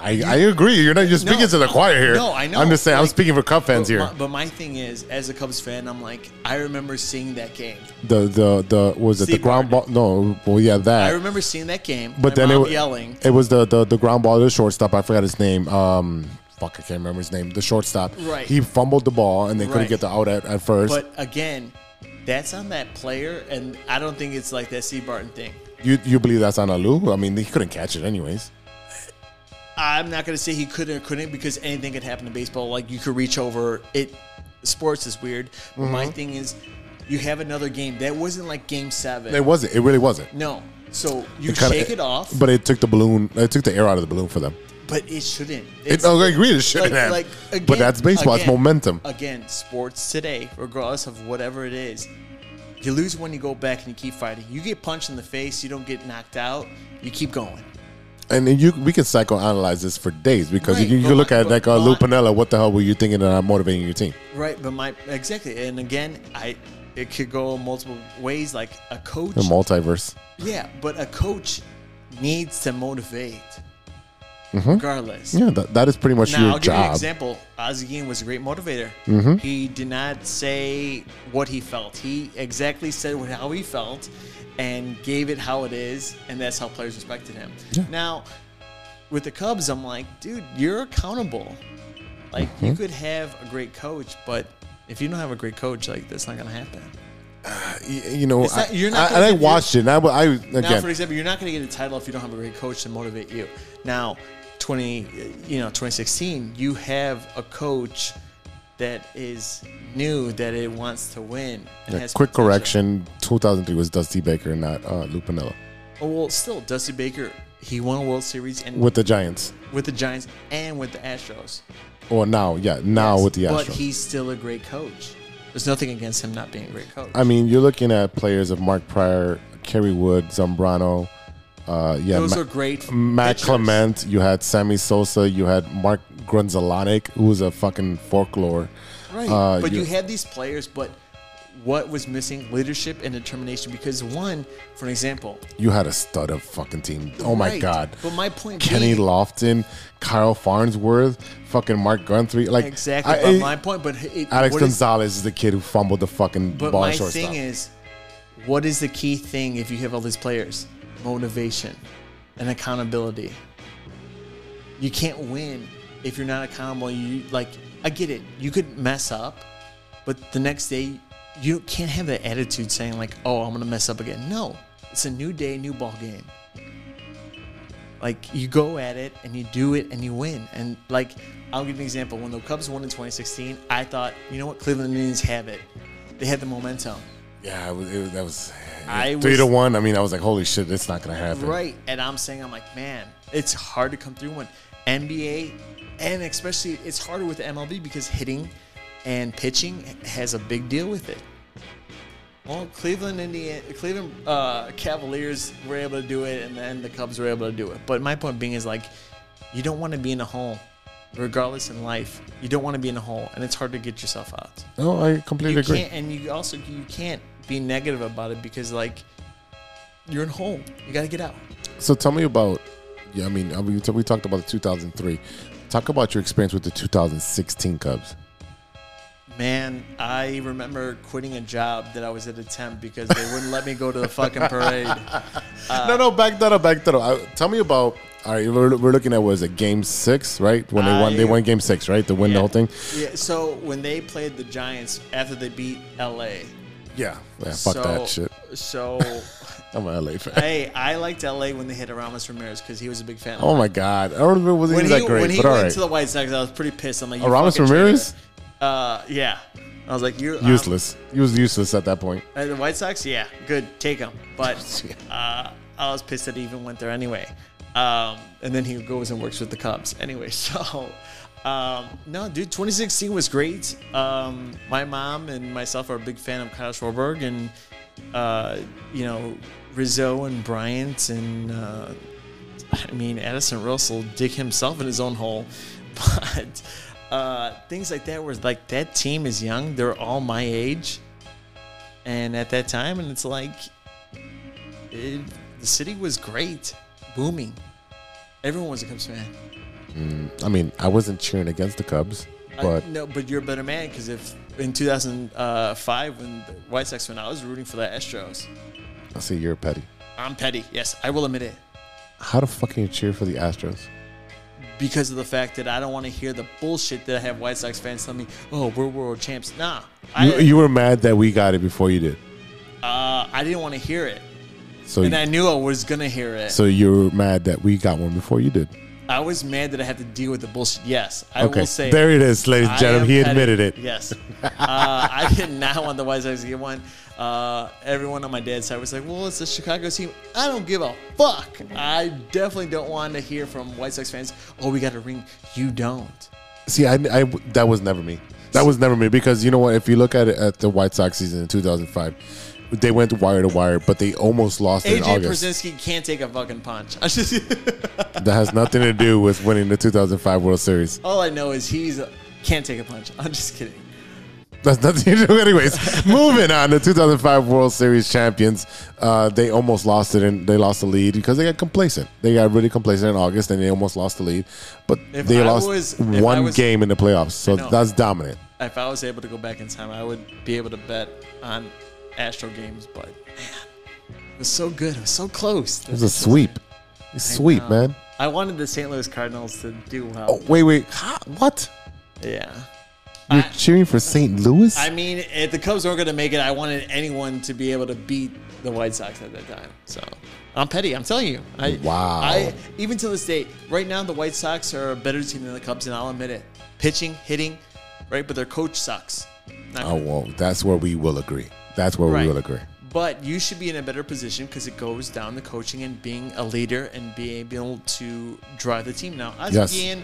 C: I, I agree. You're not just speaking
D: No.
C: to the choir here.
D: No, I know.
C: I'm just saying. I'm
D: Like,
C: speaking for Cub fans
D: but
C: here.
D: My, but my thing is, as a Cubs fan, I'm like, I remember seeing that game.
C: the the the was it the
D: Steve
C: ground ball? No, well yeah that.
D: I remember seeing that game.
C: but
D: my
C: then it
D: mom
C: was
D: yelling.
C: It was the the the ground ball to the shortstop. I forgot his name. Um, fuck, I can't remember his name. The shortstop.
D: Right.
C: He fumbled the ball and they couldn't
D: Right.
C: get the out at, at first.
D: But again, that's on that player, and I don't think it's like that C Barton thing.
C: you you believe that's on Alou? I mean, he couldn't catch it anyways.
D: I'm not gonna say he couldn't or couldn't because anything could happen in baseball. Like you could reach over it. Sports is weird. But My
C: Mm-hmm.
D: thing is, you have another game that wasn't like Game Seven.
C: It wasn't. It really wasn't.
D: no, so you
C: kinda-
D: shake it off, but,
C: But it took the balloon. It took the air out of the balloon for them.
D: it shouldn't.
C: It, oh, I agree. It shouldn't have. but that's baseball. it's
D: again-
C: momentum.
D: Again, sports today, regardless of whatever it is, you lose when you go back and you keep fighting. You get punched in the face, you don't get knocked out, you keep going.
C: and then you we can psychoanalyze this for days because
D: Right,
C: you, you
D: but
C: look
D: my-
C: at it like
D: but
C: uh, Lou
D: my-
C: Pinella, what the hell were you thinking that I'm motivating your team?
D: Right, but my exactly, and again, I it could go multiple ways. Like a coach,
C: The multiverse.
D: yeah, but a coach needs to motivate,
C: Mm-hmm.
D: regardless.
C: Yeah, that, that is pretty much
D: Now,
C: your
D: I'll give you an
C: job. Mm-hmm.
D: example. Ozzie Guillen was a great motivator. He did not say what he felt. He exactly said what, how he felt and gave it how it is, and that's how players respected him. Now, with the Cubs, I'm like, dude, you're accountable. Like,
C: Mm-hmm.
D: you could have a great coach, but if you don't have a great coach, like, that's not going to happen.
C: Y- You know,
D: It's not-
C: I-
D: you're not
C: I, and I
D: gonna-
C: watched it. And I, w- I-
D: Now, for
C: again,
D: example, you're not going to get a title if you don't have a great coach to motivate you. Now, 20, you know, 2016, you have a coach that is new that it wants to win. And
C: yeah,
D: has
C: quick
D: potential.
C: correction: 2003 was Dusty Baker, not uh, Lou Pinella,
D: Oh, well, still Dusty Baker, he won a World Series and
C: with
D: with,
C: the Giants.
D: the Giants and with the Astros.
C: Or now, yeah, now Ah, with the
D: But
C: Astros.
D: he's still a great coach. There's nothing against him not being a great coach.
C: I mean, you're looking at players of Mark Pryor, Kerry Wood, Zambrano. Uh, yeah,
D: Those
C: Ma-
D: are great.
C: Matt
D: pitchers.
C: Clement, you had Sammy Sosa, you had Mark Grunzalanic, who was a fucking folklore.
D: Right.
C: Uh,
D: but
C: you-
D: you, had these players, but what was missing? Leadership and determination. Because one, for an example,
C: You had a stud of fucking team. Oh my
D: Right.
C: god.
D: But my point
C: Kenny
D: being-
C: Lofton, Kyle Farnsworth, fucking Mark Gunthrey, like
D: exactly.
C: I-
D: but
C: I-
D: my point, but it,
C: Alex
D: what is-
C: Gonzalez is the kid who fumbled the fucking
D: But
C: ball
D: my
C: at shortstop.
D: thing is, what is the key thing if you have all these players? Motivation and accountability. You can't win if you're not accountable. You like, I get it. You could mess up, but the next day you can't have that attitude saying like, "Oh, I'm gonna mess up again." No, it's a new day, new ball game. Like you go at it and you do it and you win. And like I'll give you an example. When the Cubs won in 2016, I thought, you know what, Cleveland Indians have it. They had the momentum.
C: yeah, it was, it was- that was
D: I
C: three to
D: was-
C: one. I mean, I was like, holy shit, it's not gonna happen.
D: Right. And I'm saying, I'm like, man, it's hard to come through when NBA and especially it's harder with MLB because hitting and pitching has a big deal with it. Well, Cleveland, Indiana, Cleveland uh, Cavaliers were able to do it, and then the Cubs were able to do it. But my point being is like, you don't want to be in a hole, regardless in life. You don't want to be in a hole, and it's hard to get yourself out
C: No, I completely
D: you
C: agree.
D: can't and you also you can't be negative about it because like you're in home you gotta get out
C: So tell me about. Yeah, I mean, I mean, we talked about the 2003. Talk about your experience with the 2016 Cubs.
D: man i remember quitting a job that i was at a temp because they wouldn't let me go to the fucking parade Uh,
C: no, no, back that up, back that up. I, tell me about. All right, we're, we're looking at was it game six, right? When they won, they
D: I-
C: won game six, right? The win the whole thing.
D: Uh, yeah so when they played the giants after they beat la
C: Yeah, yeah. Fuck
D: so,
C: that shit.
D: so
C: I'm a LA fan.
D: hey i liked la when they had Aramis ramirez because he was a big fan of
C: oh my god, I don't know if it was
D: when
C: that
D: he,
C: great,
D: when he
C: but all
D: went
C: right.
D: to the White Sox, I was pretty pissed. I'm like, you
C: Aramis
D: fucking traitor.
C: Ramirez?
D: Uh, yeah. I was like, you're I'm-
C: useless. He was useless at that point.
D: Uh, the White Sox, yeah, good, take him. But uh, I was pissed that he even went there anyway. Um, and then he goes and works with the Cubs anyway. So, um, no, dude, 2016 was great. Um, my mom and myself are a big fan of Kyle Schwarberg and uh, you know Rizzo and Bryant and uh, I mean Addison Russell dig himself in his own hole, but uh, things like that where like that team is young. They're all my age and at that time and it's like it, the city was great booming everyone was a cubs fan
C: I mean, I wasn't cheering against the Cubs, but
D: I, no, but you're a better man because if in 2005 when the White Sox went out, I was rooting for the Astros.
C: I see you're petty.
D: I'm petty. Yes, I will admit it
C: How the fuck can you cheer for the Astros?
D: because of the fact that I don't want to hear the bullshit that I have White Sox fans telling me. Oh, we're world champs. Nah, I
C: You, you were mad that we got it before you did.
D: uh, I didn't want to hear it,
C: So,
D: and I knew I was gonna hear it.
C: so you're mad that we got one before you did.
D: I was mad that I had to deal with the bullshit. Yes, I
C: Okay,
D: will say
C: there it is, ladies and
D: I
C: gentlemen.
D: am
C: He
D: petty.
C: admitted it.
D: Yes. Uh, I did not want the White Sox to get one. Uh, everyone on my dad's side was like, well, it's the Chicago team. I don't give a fuck. I definitely don't want to hear from White Sox fans, oh, we got a ring. You don't.
C: See, I, I- that was never me. That was never me because you know what? If you look at it at the White Sox season in 2005, they went wire to wire, but they almost lost in
D: AJ
C: August.
D: Brzezinski can't take a fucking punch. I just-
C: that has nothing to do with winning the 2005 World Series.
D: All I know is he's a, can't take a punch. I'm just kidding.
C: That's nothing to do. Anyways, moving on. The 2005 World Series champions, uh, they almost lost it and they lost the lead because they got complacent. They got really complacent in August and they almost lost the lead, but
D: If
C: they
D: I
C: lost
D: was- if I
C: one
D: was-
C: game in the playoffs. So
D: I know.
C: that's dominant.
D: If I was able to go back in time, I would be able to bet on Astro games, but man, it was so good. It was so close.
C: It was a sweep. It's sweep, man.
D: I wanted the St. Louis Cardinals to do well.
C: Oh, wait, wait. Huh? What?
D: Yeah.
C: You're
D: I-
C: cheering for St. Louis?
D: I mean, if the Cubs weren't going to make it, I wanted anyone to be able to beat the White Sox at that time. So I'm petty. I'm telling you. I,
C: Wow.
D: I even to this day, right now the White Sox are a better team than the Cubs, and I'll admit it. Pitching, hitting, right? But their coach sucks. Not
C: oh,
D: good.
C: well, that's where we will agree. That's where
D: Right.
C: we will agree.
D: But you should be in a better position because it goes down to coaching and being a leader and being able to drive the team. Now,
C: Yes.
D: Ian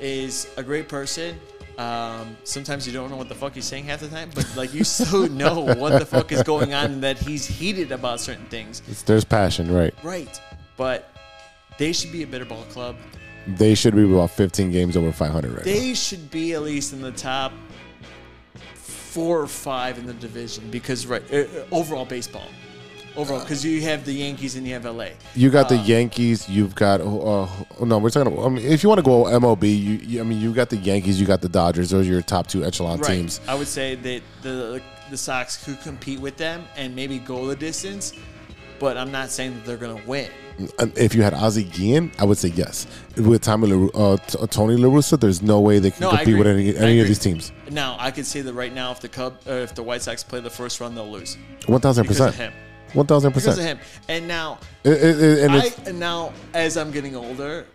D: is a great person. Um, sometimes you don't know what the fuck he's saying half the time, but like you still know what the fuck is going on and that he's heated about certain things.
C: It's, there's passion, right?
D: Right. But they should be a better ball club.
C: They should be about 15 games over 500 right now.
D: They should be at least in the top four or five in the division because, right, uh, uh, overall baseball. Overall,
C: Uh.
D: because you have the Yankees and you have LA.
C: You got
D: Um,
C: the Yankees. You've got uh, no. We're talking. About, I mean, if you want to go MLB, you, you. I mean, you got the Yankees. You got the Dodgers. Those are your top two echelon
D: Right.
C: teams.
D: I would say that the the Sox could compete with them and maybe go the distance, but I'm not saying that they're gonna win.
C: And if you had Ozzie Guillen, I would say yes. With Tommy La, uh, T- uh, Tony La Russa, there's no way they can
D: No, I
C: compete
D: agree.
C: with any,
D: I
C: any of
D: agree.
C: these teams.
D: Now I could say that right now, if the Cub or if the White Sox play the first round, they'll lose
C: One thousand
D: because of
C: percent.
D: him.
C: One thousand
D: Because of
C: percent.
D: him. And now,
C: And
D: I
C: it's,
D: and now as I'm getting older,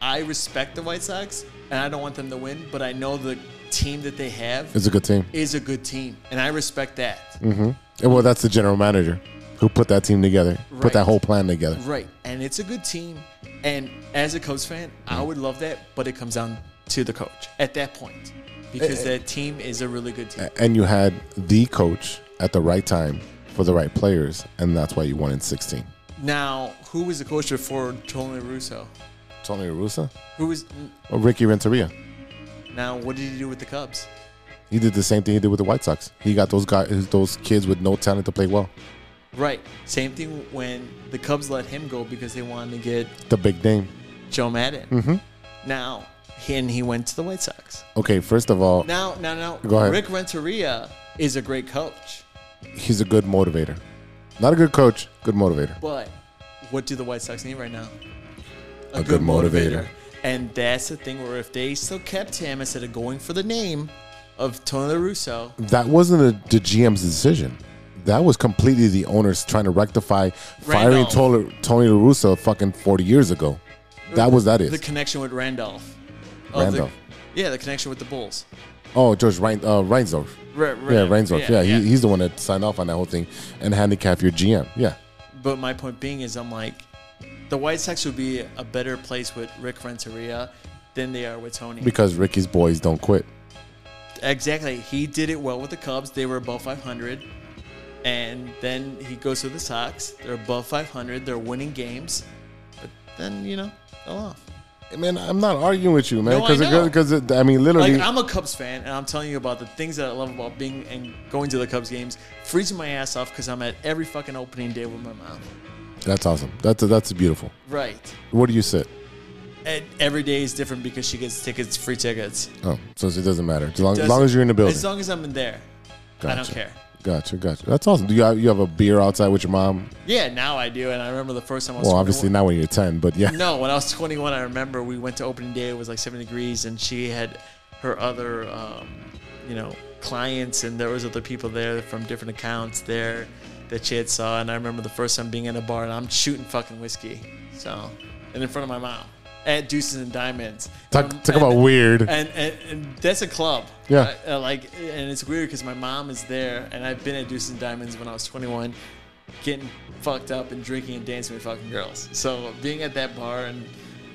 D: I respect the White Sox and I don't want them to win, but I know the team that they have
C: it's a good team.
D: is a good team, and I respect that.
C: Mm. And, Well, that's the general manager who put that team together, put
D: Right.
C: that whole plan together.
D: Right. And it's a good team. And as a Cubs fan, I would love that, but it comes down to the coach at that point. Because
C: Eh,
D: that team is a really good team.
C: And you had the coach at the right time for the right players, and that's why you won in sixteen.
D: Now, who was the coach before Tony Russo?
C: Tony La Russa
D: Who was
C: or Ricky Renteria.
D: now what did he do with the Cubs?
C: He did the same thing he did with the White Sox. He got those guys, those kids with no talent to play well.
D: Right. Same thing when the Cubs let him go because they wanted to get
C: The big name.
D: Joe Madden. Mm-hmm. Now, he and he went to the White Sox.
C: Okay, first of all,
D: Now, now, now,
C: Go ahead.
D: Rick Renteria is a great coach,
C: he's a good motivator. Not a good coach, good motivator.
D: but what do the White Sox need right now?
C: A, good, motivator.
D: And that's the thing where if they still kept him instead of going for the name of Tony La Russo,
C: That wasn't a, the GM's decision. That was completely the owners trying to rectify firing
D: Randolph.
C: Tony, Tony La Russa fucking 40 years ago. That was that is.
D: the connection with Randolph. of
C: Randolph.
D: The, yeah, the connection with the Bulls.
C: oh, George Rein, uh, Reinsdorf.
D: Right,
C: Yeah, Reinsdorf. Yeah, He, he's the one that signed off on that whole thing and handicap your GM. Yeah.
D: But my point being is, I'm like, the White Sox would be a better place with Rick Renteria than they are with Tony.
C: Because Ricky's boys don't quit.
D: Exactly. He did it well with the Cubs. They were above 500. And then he goes to the Sox. They're above 500. They're winning games. But then, you know, fell off.
C: Man, I'm not arguing with you, man.
D: No, I
C: Because
D: know.
C: because I mean, literally,
D: Like, I'm a Cubs fan, and I'm telling you about the things that I love about being and going to the Cubs games, freezing my ass off because I'm at every fucking opening day with my mom.
C: that's awesome. That's that's beautiful.
D: Right.
C: Where do you sit?
D: and every day is different because she gets tickets, free tickets.
C: Oh, so it doesn't matter. As long, as,
D: Does-
C: long as you're in the building.
D: As long as I'm in there, I don't
C: Gotcha.
D: care.
C: Gotcha, gotcha. That's awesome. Do you have, you have a beer outside with your mom?
D: Yeah, now I do, and I remember the first time I was.
C: Well, obviously
D: 21
C: not when you're 10, but yeah.
D: No, when I was 21, I remember we went to opening day. It was like seven degrees, and she had her other, um, you know, clients, and there was other people there from different accounts there that she had saw. And I remember the first time being in a bar, and I'm shooting fucking whiskey, so and in front of my mom at Deuces and Diamonds.
C: Talk-
D: And-
C: talk about
D: and-
C: weird.
D: And, and, and that's a club.
C: Yeah.
D: I- uh, like, and it's weird because my mom is there, and I've been at Deuces and Diamonds when I was 21 getting fucked up and drinking and dancing with fucking girls. So being at that bar and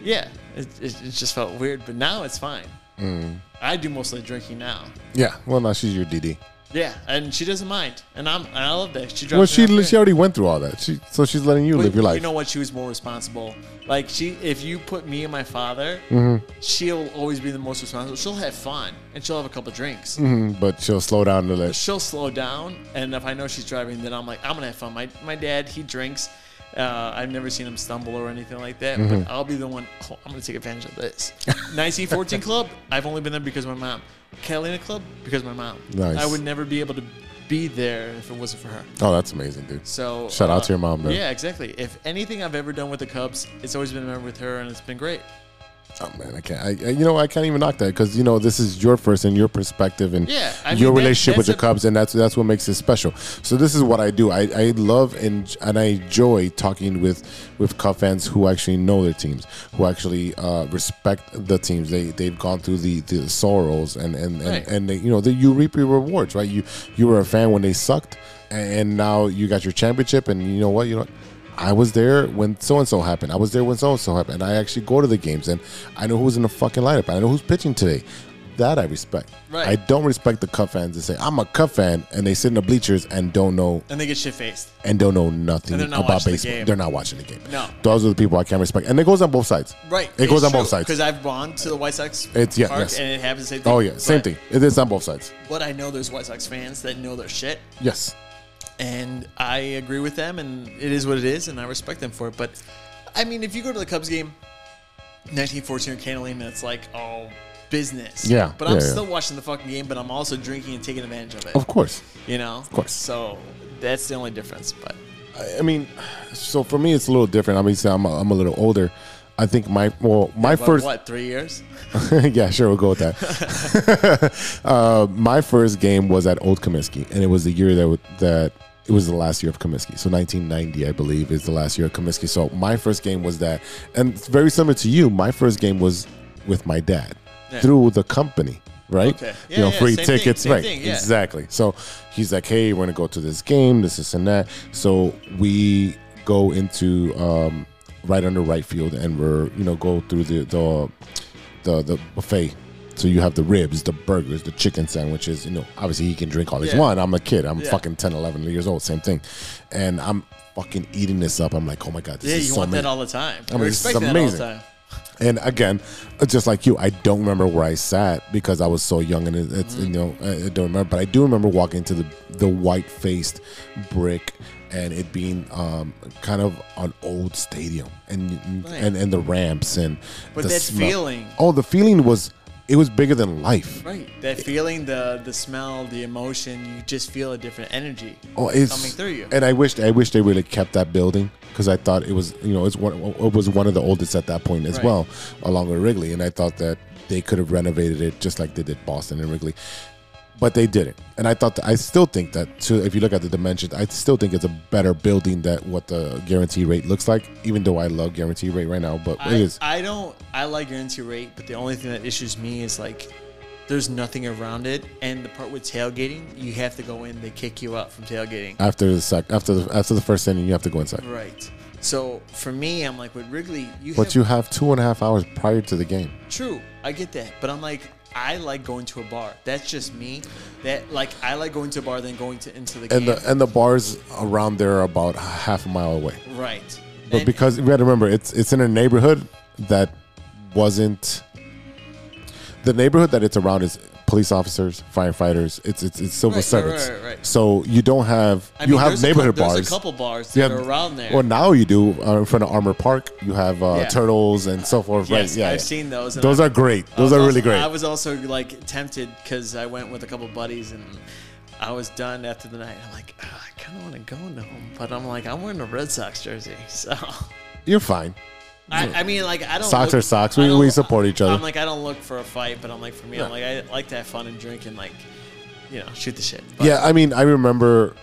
D: yeah, it, it, it just felt weird. But now it's fine.
C: Mm.
D: I do mostly drinking now.
C: Yeah. Well, now she's your DD.
D: Yeah, and she doesn't mind, and I'm and I love that. She drops
C: Well,
D: me
C: she
D: off there.
C: she already went through all that. She so she's letting you live your
D: But
C: life.
D: You know what? She was more responsible. Like she, if you put me and my father,
C: Mm-hmm.
D: she'll always be the most responsible. She'll have fun and she'll have a couple drinks.
C: Mm-hmm. Mm, but she'll slow down to let.
D: she'll slow down and if i know she's driving then i'm like i'm gonna have fun my, my dad he drinks uh, i've never seen him stumble or anything like that but
C: Mm-hmm.
D: i'll be the one oh, i'm gonna take advantage of this 1914 club i've only been there because of my mom catalina club because of my mom
C: Nice.
D: i would never be able to be there if it wasn't for her
C: Oh, that's amazing, dude.
D: so uh,
C: Shout out to your mom, man.
D: yeah exactly if anything i've ever done with the cubs it's always been a memory with her and it's been great
C: Oh man, I can't. I, I- you know, I can't even knock that because you know this is your first and your perspective and
D: Yeah, I
C: your
D: mean, that-
C: relationship with the
D: that's a-
C: Cubs, and that's that's what makes it special. So this is what I do. I, I love and and I enjoy talking with with Cub fans who actually know their teams, who actually uh, respect the teams. They they've gone through the, the sorrows and and and,
D: Right.
C: and they, you know that you reap your rewards, right? You you were a fan when they sucked, and, and now you got your championship, and you know what you know. I was there when so and so happened. I was there when so and so happened. I actually go to the games and I know who's in the fucking lineup. I know who's pitching today. That I respect.
D: Right.
C: I don't respect the Cub fans that say I'm a Cub fan and they sit in the bleachers and don't know
D: and they get shit faced
C: and don't know nothing
D: And they're not
C: about
D: watching the
C: baseball.
D: game.
C: They're not watching the game.
D: No.
C: Those are the people I can't respect. And it goes on both sides.
D: right
C: It goes on both sides.
D: because i've gone to the white sox
C: It's- yeah,
D: park
C: yes.
D: and it happens the same thing
C: oh yeah, same
D: But-
C: thing. It is on both sides.
D: But I know there's White Sox fans that know their shit,
C: Yes.
D: and I agree with them, and it is what it is, and I respect them for it. But I mean, if you go to the Cubs game, 1914 or Cantaloupe, it's like all business.
C: Yeah,
D: But I'm
C: yeah, yeah.
D: still watching the fucking game, but I'm also drinking and taking advantage of it.
C: Of course.
D: You know? Of
C: course.
D: So that's the only difference. But
C: I mean, so for me, it's a little different. I mean, so I'm a, I'm a little older. I think my well, my
D: but
C: first
D: what, three years?
C: yeah, sure, we'll go with that. uh, my first game was at Old Comiskey, and it was the year that w- that it was the last year of Comiskey. So 1990, I believe, is the last year of Comiskey. So my first game was that, and it's very similar to you. My first game was with my dad
D: Yeah.
C: through the company. Right,
D: Okay.
C: you
D: Yeah,
C: know,
D: yeah,
C: free
D: same thing,
C: tickets,
D: same
C: right?
D: thing, yeah.
C: Exactly. So he's like, "Hey, we're gonna go to this game, this, this, and that." So we go into um, right under right field, and we're you know go through the the the the buffet. So you have the ribs, the burgers, the chicken sandwiches. You know, obviously he can drink all he's
D: Yeah.
C: want. I'm a kid. I'm
D: Yeah.
C: fucking 10, 11 years old. Same thing, and I'm fucking eating this up. I'm like, oh my god, this
D: yeah,
C: is
D: you
C: so
D: want
C: many.
D: that all the time.
C: mean,
D: You're
C: this is
D: expecting that
C: amazing.
D: all the time.
C: And again, uh, just like you, I don't remember where I sat because I was so young, and it, it's
D: Mm.
C: you know I I don't remember. But I do remember walking to the the white faced brick, and it being um, kind of an old stadium, and
D: Right.
C: and and the ramps and
D: But
C: the
D: that feeling.
C: Oh, the feeling was it was bigger than life.
D: Right. That feeling, the the smell, the emotion, you just feel a different energy
C: Oh, it's
D: coming through you.
C: And I wished I wish they really kept that building because I thought it was you know it's one it was one of the oldest at that point as
D: Right.
C: well, along with Wrigley. And I thought that they could have renovated it just like they did Boston and Wrigley, but they didn't. And I thought that, I still think that too. If you look at the dimensions, I still think it's a better building that what the guarantee rate looks like. Even though I love guarantee rate right now, but
D: I,
C: it is
D: I don't. I like your NT rate, but the only thing that issues me is like there's nothing around it. And the part with tailgating, you have to go in. They kick you out from tailgating.
C: after the sec, after the after the first inning you have to go inside.
D: right. So for me, I'm like with Wrigley. You
C: But
D: have,
C: you have two and a half hours prior to the game.
D: true. I get that, but I'm like. I like going to a bar. That's just me. That like I like going to a bar than going to into the game.
C: and the and the bars around there are about half a mile away.
D: right.
C: But
D: And-
C: because we got to remember, it's it's in a neighborhood that wasn't the neighborhood that it's around is police officers, firefighters. It's it's, it's civil
D: Right, right,
C: servants.
D: right, right.
C: So you don't have
D: I
C: you
D: mean,
C: have
D: there's a
C: neighborhood
D: cou-
C: bars.
D: There's a couple bars
C: You
D: that
C: have-
D: are around there.
C: Well, now you do uh, in front of Armor Park. You have uh,
D: Yeah.
C: turtles and so forth.
D: Yes,
C: right? Yeah,
D: I've
C: yeah.
D: seen those, and
C: Those
D: I-
C: are great.
D: I
C: Those
D: was
C: are
D: also-
C: really great.
D: I was also like tempted because I went with a couple buddies and I was done after the night. I'm like, "Ah, I kind of want to go into home, but I'm like, I'm wearing a Red Sox jersey, so
C: You're fine.
D: I, I mean, like, I don't.
C: Sox
D: look-
C: are socks.
D: I
C: We-
D: don't-
C: we support each other.
D: I'm like, I don't look for a fight, but I'm like, for me, I'm
C: No.
D: like, I like to have fun and drink and like, you know, shoot the shit. But
C: Yeah, I mean, I remember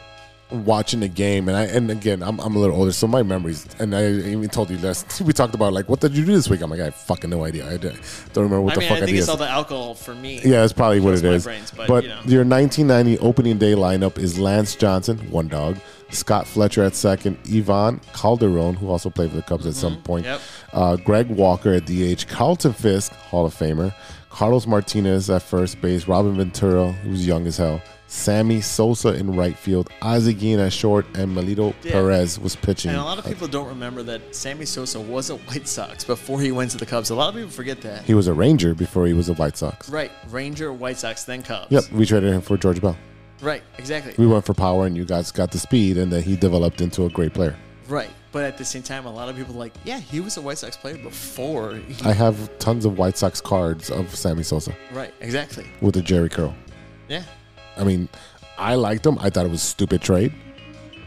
C: watching the game, and I and again, I'm, I'm a little older, so my memories. And I even told you last we talked about like, what did you do this week? I'm like, I have fucking no idea. I don't don't remember what
D: I
C: the
D: mean,
C: fuck
D: I
C: I,
D: think
C: did.
D: it's all the alcohol for me.
C: yeah, that's probably what
D: That's
C: it
D: my
C: is.
D: brains, but, you know.
C: your 1990 opening day lineup is Lance Johnson, one dog, Scott Fletcher at second, Yvonne Calderon, who also played for the Cubs at some point,
D: Mm-hmm. Yep.
C: uh, Greg Walker at DH, Carlton Fisk, Hall of Famer, Carlos Martinez at first base, Robin Ventura, who's young as hell, Sammy Sosa in right field, Ozzie Guillen at short, and Melito
D: Yeah.
C: Perez was pitching.
D: And a lot of people don't remember that Sammy Sosa was a White Sox before he went to the Cubs. A lot of people forget that.
C: He was a Ranger before he was a White Sox.
D: Right, Ranger, White Sox, then Cubs.
C: Yep, we traded him for George Bell.
D: Right, exactly.
C: We went for power, and you guys got the speed, and then he developed into a great player.
D: Right, but at the same time, a lot of people are like, yeah, he was a White Sox player before. He,
C: I have tons of White Sox cards of Sammy Sosa
D: right, exactly.
C: with a Jerry curl.
D: Yeah,
C: I mean, I liked him. I thought it was a stupid trade,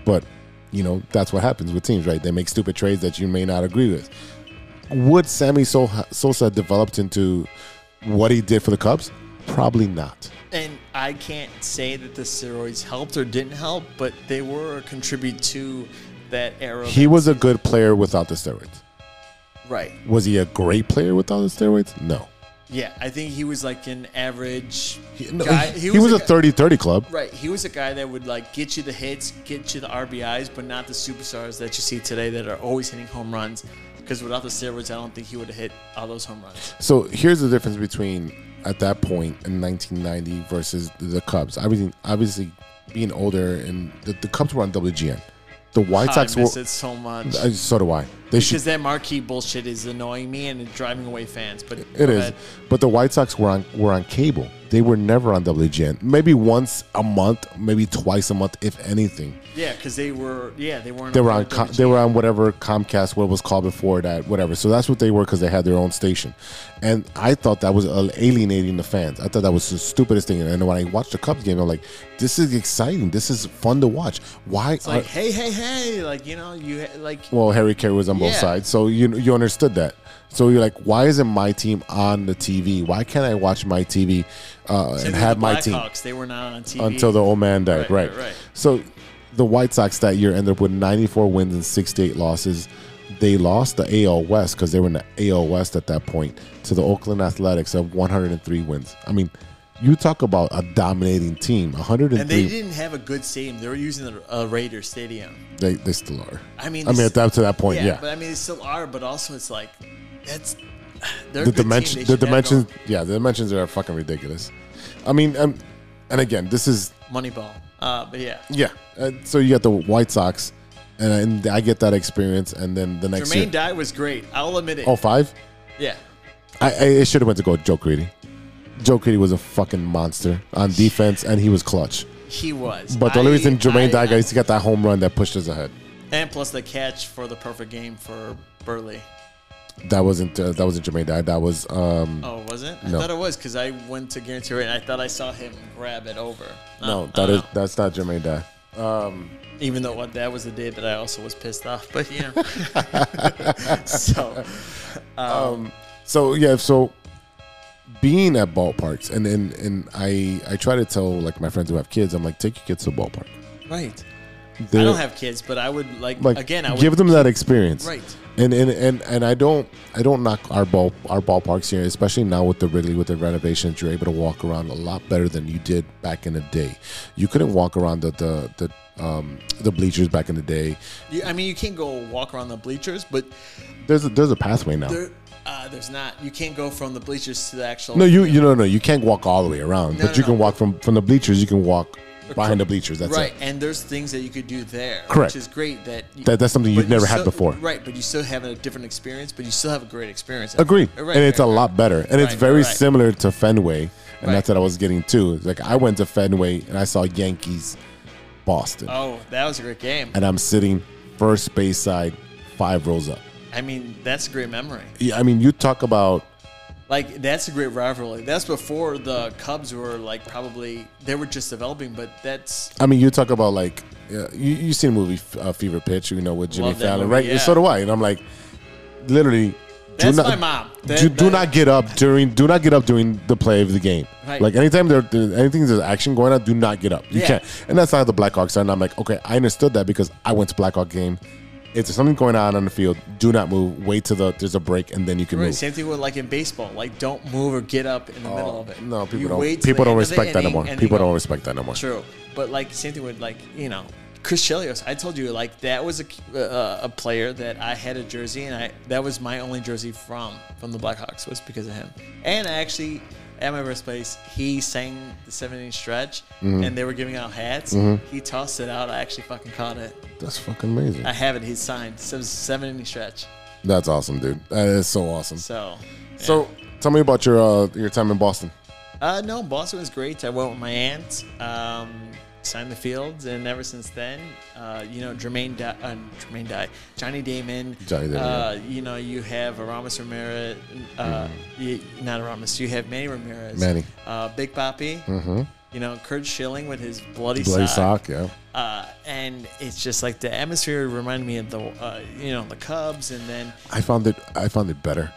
C: but you know that's what happens with teams, right? They make stupid trades that you may not agree with. Would Sammy so- Sosa developed into what he did for the Cubs? Probably not.
D: and I can't say that the steroids helped or didn't help, but they were a contribute to that era.
C: He was a good player without the steroids.
D: right.
C: Was he a great player without the steroids? No.
D: Yeah, I think he was like an average.
C: He, no,
D: guy.
C: he- he was, a
D: guy-
C: 30-30 club.
D: Right. He was a guy that would like get you the hits, get you the RBIs, but not the superstars that you see today that are always hitting home runs. Because without the steroids, I don't think he would have hit all those home runs.
C: So here's the difference between at that point in 1990 versus the Cubs. Obviously, obviously being older and the, the Cubs were on WGN. The White Sox
D: Ah, I miss
C: were.
D: it so much.
C: Uh, so do I. They should.
D: Because that marquee bullshit is annoying me and driving away fans. But
C: It is, but the White Sox were on were on cable. They were never on WGN. Maybe once a month, maybe twice a month, if anything.
D: Yeah, because they were. Yeah, they weren't.
C: They were on
D: Com-
C: com- they were on whatever Comcast, what it was called before that, whatever. So that's what they were because they had their own station, and I thought that was uh, alienating the fans. I thought that was the stupidest thing. And when I watched the Cubs game, I'm like, this is exciting. This is fun to watch. Why?
D: It's like,
C: are-
D: hey, hey, hey, like you know, you ha- like
C: well, Harry Carey was on both
D: Yeah.
C: sides, so you you understood that. So you're like, why isn't my team on the TV? Why can't I watch my TV uh, and
D: same with
C: have
D: the
C: my
D: Blackhawks,
C: team?
D: They were not on TV
C: until the old man died. Right,
D: Right, right, right.
C: So the White Sox that year ended up with 94 wins and 68 losses. They lost the AL West because they were in the AL West at that point to the Oakland Athletics of 103 wins. I mean, you talk about a dominating team. 103.
D: and they didn't have a good stadium. They were using a, a Raider stadium.
C: They, they still are.
D: I mean,
C: I mean,
D: this-
C: at that to that point, yeah.
D: But I mean, they still are. But also, it's like that's they're a
C: the
D: good team.
C: dimension,
D: They
C: the
D: should have
C: dimensions,
D: gone-
C: yeah, the dimensions are fucking ridiculous. I mean, um, and again, this is
D: Moneyball. Uh, but yeah,
C: yeah. Uh, so you got the White Sox, and, and I get that experience, and then the next
D: Jermaine
C: year,
D: Dye was great. I'll admit it.
C: oh five.
D: Yeah.
C: I, I it should have went to go with Joe Creedy. Joe Creedy was a fucking monster on defense, and he was clutch.
D: He was,
C: But the only
D: I-
C: reason Jermaine
D: I-
C: Daiga is he got that home run that pushed us ahead.
D: and plus the catch for the perfect game for Burley.
C: That wasn't uh, that wasn't Jermaine Daiga. That was um,
D: Oh, was it?
C: No.
D: I thought it was because I went to Guarantee Rate and I thought I saw him grab it over. Uh,
C: no,
D: I
C: that
D: don't
C: is that's not Jermaine Daiga.
D: know. even though what, that was the day that I also was pissed off. But yeah, so
C: So yeah, so being at ballparks, and and and I I try to tell like my friends who have kids, I'm like, take your kids to a ballpark.
D: right. I
C: They're-
D: don't have kids, but I would like,
C: like
D: again. I would
C: give them that experience
D: Right.
C: and and and, and i don't i don't knock our ball our ballparks here especially now with the ridley with the renovations you're able to walk around a lot better than you did back in the day you couldn't walk around the the, the um the bleachers back in the day
D: You, I mean, you can't go walk around the bleachers, but
C: there's a there's a pathway now
D: there, uh, there's not. You can't go from the bleachers to the actual.
C: no you you know no you can't walk all the way around
D: No,
C: but
D: no,
C: you can
D: no.
C: walk from from the bleachers you can walk behind the bleachers. That's
D: right,
C: it.
D: and there's things that you could do there,
C: Correct.
D: which is great. That, you,
C: That- that's something you've
D: but you
C: never had
D: still-
C: before.
D: right? But you still have a different experience, but you still have a great experience.
C: Agreed.
D: Right,
C: and it's
D: right,
C: a lot better. And it's
D: Right,
C: very
D: right.
C: similar to Fenway. And
D: Right.
C: that's what I was getting too. It's Like I went to Fenway and I saw Yankees Boston.
D: Oh, that was a great game.
C: And I'm sitting first base side, five rows up.
D: I mean, that's a great memory.
C: Yeah, I mean, you talk about
D: Like that's a great rivalry. That's before the Cubs were like probably they were just developing, but that's
C: I mean, you talk about like yeah, you you seen the movie uh, Fever Pitch, you know, with Jimmy
D: Love that
C: Fallon,
D: movie,
C: right?
D: yeah.
C: So do I, and I'm like, literally,
D: That's my mom. That-
C: do, do
D: that-
C: not get up during do not get up during the play of the game.
D: Right.
C: Like anytime there, there anything there's action going on, do not get up. You
D: Yeah.
C: can't. And that's how the Blackhawks are. And I'm like, okay, I understood that because I went to Blackhawk game. If there's something going on on the field, do not move. Wait till the there's a break, and then you can
D: Right,
C: move. Oh,
D: Same thing with like in baseball. Like don't move or get up in the middle of it.
C: No, people
D: You
C: don't.
D: wait till
C: People
D: the
C: don't
D: end of the
C: respect that
D: inning
C: anymore.
D: and
C: People
D: you go-
C: don't respect that anymore.
D: True, but like same thing with like you know Chris Chelios. I told you like that was a uh, a player that I had a jersey and I that was my only jersey from from the Blackhawks was because of him. And I actually at my birthplace he sang the seven inning stretch and they were giving out hats. He tossed it out. I actually fucking caught it.
C: That's fucking amazing.
D: I have it. He's signed seven, seven inning stretch.
C: That's awesome, dude. That is so awesome.
D: So.
C: So tell me about your uh, your time in Boston.
D: Uh, no, Boston was great. I went with my aunt, um, signed the fields, and ever since then, uh, you know, Jermaine, Di- uh, Jermaine Dye, Johnny Damon.
C: Johnny Damon,
D: Uh, You know, you have Aramis Ramirez. Uh, you, not Aramis. You have Manny Ramirez.
C: Mm-hmm. Manny. Mm-hmm.
D: Uh, Big Papi. You know, Kurt Schilling with his bloody,
C: Bloody sock,
D: sock.
C: yeah.
D: Uh, and it's just like the atmosphere reminded me of the, uh, you know, the Cubs, and then
C: I found it. I found it better.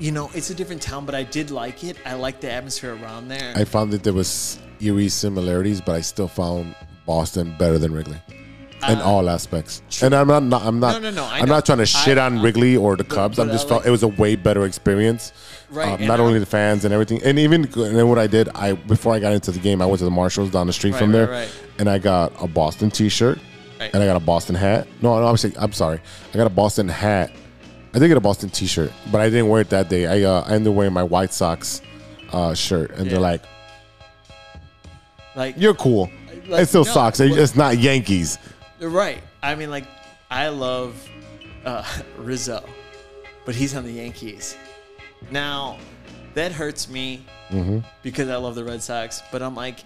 D: you know, it's a different town, but I did like it. I liked the atmosphere around there.
C: I found that there was eerie similarities, but I still found Boston better than Wrigley in all aspects. And I'm not, not I'm not
D: Uh, No, no, no, I
C: I'm
D: know.
C: not trying to shit
D: I-
C: on Wrigley or the Cubs. I'm
D: but
C: just
D: I
C: felt
D: like-
C: it was a way better experience.
D: Right,
C: Um,
D: and
C: not
D: I-
C: only the fans and everything, and even and then what I did, I before I got into the game, I went to the Marshalls down the street
D: Right,
C: from
D: right,
C: there,
D: right.
C: and I got a Boston T-shirt,
D: Right.
C: and I got a Boston hat. No, no, obviously, I'm sorry, I got a Boston hat. I did get a Boston T-shirt, but I didn't wear it that day. I uh, I ended up wearing my White Sox uh, shirt, and they're
D: Yeah.
C: like,
D: like
C: you're cool.
D: Like,
C: it's still
D: no,
C: socks. It's
D: but-
C: just not Yankees.
D: Right. I mean, like, I love uh, Rizzo, but he's on the Yankees. Now, that hurts me because I love the Red Sox, but I'm like,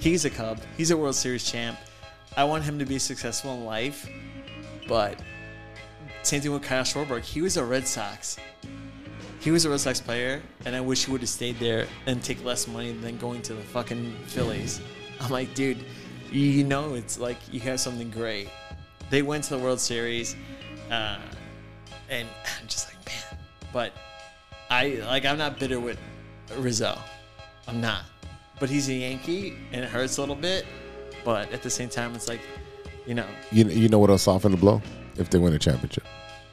D: he's a Cub. He's a World Series champ. I want him to be successful in life, but same thing with Kyle Schwarberg. He was a Red Sox. He was a Red Sox player, and I wish he would have stayed there and take less money than going to the fucking Phillies. I'm like, dude, you know, it's like you have something great. They went to the World Series, uh, and I'm just like, man. But I like, I'm not bitter with Rizzo. I'm not. But he's a Yankee, and it hurts a little bit. But at the same time, it's like, you know,
C: You, you know what'll soften the blow if they win a championship.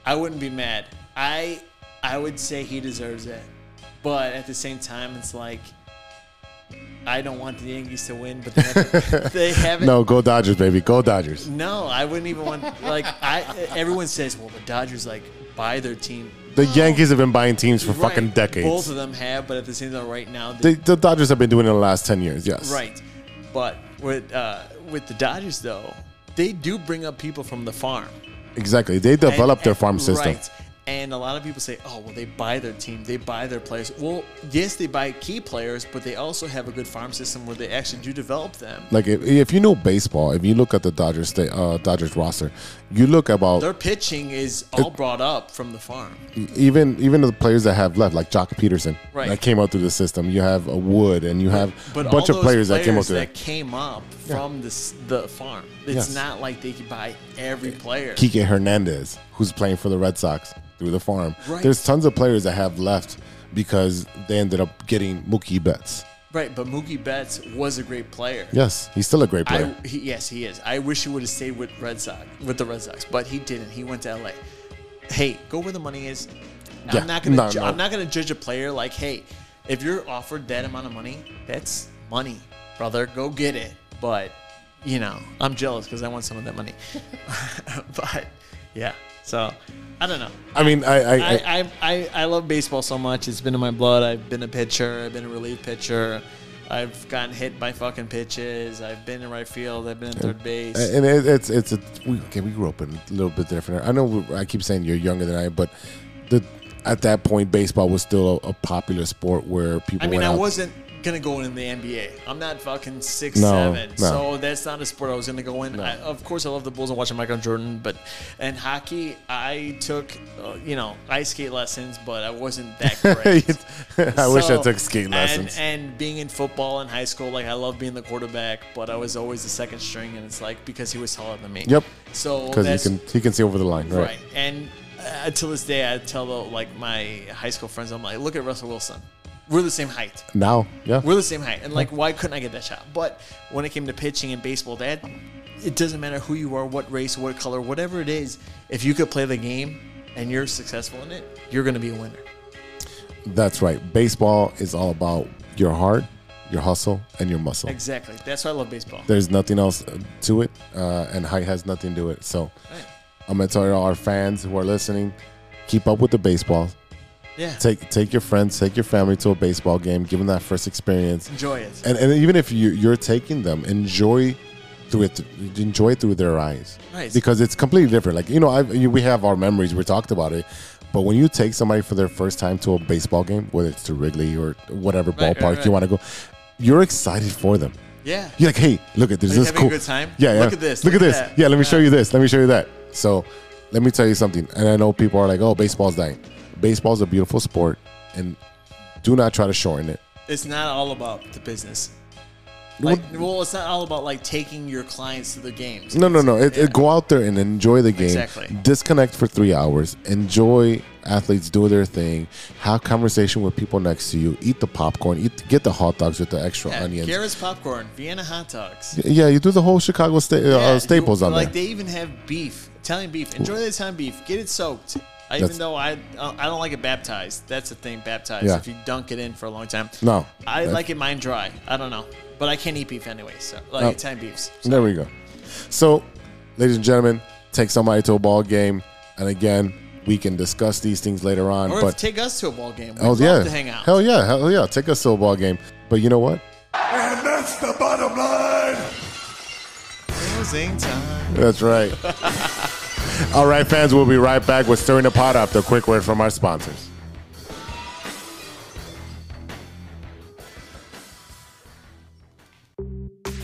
D: I wouldn't be mad. I I would say he deserves it. But at the same time, it's like I don't want the Yankees to win, but they haven't. they haven't
C: No, go Dodgers, baby. Go Dodgers.
D: No, I wouldn't even want. Like I, everyone says, well, the Dodgers like buy their team
C: The Yankees have been buying teams for
D: Right.
C: fucking decades.
D: Both of them have, but at the same time, right now,
C: the, the Dodgers have been doing it in the last ten years. Yes.
D: Right. But with uh, with the Dodgers though, they do bring up people from the farm.
C: Exactly. They
D: And-
C: developed their
D: and-
C: farm system.
D: Right. And a lot of people say, "Oh, well, they buy their team, they buy their players." Well, yes, they buy key players, but they also have a good farm system where they actually do develop them.
C: Like if, if you know baseball, if you look at the Dodgers sta- uh, Dodgers roster, you look about e,
D: Their pitching is all brought up from the farm.
C: even even the players that have left, like Jock Peterson,
D: Right.
C: that came out through the system. You have a Wood, and you have
D: But
C: a
D: all
C: bunch of
D: those
C: players, that came out
D: players
C: through.
D: that came up from this, the farm. It's
C: Yes.
D: not like they could buy every player.
C: Kike Hernandez, who's playing for the Red Sox through the farm.
D: Right.
C: There's tons of players that have left because they ended up getting Mookie Betts.
D: Right, but Mookie Betts was a great player.
C: Yes, he's still a great
D: I,
C: player.
D: he, yes, he is. I wish he would have stayed with Red Sox, with the Red Sox, but he didn't. He went to LA. Hey, go where the money is.
C: Yeah,
D: I'm not gonna.
C: no,
D: ju-
C: no.
D: I'm not gonna judge a player like, hey, if you're offered that amount of money, that's money, brother. Go get it. But you know, I'm jealous because I want some of that money. but yeah, so I don't know.
C: I, mean, I, I, I,
D: I, I, I, I love baseball so much. It's been in my blood. I've been a pitcher. I've been a relief pitcher. I've gotten hit by fucking pitches. I've been in right field. I've been in third base.
C: Uh, And it, it's it's a we, okay. We grew up in a little bit different. I know we, I keep saying you're younger than I am, but the at that point, baseball was still a, a popular sport where people.
D: I mean,
C: went
D: I
C: out-
D: wasn't gonna go in the NBA. I'm not fucking six
C: No,
D: seven,
C: no.
D: so that's not a sport I was gonna go in. I, of course, I love the Bulls and watching Michael Jordan, but and hockey, I took uh, you know ice skate lessons, but I wasn't that great.
C: I wish I
D: So-
C: took skate lessons.
D: And, and being in football in high school, like I love being the quarterback, but I was always the second string, and it's like because he was taller than me.
C: Yep.
D: So
C: because
D: that's-
C: he can he can see over the line, right?
D: Right. And uh, to this day, I tell the, like my high school friends, I'm like, look at Russell Wilson. We're the same height.
C: Now, yeah,
D: We're the same height. And like, why couldn't I get that shot? But when it came to pitching in baseball, that it doesn't matter who you are, what race, what color, whatever it is. If you could play the game and you're successful in it, you're going to be a winner.
C: that's right. Baseball is all about your heart, your hustle, and your muscle.
D: Exactly. That's why I love baseball.
C: There's nothing else to it, uh, and height has nothing to do with it. So, I'm gonna tell all our fans who are listening, keep up with the baseball.
D: Yeah.
C: Take take your friends, take your family to a baseball game, give them that first experience,
D: Enjoy it.
C: and, and even if you, you're taking them, enjoy through it, enjoy it through their eyes,
D: Right.
C: because it's completely different. Like you know, I've, you, we have our memories. We talked about it, but when you take somebody for their first time to a baseball game, whether it's to Wrigley or whatever
D: Right,
C: ballpark
D: right,
C: you want
D: right.
C: to go, you're excited for them.
D: Yeah.
C: You're like, hey, look at this. this is
D: Like having a
C: cool.
D: good time?
C: Yeah, yeah.
D: Look at this,
C: Look,
D: look
C: at
D: at
C: this.
D: that.
C: Yeah, let me show you this. Let me show you that. So, let me tell you something. And I know people are like, oh, baseball's dying. Baseball's a beautiful sport, and do not try to shorten it.
D: It's not all about the business. Like, well, it's not all about like taking your clients to the games.
C: No, no, no. It,
D: Yeah.
C: it, go out there and enjoy the game.
D: Exactly.
C: Disconnect for three hours. Enjoy athletes do their thing. Have conversation with people next to you. Eat the popcorn. Eat get the hot dogs with the extra
D: Yeah,
C: onions.
D: Garrett's popcorn, Vienna hot dogs.
C: yeah, you do the whole Chicago sta-
D: Yeah,
C: uh, staples
D: you-
C: on
D: like
C: there.
D: they even have beef, Italian beef. Enjoy the Italian beef. Get it soaked. I,
C: That's-
D: even though I uh, I don't like it baptized. That's the thing, baptized.
C: Yeah.
D: If you dunk it in for a long time.
C: No.
D: I
C: That's-
D: like it mine dry. I don't know, but I can't eat beef anyway. So like
C: Oh.
D: Italian beefs.
C: There we go. So, ladies and gentlemen, take somebody to a ball game, and again, we can discuss these things later on.
D: Or if
C: Mm, but
D: take us to a ball game. We'd
C: oh
D: love
C: yeah,
D: to hang out.
C: hell yeah, hell yeah, take us to a ball game. But you know what?
F: And that's the bottom line.
D: Closing time.
C: That's right. All right, fans, we'll be right back with Stirring the Pot After a quick word from our sponsors.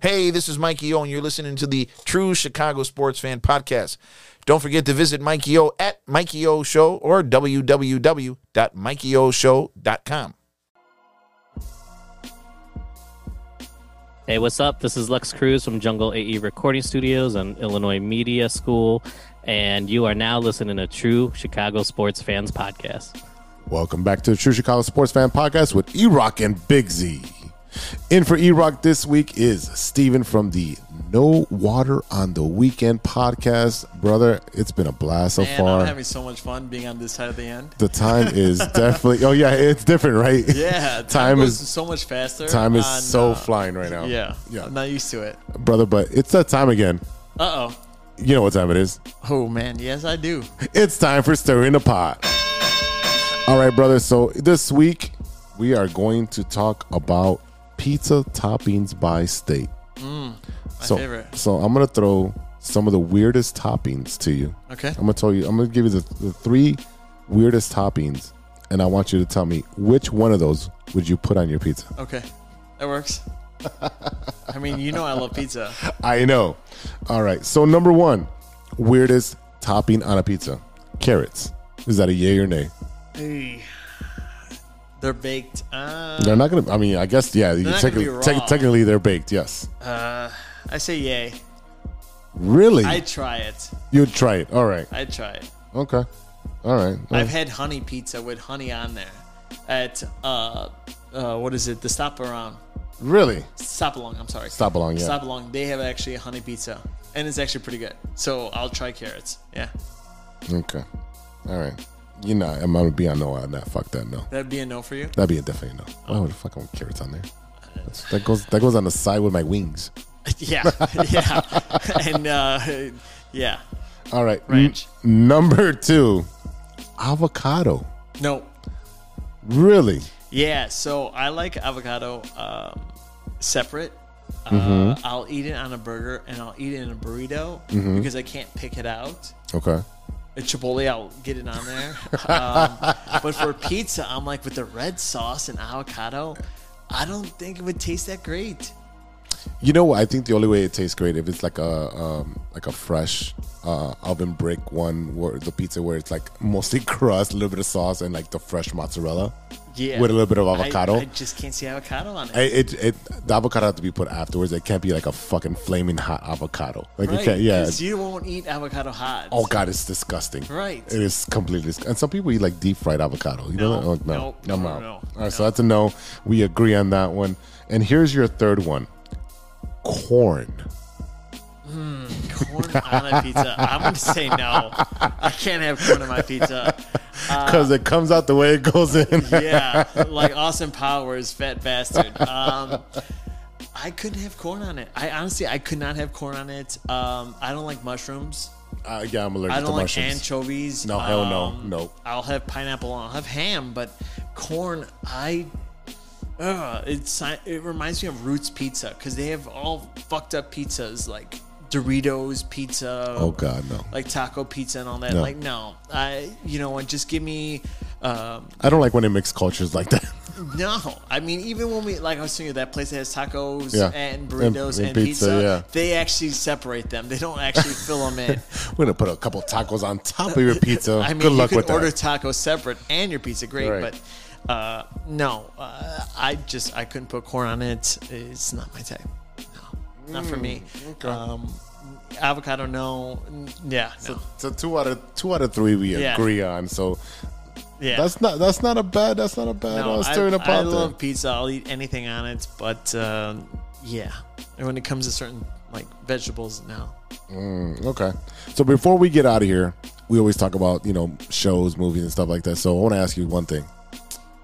G: Hey, this is Mikey O, and you're listening to the True Chicago Sports Fan Podcast. Don't forget to visit Mikey O at Mikey O Show or www.mikeyoshow.com.
H: Hey, what's up? This is Lex Cruz from Jungle AE Recording Studios and Illinois Media School, and you are now listening to True Chicago Sports Fans Podcast.
C: Welcome back to the True Chicago Sports Fan Podcast with E Rock and Big Z. In for E Rock this week is Steven from the No Water on the Weekend podcast. Brother, it's been a blast so
D: Man,
C: far.
D: I'm having so much fun being on this side of the end.
C: the time is definitely. Oh, yeah, it's different, right?
D: Yeah,
C: Time,
D: goes
C: is.
D: so much faster.
C: Time is
D: on,
C: so
D: uh,
C: flying right now.
D: Yeah,
C: Yeah.
D: I'm not used to it.
C: Brother, but it's that time again.
D: Uh oh.
C: You know what time it is.
D: Oh man, yes I do.
C: It's time for stirring the pot. All right, brother. So this week we are going to talk about pizza toppings by state.
D: Mm, My
C: so,
D: favorite.
C: so I'm gonna throw some of the weirdest toppings to you.
D: Okay.
C: I'm gonna tell you. I'm gonna give you the, the three weirdest toppings, and I want you to tell me which one of those would you put on your pizza.
D: Okay, that works. I mean, you know I love pizza.
C: I know. All right. So number one, weirdest topping on a pizza: carrots? Is that a yay or nay?
D: They're baked. Uh,
C: They're not gonna. I mean, I guess yeah. You
D: not
C: take,
D: gonna be
C: take-
D: raw.
C: technically, they're baked. Yes.
D: I say yay.
C: Really?
D: I'd try it.
C: You'd try it. All right.
D: I'd try it.
C: Okay. All right.
D: I've had honey pizza with honey on there at uh, uh what is it? The stop around.
C: really?
D: Stop along. I'm sorry.
C: Stop along. Yeah.
D: Stop along. They have actually a honey pizza, and it's actually pretty good. So I'll try carrots. Yeah,
C: Okay. All right. You know, I'm gonna be on no on that. Fuck that. No.
D: that'd be a no for you.
C: That'd be a definitely no. Why would the fuck I want carrots on there? That's, that goes that goes on the side with my wings.
D: yeah, yeah, and uh, yeah.
C: All right.
D: Ranch.
C: N- number two, avocado.
D: No,
C: Really?
D: Yeah, so I like avocado um, separate. Uh,
C: Mm-hmm.
D: I'll eat it on a burger and I'll eat it in a burrito because I can't pick it out.
C: Okay.
D: At Chipotle, I'll get it on there. um, but for pizza, I'm like with the red sauce and avocado. I don't think it would taste that great.
C: You know what? I think the only way it tastes great if it's like a um, like a fresh uh, oven brick one, where the pizza where it's like mostly crust, a little bit of sauce, and like the fresh mozzarella.
D: Yeah,
C: With a little bit of
D: I-
C: avocado.
D: I, just can't see avocado on it.
C: I- It, it, the avocado has to be put afterwards. It can't be like a fucking flaming hot avocado. Like
D: right?
C: it can't. Yeah.
D: 'cause you won't eat avocado hot.
C: Oh god, it's disgusting.
D: Right.
C: It is completely disgusting. And some people eat like deep fried avocado. You know
D: No,
C: that? Oh, no.
D: no,
C: I'm
D: no,
C: out.
D: no,
C: All right, so that's a no. We agree on that one. And here's your third one. Corn.
D: corn on a pizza. I'm gonna say no. I can't have corn on my pizza. Uh,
C: Because it comes out the way it goes in.
D: yeah, like Austin Powers, fat bastard. Um, I couldn't have corn on it. I honestly, I could not have corn on it. Um, I don't like mushrooms.
C: Uh, yeah, I'm allergic
D: I don't
C: to
D: like
C: mushrooms.
D: anchovies. um,
C: No, hell no. Nope.
D: I'll have pineapple. and I'll have ham, but corn, I. Ugh, it's it reminds me of Roots Pizza because they have all fucked up pizzas like Doritos pizza.
C: oh god, no.
D: Like taco pizza and all that.
C: No.
D: Like no, I you know what? Just give me um,
C: I don't like when they mix cultures like that.
D: no, I mean even when we like I was telling you that place that has tacos
C: Yeah.
D: and burritos
C: And-
D: and,
C: and pizza,
D: pizza,
C: yeah.
D: they actually separate them. They don't actually fill them in.
C: We're gonna put a couple tacos on top of your pizza.
D: I mean,
C: Good luck
D: you
C: with
D: can order
C: that.
D: tacos separate and your pizza, great.
C: Right.
D: But uh, no, uh, I just I couldn't put corn on it. It's not my type. No, not for me.
C: Mm,
D: Um, avocado, no. N- Yeah, no.
C: So two out of two out of three we
D: Yeah.
C: agree on. So
D: yeah.
C: that's not that's not a bad that's not a bad
D: no,
C: uh,
D: I,
C: stirring up
D: I
C: out there.
D: love pizza. I'll eat anything on it, but um, yeah. And when it comes to certain like vegetables, no.
C: Okay. So before we get out of here, we always talk about, you know, shows, movies, and stuff like that. So I want to ask you one thing.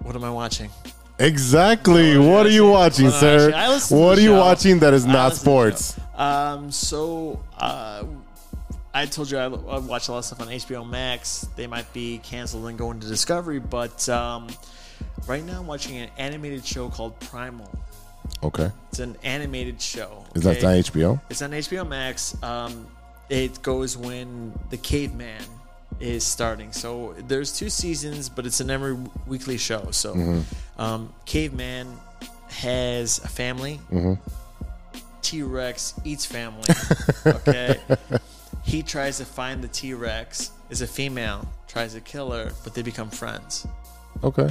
D: What am I watching?
C: Exactly.
D: Oh,
C: what are you watching,
D: What am I
C: sir?
D: watching? I listen to
C: What
D: the
C: are you
D: show.
C: watching that is
D: I
C: not
D: listen to the
C: sports?
D: show. Um, so uh, I told you I, I watch a lot of stuff on HBO Max. They might be canceled and going to Discovery, but um, right now I'm watching an animated show called Primal.
C: Okay.
D: It's an animated show.
C: Is that
D: okay?
C: on HBO?
D: It's on HBO Max. Um, it goes when the caveman is starting. So there's two seasons, but it's an every weekly show. So um, caveman has a family. T Rex eats family. Okay. he tries to find the T Rex. Is a female tries to kill her, but they become friends.
C: Okay.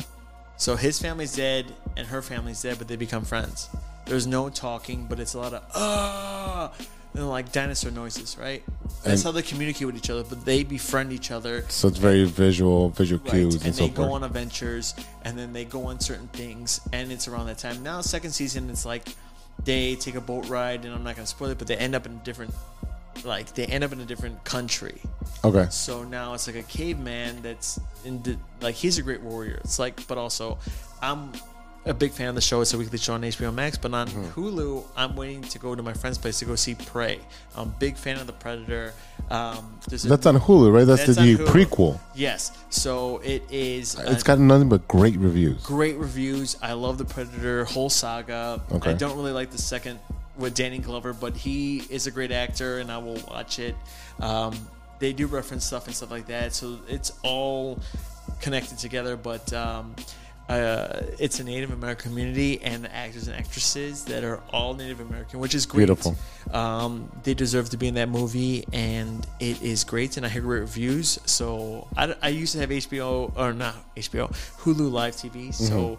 D: So his family's dead and her family's dead, but they become friends. There's no talking, but it's a lot of ah, and like dinosaur noises, right? That's
C: And-
D: how they communicate with each other, but they befriend each other.
C: So it's very visual, visual
D: Right,
C: cues
D: and
C: and, so
D: they go
C: forth.
D: on adventures, and then they go on certain things, and it's around that time. Now, second season, it's like they take a boat ride, and I'm not gonna spoil it, but they end up in a different, like they end up in a different country.
C: okay.
D: So now it's like a caveman that's in the, like he's a great warrior. It's like, but also, I'm a big fan of the show. It's a weekly show on HBO Max, but on
C: Mm-hmm.
D: Hulu, I'm waiting to go to my friend's place to go see Prey. I'm a big fan of the Predator. Um, there's a-
C: That's on Hulu, right? That's,
D: That's
C: the,
D: on Hulu.
C: prequel.
D: Yes, so it is.
C: It's
D: an-
C: got nothing but great reviews.
D: great reviews. I love the Predator whole saga.
C: Okay.
D: I don't really like the second with Danny Glover, but he is a great actor, and I will watch it. Um, they do reference stuff and stuff like that, so it's all connected together. But um, uh, it's a Native American community, and the actors and actresses that are all Native American, which is great.
C: Beautiful.
D: Um, they deserve to be in that movie, and it is great. And I hear great reviews. So I, I used to have HBO or not HBO, Hulu Live
C: Mm-hmm.
D: TV. So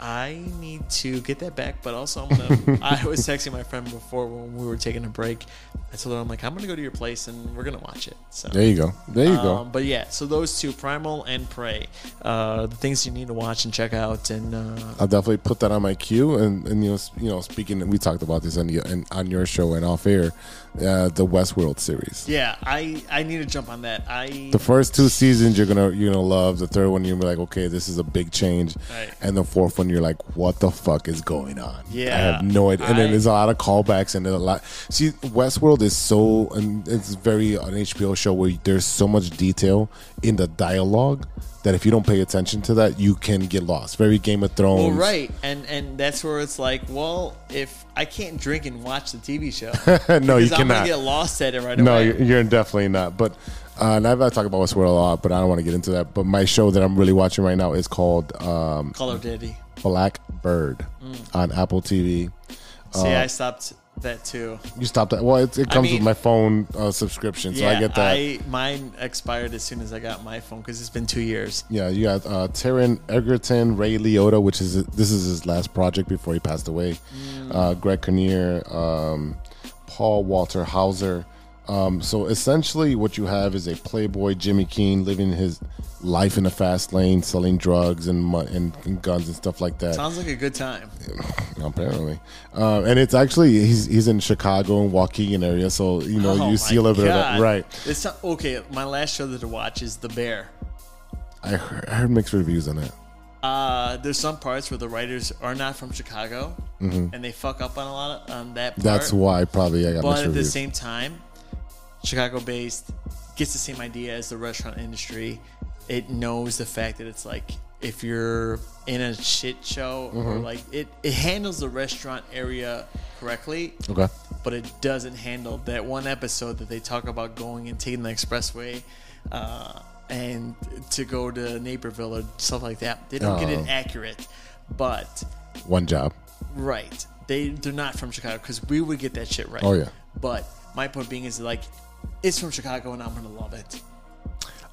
D: I need to get that back. But also, I'm gonna, I was texting my friend before when we were taking a break. I told her I'm like I'm gonna go to your place and we're gonna watch it. So
C: There you go. There you go.
D: um, but yeah, so those two, Primal and Prey, uh, the things you need to watch and check out. And uh,
C: I'll definitely put that on my queue. And, and you know, s- you know, speaking, we talked about this on your and on your show and off air, uh, the Westworld series.
D: yeah, I I need to jump on that. I
C: The first two seasons you're gonna you're gonna love. The third one you're gonna be like, okay, this is a big change.
D: Right.
C: And the fourth one you're like, what the fuck is going on? I
D: Yeah.
C: have no idea. And then
D: I-
C: there's a lot of callbacks and a lot. See, Westworld is so and it's very an HBO show where there's so much detail in the dialogue that if you don't pay attention to that, you can get lost. Very Game of Thrones.
D: well, right, and and that's where it's like, well, if I can't drink and watch the TV show,
C: no, you
D: because I'm
C: cannot.
D: gonna get lost at it right
C: No,
D: away.
C: you're, you're definitely not. But uh, and I've, I talk about Westworld a lot, but I don't want to get into that. But my show that I'm really watching right now is called um,
D: Call of Duty.
C: Black Bird
D: Mm.
C: on Apple TV. Oh.
D: See, I stopped that too.
C: You stopped that. Well, it, it comes with
D: mean-
C: my phone uh, subscription, so
D: yeah,
C: I get that.
D: I- mine expired as soon as I got my phone because it's been two years.
C: yeah, you got uh, Taron Egerton, Ray Liotta, which is this is his last project before he passed away.
D: Mm.
C: Uh, Greg Kinnear, um, Paul Walter Hauser. Um, so essentially, what you have is a playboy Jimmy Keen living his life in the fast lane, selling drugs and mu- and, and guns and stuff like that.
D: Sounds like a good time.
C: Apparently, uh, and it's actually he's he's in Chicago and Waukegan area, so you know
D: Oh
C: you see a
D: my
C: little bit of that,
D: God.
C: right?
D: It's not, okay. My last show that to watch is The Bear.
C: I heard, I heard mixed reviews on it.
D: Uh, there's some parts where the writers are not from Chicago, and they fuck up on a lot of on that. Part.
C: Mm-hmm. That's why probably I got
D: But
C: mixed
D: at the
C: reviews.
D: same time, Chicago-based gets the same idea as the restaurant industry. It knows the fact that it's like if you're in a shit show or
C: Mm-hmm.
D: like it, it handles the restaurant area correctly
C: okay,
D: but it doesn't handle that one episode that they talk about going and taking the expressway uh, and to go to Naperville or stuff like that. They don't get
C: Oh.
D: it accurate, but
C: one job.
D: right, they they're not from Chicago because we would get that shit right.
C: Oh, yeah.
D: But my point being is like, it's from Chicago and I'm gonna love it.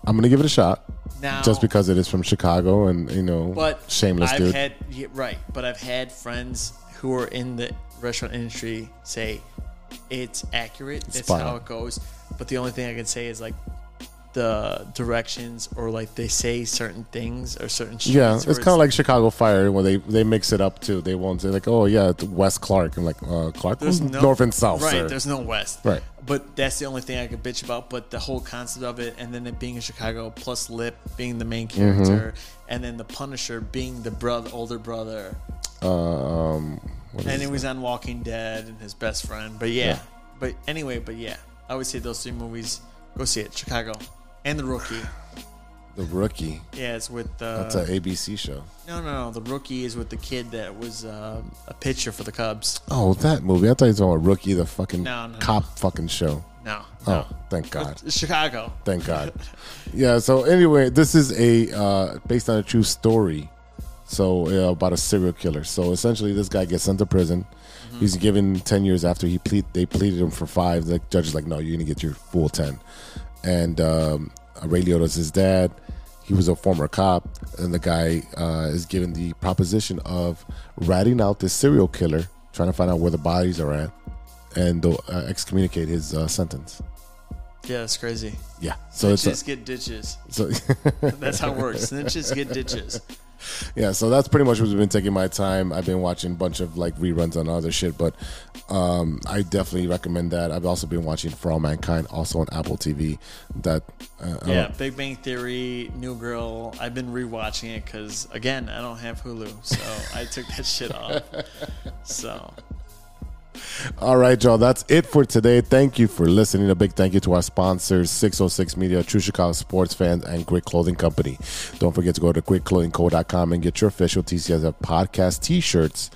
C: I'm gonna give it a shot.
D: Now-
C: just because it is from Chicago and you know,
D: But
C: shameless
D: I've
C: dude.
D: had yeah, right, but I've had friends who are in the restaurant industry say it's accurate. That's
C: Spot on.
D: how it goes. But the only thing I can say is like the directions or like they say certain things or certain shit.
C: yeah, it's kind of like Chicago Fire where they they mix it up too. They won't say like, oh yeah, it's West Clark. I'm like, uh, Clark was north and south,
D: Right,
C: sir.
D: there's no west.
C: Right.
D: But that's the only thing I could bitch about. But the whole concept of it, and then it being in Chicago, plus Lip being the main
C: Mm-hmm.
D: character, and then the Punisher being the brother, older brother,
C: Uh, um, what is
D: and
C: it?
D: he was on Walking Dead and his best friend. But yeah. But anyway, but yeah. I would say those three movies. Go see it. Chicago. And The Rookie.
C: the rookie.
D: Yeah, it's with
C: That's
D: uh,
C: an ABC show.
D: No, no, no. The Rookie is with the kid that was uh, a pitcher for the Cubs.
C: Oh, that movie. I thought you were talking about Rookie, the fucking
D: No, no.
C: cop fucking show.
D: No.
C: Oh, thank God.
D: But Chicago.
C: Thank God. yeah. So anyway, this is a uh, based on a true story. So uh, about a serial killer. So essentially, this guy gets sent to prison. He's given ten years after he plead. They pleaded him for five. The judge is like, "No, you're gonna get your full 10. And um, Ray Liotta's his dad. He was a former cop, and the guy uh, is given the proposition of ratting out this serial killer, trying to find out where the bodies are at, and uh, excommunicate his uh, sentence.
D: Yeah, that's crazy.
C: Yeah. So it's a-
D: Just get ditches.
C: so
D: That's how it works. Snitches get ditches.
C: yeah, so that's pretty much what's been taking my time. I've been watching a bunch of like reruns on other shit, but um, I definitely recommend that. I've also been watching For All Mankind, also on Apple TV. That uh, I
D: Yeah,
C: don't-
D: Big Bang Theory, New Girl. I've been rewatching it because again, I don't have Hulu, so I took that shit off. So
C: All right, y'all. That's it for today. Thank you for listening. A big thank you to our sponsors, 606 Media, True Chicago Sports Fans, and Quick Clothing Company. Don't forget to go to quickclothingco.com and get your official TCSF podcast t shirts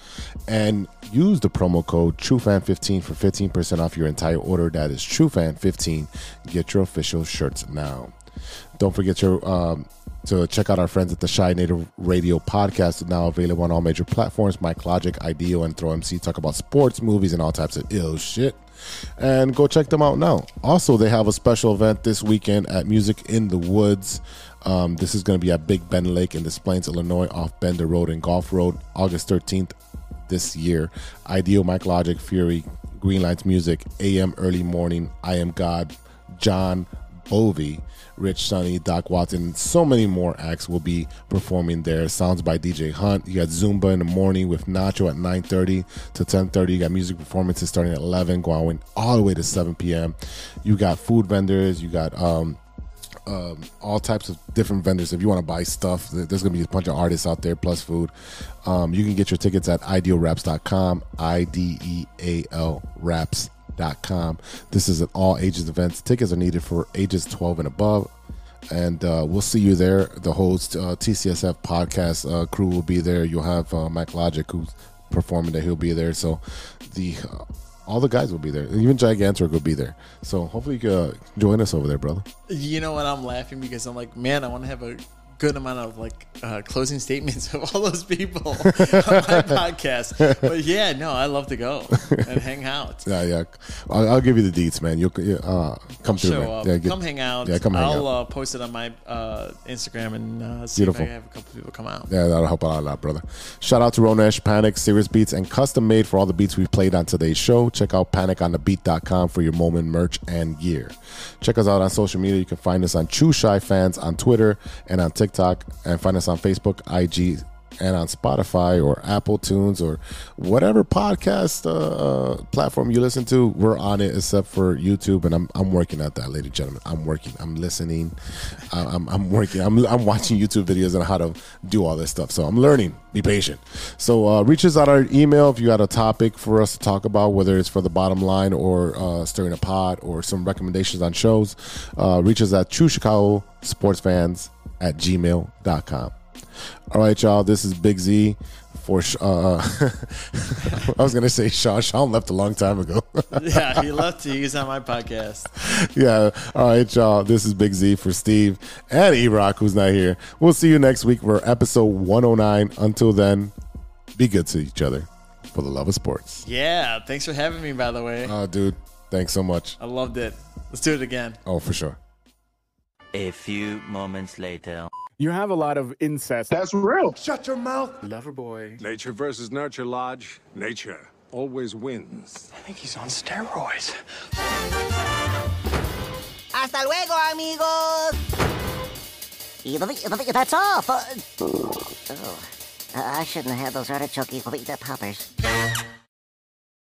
C: and use the promo code TrueFan15 for 15% off your entire order. That is TrueFan15. Get your official shirts now. Don't forget your um, to check out our friends at the Shy Native Radio podcast, now available on all major platforms. Mike Logic, Ideo, and Throw MC talk about sports, movies, and all types of ill shit. And go check them out now. Also, they have a special event this weekend at Music in the Woods. Um, this is going to be at Big Bend Lake in Des Plaines, Illinois, off Bender Road and Golf Road, August 13th this year. Ideal, Mike Logic, Fury, Green Lights Music, AM Early Morning, I Am God, John Bovey, Rich Sunny, Doc Watson, and so many more acts will be performing there. Sounds by DJ Hunt. You got Zumba in the morning with Nacho at 9.30 to 10.30. You got music performances starting at 11, going all the way to 7 p.m. You got food vendors. You got um, um, all types of different vendors. If you want to buy stuff, th- there's going to be a bunch of artists out there plus food. Um, you can get your tickets at idealraps.com, I D E A L raps.com. This is an all ages event. Tickets are needed for ages 12 and above. And uh, we'll see you there. The host, uh, TCSF podcast uh, crew, will be there. You'll have uh, Mike Logic, who's performing there. He'll be there. So the. Uh, all the guys will be there. Even Gigantor will be there. So hopefully you uh, join us over there, brother.
D: You know what? I'm laughing because I'm like, man, I want to have a good amount of like uh, closing statements of all those people on my podcast. But yeah, no, I love to go and hang out.
C: Yeah, yeah. I'll, I'll give you the deets, man. You'll uh, come through.
D: Show
C: man.
D: up,
C: Yeah, get-
D: come hang out.
C: Yeah, come hang
D: I'll
C: out.
D: Uh, post it on my uh, Instagram and uh, see
C: Beautiful.
D: if I have a couple people come out.
C: Yeah, that'll help out a lot, brother. Shout out to Ronesh Panic, Serious Beats, and Custom Made for all the beats we played on today's show. Check out paniconthebeat.com for your moment merch and gear. Check us out on social media. You can find us on True Shy Fans on Twitter and on TikTok, and find us on Facebook, IG, and on Spotify or Apple Tunes or whatever podcast uh, uh, platform you listen to, we're on it except for YouTube. And I'm, I'm working at that, ladies and gentlemen. I'm working. I'm listening. I- I'm, I'm working. I'm, I'm watching YouTube videos on how to do all this stuff. So I'm learning. Be patient. So uh, reach us out our email if you got a topic for us to talk about, whether it's for the bottom line or uh, stirring a pot or some recommendations on shows. Uh, reach us at True Chicago Sports Fans at gmail.com. All right, y'all. This is Big Z for. Sh- Uh, I was gonna say Sean. Sean left a long time ago.
D: yeah, he left to use on my podcast.
C: yeah. All right, y'all. This is Big Z for Steve and E Rock, who's not here. We'll see you next week for episode 109. Until then, be good to each other for the love of sports.
D: Yeah, thanks for having me. By the way,
C: Oh, dude. Thanks so much.
D: I loved it. Let's do it again.
C: Oh, for sure.
I: A few moments later.
J: You have a lot of incest.
K: That's real.
F: Shut your mouth.
J: Lover boy.
F: Nature versus nurture, Lodge. Nature always wins. I think he's on steroids.
L: Hasta luego, amigos. That's all. For... Oh, I shouldn't have had those artichoke poppers.